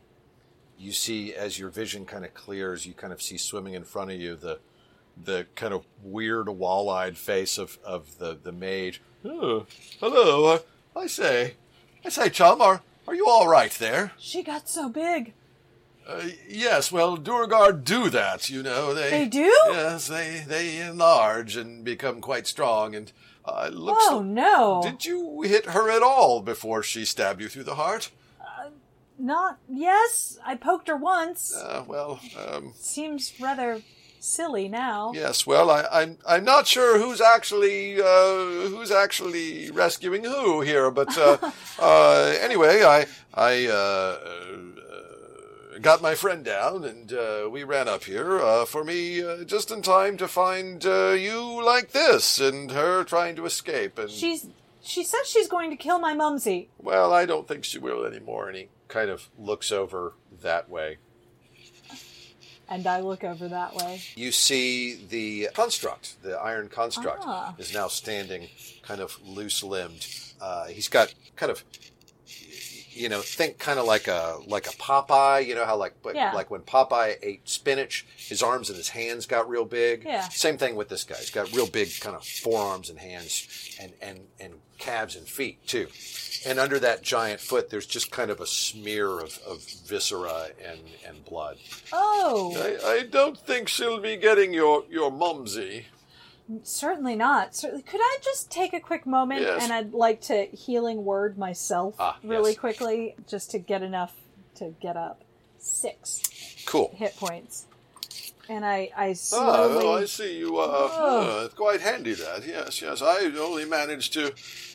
[SPEAKER 1] You see, as your vision kind of clears, you kind of see swimming in front of you the the kind of weird, wall-eyed face of, of the the maid. "Oh, hello, I, I say, I say, chum, are are you all right there?
[SPEAKER 4] She got so big.
[SPEAKER 1] Uh, yes, well, Durgard do that, you know. They
[SPEAKER 4] They do?
[SPEAKER 1] Yes, they they enlarge and become quite strong. And uh, it looks.
[SPEAKER 4] Oh no.
[SPEAKER 1] Did you hit her at all before she stabbed you through the heart?
[SPEAKER 4] Not yes. I poked her once.
[SPEAKER 1] Uh, well, um,
[SPEAKER 4] Seems rather silly now.
[SPEAKER 1] yes. Well, I, I'm I'm not sure who's actually uh, who's actually rescuing who here, but uh, uh, anyway, I I. Uh, uh, Got my friend down, and uh, we ran up here uh, for me uh, just in time to find uh, you like this, and her trying to escape. And
[SPEAKER 4] She's she says she's going to kill my mumsy.
[SPEAKER 1] well, I don't think she will anymore. And he kind of looks over that way.
[SPEAKER 4] And I look over that way.
[SPEAKER 1] you see the construct, the iron construct,
[SPEAKER 4] Ah.
[SPEAKER 1] is now standing kind of loose limbed. Uh, he's got kind of, you know, think kind of like a like a Popeye. You know how like but
[SPEAKER 4] Yeah.
[SPEAKER 1] like when Popeye ate spinach, his arms and his hands got real big.
[SPEAKER 4] Yeah.
[SPEAKER 1] Same thing with this guy. He's got real big kind of forearms and hands, and and and calves and feet too. And under that giant foot, there's just kind of a smear of, of viscera and, and blood.
[SPEAKER 4] Oh,
[SPEAKER 1] I, I don't think she'll be getting your, your mumsy.
[SPEAKER 4] certainly not. Certainly, could I just take a quick moment
[SPEAKER 1] Yes.
[SPEAKER 4] and I'd like to healing word myself
[SPEAKER 1] Ah,
[SPEAKER 4] really
[SPEAKER 1] yes.
[SPEAKER 4] quickly just to get enough to get up. Six
[SPEAKER 1] Cool.
[SPEAKER 4] hit points, and I I
[SPEAKER 1] Ah,
[SPEAKER 4] slowly.
[SPEAKER 1] well, I see you are
[SPEAKER 4] Oh.
[SPEAKER 1] uh, quite handy that. Yes, yes. I only managed to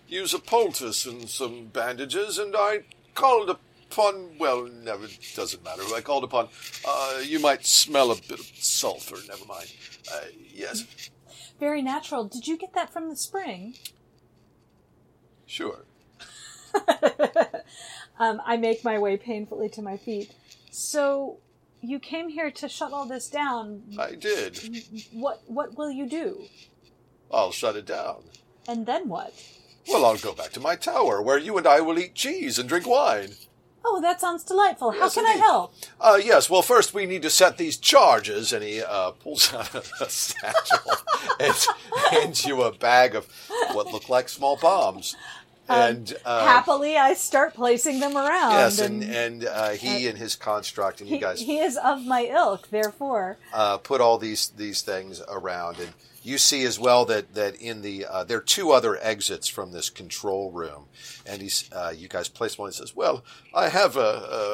[SPEAKER 1] use a poultice and some bandages, and I called upon, well, never, doesn't matter who I called upon. Uh, you might smell a bit of sulfur, never mind. Uh, yes,
[SPEAKER 4] Very natural. Did you get that from the spring?
[SPEAKER 1] sure.
[SPEAKER 4] Um, I make my way painfully to my feet. So you came here to shut all this down.
[SPEAKER 1] I did.
[SPEAKER 4] What what will you do?
[SPEAKER 1] I'll shut it down.
[SPEAKER 4] And then what?
[SPEAKER 1] Well, I'll go back to my tower, where you and I will eat cheese and drink wine.
[SPEAKER 4] Oh, that sounds delightful. How
[SPEAKER 1] Yes,
[SPEAKER 4] can I
[SPEAKER 1] indeed.
[SPEAKER 4] help?
[SPEAKER 1] Uh, yes, well, first we need to set these charges. And he uh, pulls out a satchel and hands you a bag of what look like small bombs. And uh,
[SPEAKER 4] Happily, I start placing them around.
[SPEAKER 1] yes, and, and uh, he and his construct and
[SPEAKER 4] he,
[SPEAKER 1] you guys
[SPEAKER 4] he is of my ilk, therefore.
[SPEAKER 1] uh, put all these these things around, and you see as well that that in the uh, there are two other exits from this control room, and he's uh, you guys place one. He says, "Well, I have a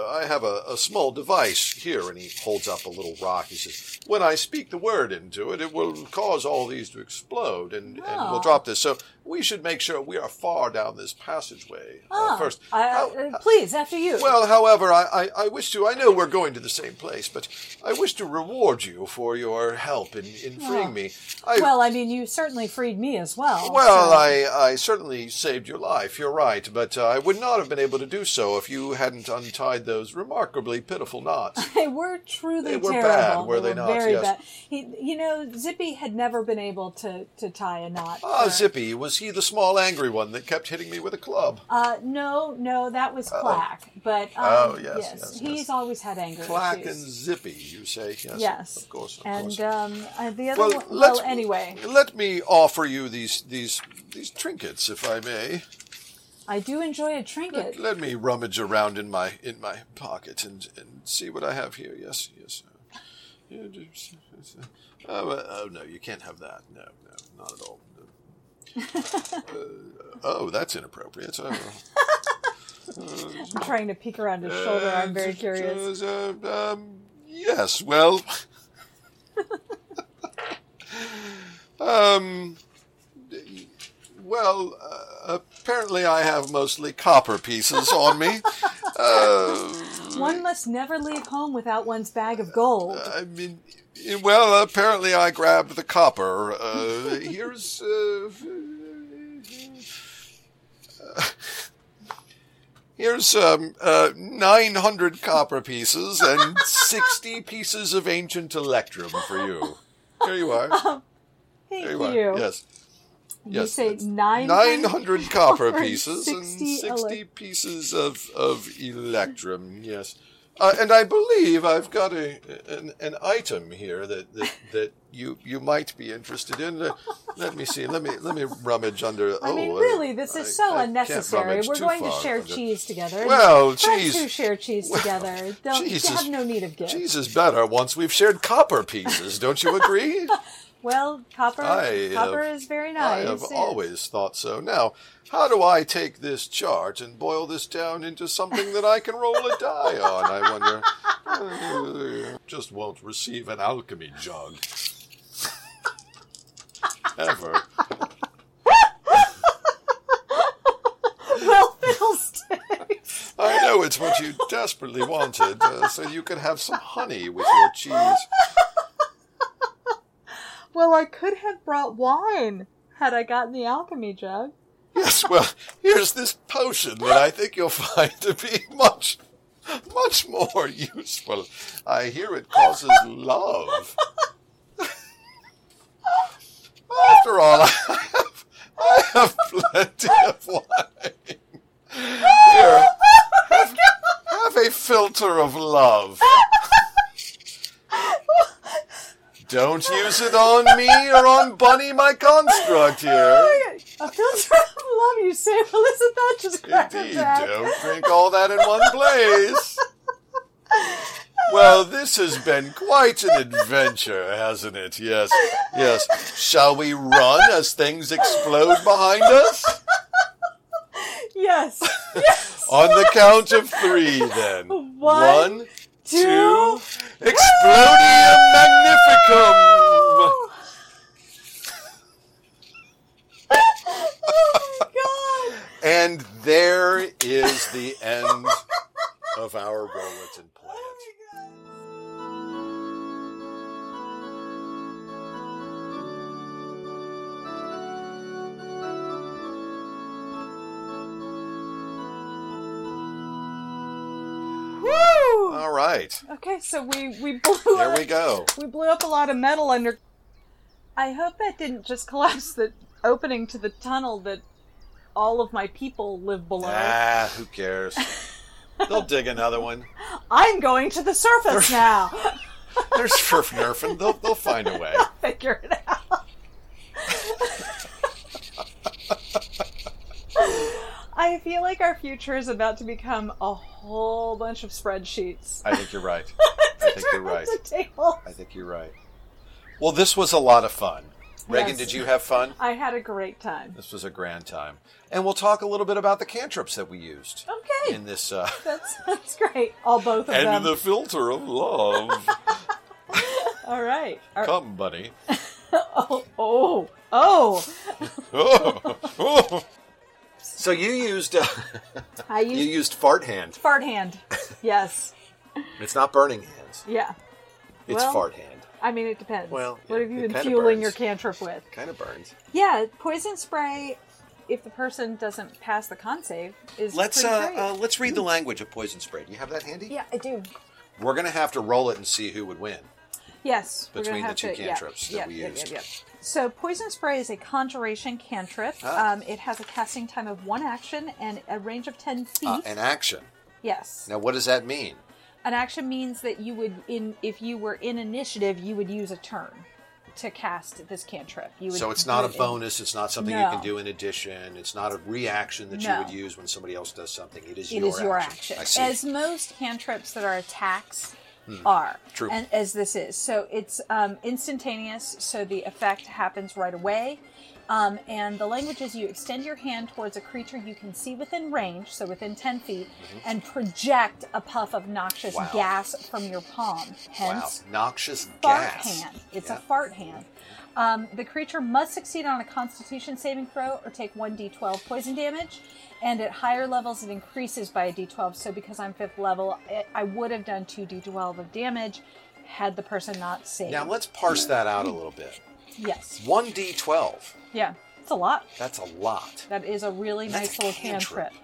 [SPEAKER 1] uh, I have a, a small device here," and he holds up a little rock. He says, "When I speak the word into it, it will cause all these to explode, and, and we'll
[SPEAKER 4] Oh.
[SPEAKER 1] drop this. So we should make sure we are far down this passageway uh,
[SPEAKER 4] Ah,
[SPEAKER 1] first.
[SPEAKER 4] I-
[SPEAKER 1] How-
[SPEAKER 4] uh, please, after you.
[SPEAKER 1] well, however, I, I, I wish to. I know we're going to the same place, but I wish to reward you for your help in, in freeing me. I, well,
[SPEAKER 4] well, I mean, you certainly freed me as well. so-
[SPEAKER 1] I, I certainly saved your life, you're right, but uh, I would not have been able to do so if you hadn't untied those remarkably pitiful knots.
[SPEAKER 4] They were truly
[SPEAKER 1] They were
[SPEAKER 4] terrible.
[SPEAKER 1] bad, were they not?
[SPEAKER 4] Very
[SPEAKER 1] Yes.
[SPEAKER 4] bad. He, you know, Zippy had never been able to, to tie a knot. Uh,
[SPEAKER 1] Ah,
[SPEAKER 4] for-
[SPEAKER 1] Zippy, was he the small angry one that kept hitting me with a club?
[SPEAKER 4] Uh, no, no, that was Clack. But um,
[SPEAKER 1] Oh, yes, yes,
[SPEAKER 4] he's
[SPEAKER 1] yes.
[SPEAKER 4] always had anger
[SPEAKER 1] Clack and
[SPEAKER 4] issues.
[SPEAKER 1] Zippy, you say? Yes.
[SPEAKER 4] yes,
[SPEAKER 1] Of course, of
[SPEAKER 4] and
[SPEAKER 1] course.
[SPEAKER 4] um, uh, the other
[SPEAKER 1] well,
[SPEAKER 4] one.
[SPEAKER 1] let's,
[SPEAKER 4] Well, anyway,
[SPEAKER 1] let me offer you these these these trinkets, if I may.
[SPEAKER 4] I do enjoy a trinket.
[SPEAKER 1] Let me rummage around in my in my pocket and, and see what I have here. Yes, yes. uh, yeah, just- yes, uh, Oh, uh, oh no, you can't have that. No, no, not at all. No. Uh, oh, that's inappropriate. Oh, well.
[SPEAKER 4] I'm trying to peek around his shoulder. I'm very
[SPEAKER 1] Uh,
[SPEAKER 4] curious.
[SPEAKER 1] uh, um, yes. Well. um. Well, uh, apparently I have mostly copper pieces on me. Uh,
[SPEAKER 4] One must never leave home without one's bag of gold.
[SPEAKER 1] I mean, well, apparently I grabbed the copper. Uh, here's. Uh, Here's um, uh, 900 copper pieces and 60 pieces of ancient electrum for you. Here you are.
[SPEAKER 4] Thank
[SPEAKER 1] Here
[SPEAKER 4] you.
[SPEAKER 1] you are. Yes.
[SPEAKER 4] you
[SPEAKER 1] yes,
[SPEAKER 4] say
[SPEAKER 1] it's
[SPEAKER 4] nine
[SPEAKER 1] 900 copper pieces and
[SPEAKER 4] 60
[SPEAKER 1] 60 pieces of, of electrum. Yes.
[SPEAKER 6] Uh, and I believe I've got a an, an item here that, that that you you might be interested in. Uh, let me see. Let me let me rummage under.
[SPEAKER 4] I mean,
[SPEAKER 6] oh, uh,
[SPEAKER 4] really, this
[SPEAKER 6] I-
[SPEAKER 4] is so
[SPEAKER 6] I can't
[SPEAKER 4] unnecessary.
[SPEAKER 6] rummage
[SPEAKER 4] We're
[SPEAKER 6] too
[SPEAKER 4] going to
[SPEAKER 6] far
[SPEAKER 4] share
[SPEAKER 6] under-
[SPEAKER 4] cheese together.
[SPEAKER 6] Well,
[SPEAKER 4] Friends who
[SPEAKER 6] cheese-
[SPEAKER 4] share cheese together don't
[SPEAKER 6] cheese
[SPEAKER 4] have
[SPEAKER 6] is-
[SPEAKER 4] no need of gifts.
[SPEAKER 6] Cheese is better once we've shared copper pieces. Don't you agree?
[SPEAKER 4] Well, copper,
[SPEAKER 6] I have-
[SPEAKER 4] copper is very
[SPEAKER 6] I
[SPEAKER 4] nice.
[SPEAKER 6] have
[SPEAKER 4] Ah, yes.
[SPEAKER 6] always thought so. Now, how do I take this chart and boil this down into something that I can roll a die on? I wonder. Uh, Just won't receive an alchemy jug. Ever.
[SPEAKER 4] well, fiddlesticks.
[SPEAKER 6] I know it's what you desperately wanted, uh, so you could have some honey with your cheese.
[SPEAKER 4] well, I could have brought wine had I gotten the alchemy jug.
[SPEAKER 6] Yes, well, here's this potion that I think you'll find to be much, much more useful. I hear it causes love. After all, I have, I have plenty of wine. Here, have, have a filter of love. Don't use it on me or on Bunny, my construct here.
[SPEAKER 4] A filter of love, you say? Well, isn't that just crack
[SPEAKER 6] Indeed,
[SPEAKER 4] attack?
[SPEAKER 6] don't drink all that in one place. Well, this has been quite an adventure, hasn't it? Yes, yes. Shall we run as things explode behind us?
[SPEAKER 4] Yes.
[SPEAKER 6] On the count of three, then.
[SPEAKER 4] One,
[SPEAKER 6] One,
[SPEAKER 4] two.
[SPEAKER 6] two, explodium magnificum!
[SPEAKER 4] oh Oh my god.
[SPEAKER 6] And there is the end of our Rollins and Play It.
[SPEAKER 4] Woo!
[SPEAKER 6] All right,
[SPEAKER 4] Okay, so we we blew
[SPEAKER 6] there
[SPEAKER 4] up,
[SPEAKER 6] we go.
[SPEAKER 4] we blew up a lot of metal under. I hope that didn't just collapse the opening to the tunnel that all of my people live below.
[SPEAKER 6] Ah, who cares? They'll dig another one.
[SPEAKER 4] I'm going to the surface now.
[SPEAKER 6] They're surf nerfing. They'll, they'll find a way.
[SPEAKER 4] Figure it out. I feel like our future is about to become a whole bunch of spreadsheets.
[SPEAKER 6] I think you're right. I think you're right.
[SPEAKER 4] At the table.
[SPEAKER 6] I think you're right. Well, this was a lot of fun. Reagan,
[SPEAKER 4] Yes.
[SPEAKER 6] did you have fun?
[SPEAKER 4] I had a great time.
[SPEAKER 6] This was a grand time. And we'll talk a little bit about the cantrips that we used
[SPEAKER 4] Okay,
[SPEAKER 6] in this. Uh,
[SPEAKER 4] that's that's great. All both of them.
[SPEAKER 6] filter of love.
[SPEAKER 4] All right. Our-
[SPEAKER 6] Come, buddy.
[SPEAKER 4] oh, oh, oh!
[SPEAKER 6] So you used uh,
[SPEAKER 4] I used
[SPEAKER 6] you used fart hand.
[SPEAKER 4] fart hand. Yes.
[SPEAKER 6] It's not burning hands.
[SPEAKER 4] Yeah.
[SPEAKER 6] It's
[SPEAKER 4] Well-
[SPEAKER 6] fart hand.
[SPEAKER 4] I mean, it depends.
[SPEAKER 6] Well,
[SPEAKER 4] what
[SPEAKER 6] it-
[SPEAKER 4] have you
[SPEAKER 6] it
[SPEAKER 4] been
[SPEAKER 6] kinda
[SPEAKER 4] fueling
[SPEAKER 6] burns.
[SPEAKER 4] your cantrip with?
[SPEAKER 6] Kind of burns.
[SPEAKER 4] Yeah, poison spray. If the person doesn't pass the con save, is
[SPEAKER 6] Let's
[SPEAKER 4] pretty
[SPEAKER 6] uh,
[SPEAKER 4] great.
[SPEAKER 6] uh, let's read the language of poison spray. Do you have that handy?
[SPEAKER 4] yeah, I do.
[SPEAKER 6] We're gonna have to roll it and see who would win.
[SPEAKER 4] Yes, we're
[SPEAKER 6] Between
[SPEAKER 4] gonna
[SPEAKER 6] the
[SPEAKER 4] have
[SPEAKER 6] two
[SPEAKER 4] to- yeah,
[SPEAKER 6] cantrips that
[SPEAKER 4] yeah,
[SPEAKER 6] we
[SPEAKER 4] yeah,
[SPEAKER 6] used.
[SPEAKER 4] yeah, yeah. So, poison spray is a conjuration cantrip.
[SPEAKER 6] Ah.
[SPEAKER 4] Um, it has a casting time of one action and a range of ten feet.
[SPEAKER 6] Uh, an action.
[SPEAKER 4] yes,
[SPEAKER 6] Now, what does that mean?
[SPEAKER 4] an action means that you would, in if you were in initiative, you would use a turn to cast this cantrip. You would
[SPEAKER 6] So it's not
[SPEAKER 4] do
[SPEAKER 6] a
[SPEAKER 4] it in-
[SPEAKER 6] bonus. It's not something you
[SPEAKER 4] No.
[SPEAKER 6] can do in addition. It's not a reaction that
[SPEAKER 4] No.
[SPEAKER 6] you would use when somebody else does something. It is
[SPEAKER 4] It
[SPEAKER 6] your
[SPEAKER 4] is your
[SPEAKER 6] action.
[SPEAKER 4] action,
[SPEAKER 6] I see. Hmm.
[SPEAKER 4] as most cantrips that are attacks are
[SPEAKER 6] True.
[SPEAKER 4] and as this is so it's um, instantaneous so the effect happens right away um, and the language is you extend your hand towards a creature you can see within range so within 10 feet and project a puff of noxious
[SPEAKER 6] Mm-hmm. Wow.
[SPEAKER 4] gas from your palm
[SPEAKER 6] wow,
[SPEAKER 4] hence
[SPEAKER 6] noxious
[SPEAKER 4] fart
[SPEAKER 6] gas.
[SPEAKER 4] hand it's
[SPEAKER 6] Yeah.
[SPEAKER 4] a fart hand um, the creature must succeed on a constitution saving throw or take 1d12 poison damage. And at higher levels, it increases by a d12. So because I'm fifth level, I- I would have done 2d12 of damage had the person not saved.
[SPEAKER 6] Now let's parse that out a
[SPEAKER 4] Mm.
[SPEAKER 6] little bit.
[SPEAKER 4] yes.
[SPEAKER 6] One d twelve.
[SPEAKER 4] Yeah. It's a lot.
[SPEAKER 6] That's a lot.
[SPEAKER 4] That is a really
[SPEAKER 6] That's
[SPEAKER 4] nice
[SPEAKER 6] a
[SPEAKER 4] little
[SPEAKER 6] cantrip.
[SPEAKER 4] cantrip.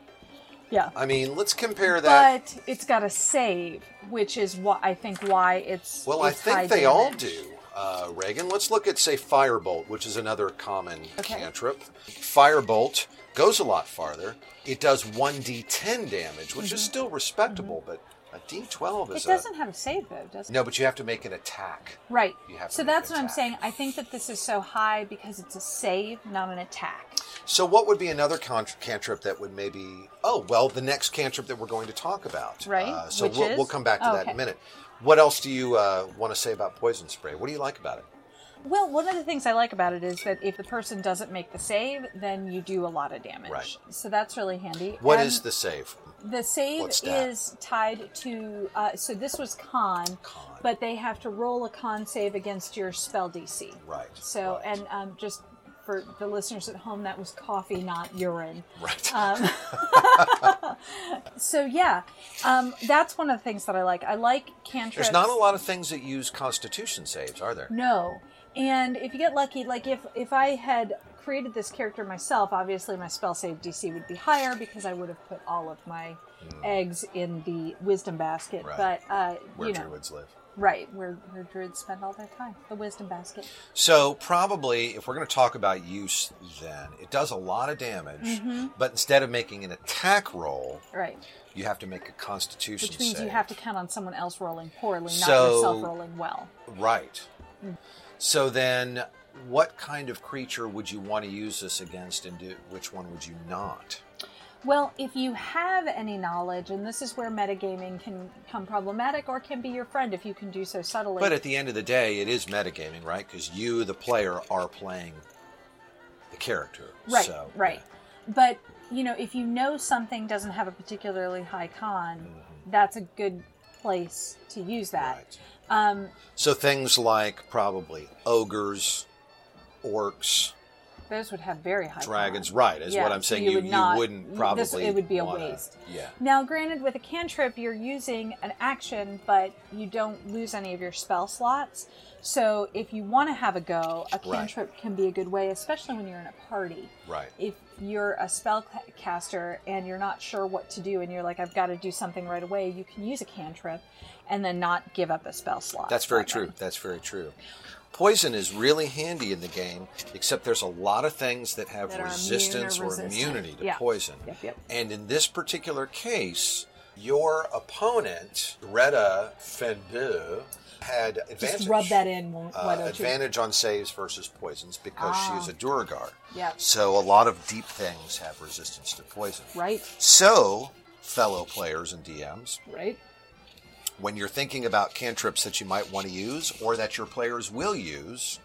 [SPEAKER 4] Yeah.
[SPEAKER 6] I mean, let's compare that.
[SPEAKER 4] But it's got a save, which is what I think why it's.
[SPEAKER 6] well, I
[SPEAKER 4] it's high
[SPEAKER 6] think they all
[SPEAKER 4] damage.
[SPEAKER 6] do. Uh, Reagan, let's look at say firebolt, which is another common
[SPEAKER 4] Okay.
[SPEAKER 6] cantrip. Firebolt goes a lot farther. It does one d10 damage, which is still respectable, but A D12
[SPEAKER 4] Mm-hmm. It
[SPEAKER 6] is
[SPEAKER 4] doesn't have a save though, does
[SPEAKER 6] a.
[SPEAKER 4] it?
[SPEAKER 6] No, but you have to make an attack.
[SPEAKER 4] Right.
[SPEAKER 6] You have
[SPEAKER 4] So
[SPEAKER 6] to make
[SPEAKER 4] that's
[SPEAKER 6] an
[SPEAKER 4] what I'm
[SPEAKER 6] attack.
[SPEAKER 4] saying. I think that this is so high because it's a save, not an attack.
[SPEAKER 6] So, what would be another con- cantrip that would maybe? Oh, well, the next cantrip that we're going to talk about.
[SPEAKER 4] Right,
[SPEAKER 6] Uh, so
[SPEAKER 4] which
[SPEAKER 6] we'll, we'll
[SPEAKER 4] is?
[SPEAKER 6] come back to
[SPEAKER 4] Oh,
[SPEAKER 6] that in a
[SPEAKER 4] okay.
[SPEAKER 6] minute. What else do you uh, want to say about poison spray? What do you like about it?
[SPEAKER 4] Well, one of the things I like about it is that if the person doesn't make the save, then you do a lot of damage.
[SPEAKER 6] Right.
[SPEAKER 4] So that's really handy.
[SPEAKER 6] What is
[SPEAKER 4] And
[SPEAKER 6] the save?
[SPEAKER 4] The save
[SPEAKER 6] What's that?
[SPEAKER 4] is tied to. Uh, so this was con,
[SPEAKER 6] Con.
[SPEAKER 4] but they have to roll a con save against your spell DC.
[SPEAKER 6] Right.
[SPEAKER 4] So
[SPEAKER 6] right,
[SPEAKER 4] and um, just for the listeners at home, that was coffee, not urine. Um,
[SPEAKER 6] right.
[SPEAKER 4] So yeah, um, that's one of the things that I like. I like cantrips.
[SPEAKER 6] There's not a lot of things that use Constitution saves, are there?
[SPEAKER 4] No. And if you get lucky, like if if I had created this character myself, obviously my spell save DC would be higher because I would have put all of my eggs in the wisdom basket.
[SPEAKER 6] Mm. Right.
[SPEAKER 4] But uh,
[SPEAKER 6] Where
[SPEAKER 4] you know,
[SPEAKER 6] druids live.
[SPEAKER 4] right where where druids spend all their time, the wisdom basket.
[SPEAKER 6] So probably, if we're going to talk about use, then it does a lot of damage.
[SPEAKER 4] Mm-hmm.
[SPEAKER 6] But instead of making an attack roll,
[SPEAKER 4] Right,
[SPEAKER 6] you have to make a Constitution
[SPEAKER 4] which means
[SPEAKER 6] save.
[SPEAKER 4] you have to count on someone else rolling poorly,
[SPEAKER 6] So-
[SPEAKER 4] not yourself rolling well.
[SPEAKER 6] Right. So then, what kind of creature would you want to use this against, and do, which one would you not?
[SPEAKER 4] Well, if you have any knowledge, and this is where metagaming can become problematic or can be your friend if you can do so subtly.
[SPEAKER 6] But at the end of the day, it is metagaming, right? Because you, the player, are playing the character.
[SPEAKER 4] Right,
[SPEAKER 6] So,
[SPEAKER 4] right. But you know, if you know something doesn't have a particularly high con,
[SPEAKER 6] Mm-hmm.
[SPEAKER 4] that's a good place to use that.
[SPEAKER 6] Right.
[SPEAKER 4] Um,
[SPEAKER 6] So things like probably ogres, orcs,
[SPEAKER 4] those would have very high
[SPEAKER 6] dragons.
[SPEAKER 4] con.
[SPEAKER 6] Right, is
[SPEAKER 4] Yeah,
[SPEAKER 6] what I'm
[SPEAKER 4] so
[SPEAKER 6] saying.
[SPEAKER 4] you
[SPEAKER 6] you,
[SPEAKER 4] would not-
[SPEAKER 6] wouldn't
[SPEAKER 4] this-
[SPEAKER 6] probably.
[SPEAKER 4] it would be a
[SPEAKER 6] wanna-
[SPEAKER 4] waste.
[SPEAKER 6] Yeah.
[SPEAKER 4] Now, granted, with a cantrip, you're using an action, but you don't lose any of your spell slots. So, if you want to have a go, a
[SPEAKER 6] Right.
[SPEAKER 4] cantrip can be a good way, especially when you're in a party.
[SPEAKER 6] Right.
[SPEAKER 4] if you're a spellcaster and you're not sure what to do and you're like i've got to do something right away you can use a cantrip and then not give up a spell slot
[SPEAKER 6] That's very
[SPEAKER 4] for them.
[SPEAKER 6] true. That's very true. Poison is really handy in the game, except there's a lot of things that have
[SPEAKER 4] That are immune or
[SPEAKER 6] resistance or,
[SPEAKER 4] resistant.
[SPEAKER 6] immunity to
[SPEAKER 4] Yeah.
[SPEAKER 6] poison.
[SPEAKER 4] Yep, yep.
[SPEAKER 6] And in this particular case, your opponent, Greta Fendu, had advantage.
[SPEAKER 4] just rub that in won't-
[SPEAKER 6] uh,
[SPEAKER 4] why don't Ah.
[SPEAKER 6] advantage on saves versus poisons because she's a Duragar.
[SPEAKER 4] Yep.
[SPEAKER 6] So a lot of deep things have resistance to poison.
[SPEAKER 4] you right
[SPEAKER 6] So, fellow players and DMs,
[SPEAKER 4] right
[SPEAKER 6] when you're thinking about cantrips that you might want to use or that your players will use,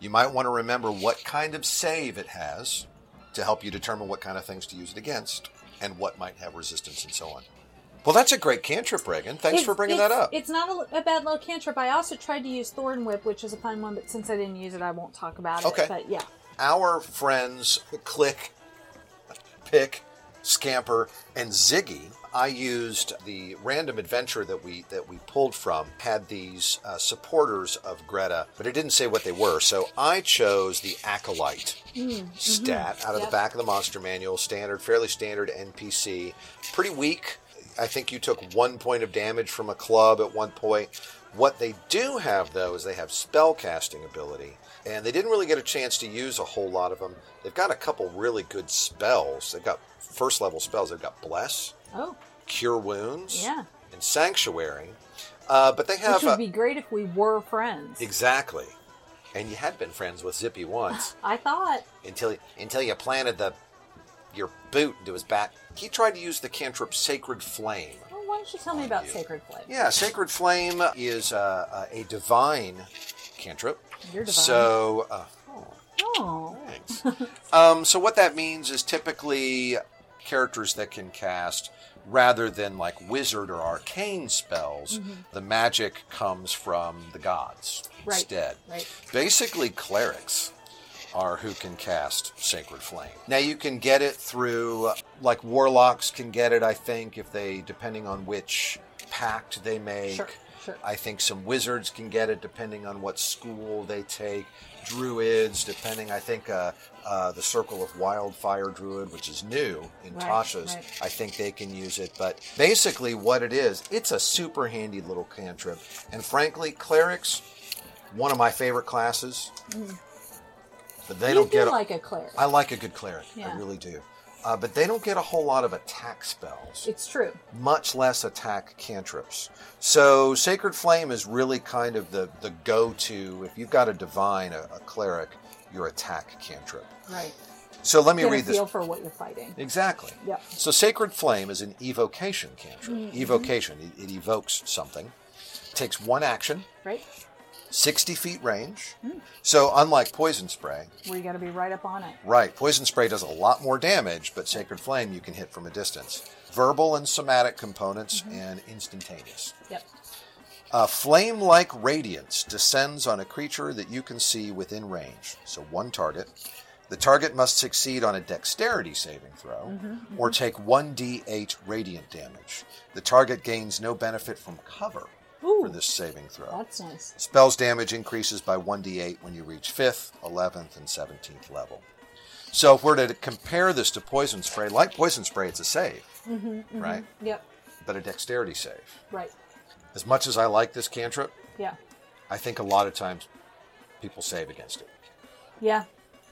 [SPEAKER 6] you might want to remember what kind of save it has to help you determine what kind of things to use it against and what might have resistance and so on. Well, that's a great cantrip, Reagan. Thanks for
[SPEAKER 4] It's-
[SPEAKER 6] bringing
[SPEAKER 4] it's-
[SPEAKER 6] that up.
[SPEAKER 4] it's not a, a bad low cantrip i also tried to use thorn whip which is a fun one but since i didn't use it i won't talk about
[SPEAKER 6] Okay.
[SPEAKER 4] it but yeah
[SPEAKER 6] Our friends, Click, Pick, Scamper, and Ziggy. I used the random adventure that we that we pulled from had these uh, supporters of Greta, but it didn't say what they were. So I chose the acolyte
[SPEAKER 4] Mm-hmm.
[SPEAKER 6] stat out of the back of the monster manual, standard, fairly standard NPC, pretty weak. I think you took one point of damage from a club at one point. What they do have though is they have spell casting ability, and they didn't really get a chance to use a whole lot of them. They've got a couple really good spells. They've got first level spells. They've got bless,
[SPEAKER 4] oh
[SPEAKER 6] cure wounds,
[SPEAKER 4] Yeah.
[SPEAKER 6] and sanctuary. Uh, but they have
[SPEAKER 4] which would
[SPEAKER 6] a-
[SPEAKER 4] be great if we were friends
[SPEAKER 6] exactly. And you had been friends with Zippy once
[SPEAKER 4] i thought
[SPEAKER 6] until until you planted the your boot into his back. He tried to use the cantrip Sacred Flame.
[SPEAKER 4] well, why don't you tell me about sacred flame
[SPEAKER 6] Yeah, Sacred Flame is uh, uh, a divine cantrip.
[SPEAKER 4] You're divine.
[SPEAKER 6] So, uh, oh,
[SPEAKER 4] oh
[SPEAKER 6] thanks. um, so what that means is typically characters that can cast rather than like wizard or arcane spells
[SPEAKER 4] Mm-hmm.
[SPEAKER 6] the magic comes from the gods
[SPEAKER 4] Right,
[SPEAKER 6] instead
[SPEAKER 4] right.
[SPEAKER 6] basically clerics are who can cast sacred flame now you can get it through like warlocks can get it i think if they depending on which pact they make
[SPEAKER 4] Sure, sure.
[SPEAKER 6] i think some wizards can get it depending on what school they take druids depending i think uh, uh, the circle of wildfire druid which is new in
[SPEAKER 4] Right,
[SPEAKER 6] tasha's
[SPEAKER 4] right.
[SPEAKER 6] I think they can use it. But basically, what it is, it's a super handy little cantrip. And frankly, clerics, one of my favorite classes. But they
[SPEAKER 4] you
[SPEAKER 6] don't
[SPEAKER 4] Mm. do
[SPEAKER 6] get.
[SPEAKER 4] like a cleric
[SPEAKER 6] I like a good cleric. I
[SPEAKER 4] Yeah.
[SPEAKER 6] really do. Uh, but they don't get a whole lot of attack spells,
[SPEAKER 4] It's true.
[SPEAKER 6] much less attack cantrips. So Sacred Flame is really kind of the, the go to. If you've got a divine, a, a cleric, your attack cantrip.
[SPEAKER 4] Right.
[SPEAKER 6] So let me
[SPEAKER 4] Get
[SPEAKER 6] read
[SPEAKER 4] a
[SPEAKER 6] this.
[SPEAKER 4] feel for what you're fighting.
[SPEAKER 6] Exactly.
[SPEAKER 4] Yep.
[SPEAKER 6] So Sacred Flame is an evocation cantrip.
[SPEAKER 4] Mm-hmm.
[SPEAKER 6] Evocation, it, it evokes something. Takes one action,
[SPEAKER 4] Right.
[SPEAKER 6] 60 feet range.
[SPEAKER 4] Mm.
[SPEAKER 6] So unlike Poison Spray,
[SPEAKER 4] Where you got to be right up on it.
[SPEAKER 6] right, Poison Spray does a lot more damage, but Sacred Flame you can hit from a distance. Verbal and somatic components
[SPEAKER 4] Mm-hmm.
[SPEAKER 6] and instantaneous.
[SPEAKER 4] Yep.
[SPEAKER 6] A flame like radiance descends on a creature that you can see within range. So, one target. The target must succeed on a dexterity saving throw or take 1d8 radiant damage. The target gains no benefit from cover for
[SPEAKER 4] Ooh,
[SPEAKER 6] this saving throw.
[SPEAKER 4] that's nice.
[SPEAKER 6] Spells damage increases by 1d8 when you reach 5th, 11th, and 17th level. So, if we're to compare this to Poison Spray, like Poison Spray, it's a save, right?
[SPEAKER 4] Yep.
[SPEAKER 6] But a dexterity save.
[SPEAKER 4] Right.
[SPEAKER 6] As much as I like this cantrip,
[SPEAKER 4] Yeah.
[SPEAKER 6] I think a lot of times people save against it.
[SPEAKER 4] Yeah.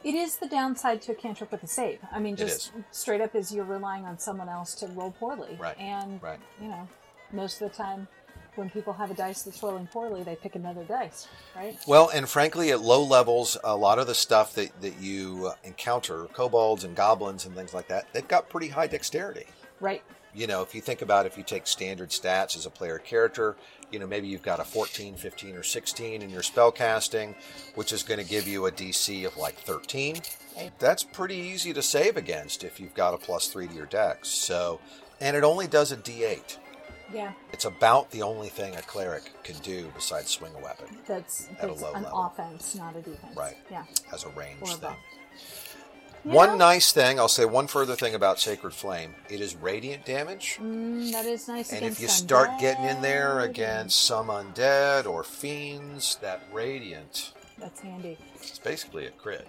[SPEAKER 4] It is the downside to a cantrip with a save. I mean,
[SPEAKER 6] It
[SPEAKER 4] just straight up is you're relying on someone else to roll poorly.
[SPEAKER 6] Right,
[SPEAKER 4] And,
[SPEAKER 6] right.
[SPEAKER 4] you know, most of the time when people have a dice that's rolling poorly, they pick another dice, right?
[SPEAKER 6] Well, and frankly, at low levels, a lot of the stuff that, that you uh, encounter, kobolds and goblins and things like that, they've got pretty high dexterity.
[SPEAKER 4] Right.
[SPEAKER 6] You know, if you think about if you take standard stats as a player character, you know, maybe you've got a 14, 15, or 16 in your spell casting, which is going to give you a DC of like 13. That's pretty easy to save against if you've got a plus three to your dex. So, and it only does a D8.
[SPEAKER 4] Yeah.
[SPEAKER 6] It's about the only thing a cleric can do besides swing a weapon
[SPEAKER 4] That's,
[SPEAKER 6] a
[SPEAKER 4] that's
[SPEAKER 6] low
[SPEAKER 4] an
[SPEAKER 6] level.
[SPEAKER 4] offense, not a defense.
[SPEAKER 6] Right.
[SPEAKER 4] Yeah.
[SPEAKER 6] as a ranged
[SPEAKER 4] Or a
[SPEAKER 6] thing.
[SPEAKER 4] buff.
[SPEAKER 6] One nice thing, I'll say one further thing about Sacred Flame it is radiant damage.
[SPEAKER 4] Mm, that is nice.
[SPEAKER 6] And if
[SPEAKER 4] against
[SPEAKER 6] you start
[SPEAKER 4] undead.
[SPEAKER 6] getting in there against some undead or fiends, that radiant
[SPEAKER 4] That's handy.
[SPEAKER 6] it's basically a crit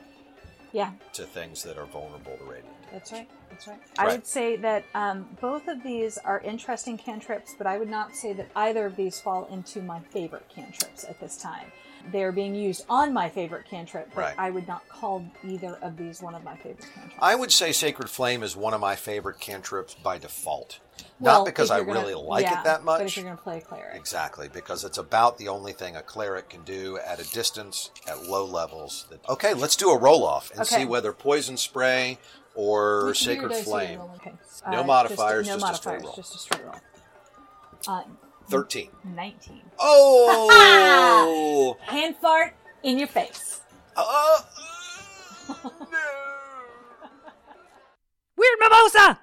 [SPEAKER 4] Yeah.
[SPEAKER 6] to things that are vulnerable to radiant.
[SPEAKER 4] That's right. That's right. I
[SPEAKER 6] Right.
[SPEAKER 4] would say that um, both of these are interesting cantrips, but I would not say that either of these fall into my favorite cantrips at this time. They are being used on my favorite cantrip, but
[SPEAKER 6] Right.
[SPEAKER 4] I would not call either of these one of my favorite cantrips.
[SPEAKER 6] I would say Sacred Flame is one of my favorite cantrips by default.
[SPEAKER 4] Well,
[SPEAKER 6] Not because
[SPEAKER 4] if
[SPEAKER 6] I
[SPEAKER 4] you're gonna-
[SPEAKER 6] really like
[SPEAKER 4] yeah,
[SPEAKER 6] it that much.
[SPEAKER 4] but if you're going to play a cleric,
[SPEAKER 6] Exactly, because it's about the only thing a cleric can do at a distance, at low levels. That, okay, let's do a roll off and
[SPEAKER 4] Okay.
[SPEAKER 6] see whether poison spray
[SPEAKER 4] You
[SPEAKER 6] or
[SPEAKER 4] can do your
[SPEAKER 6] sacred
[SPEAKER 4] dice either
[SPEAKER 6] flame.
[SPEAKER 4] roll, okay. Uh,
[SPEAKER 6] No
[SPEAKER 4] just-
[SPEAKER 6] modifiers,
[SPEAKER 4] no
[SPEAKER 6] just a straight
[SPEAKER 4] modifiers,
[SPEAKER 6] roll.
[SPEAKER 4] just a straight roll. Uh,
[SPEAKER 6] 13.
[SPEAKER 4] 19.
[SPEAKER 6] Oh!
[SPEAKER 4] Hand fart in your face.
[SPEAKER 6] oh! uh,
[SPEAKER 2] Weird mimosa!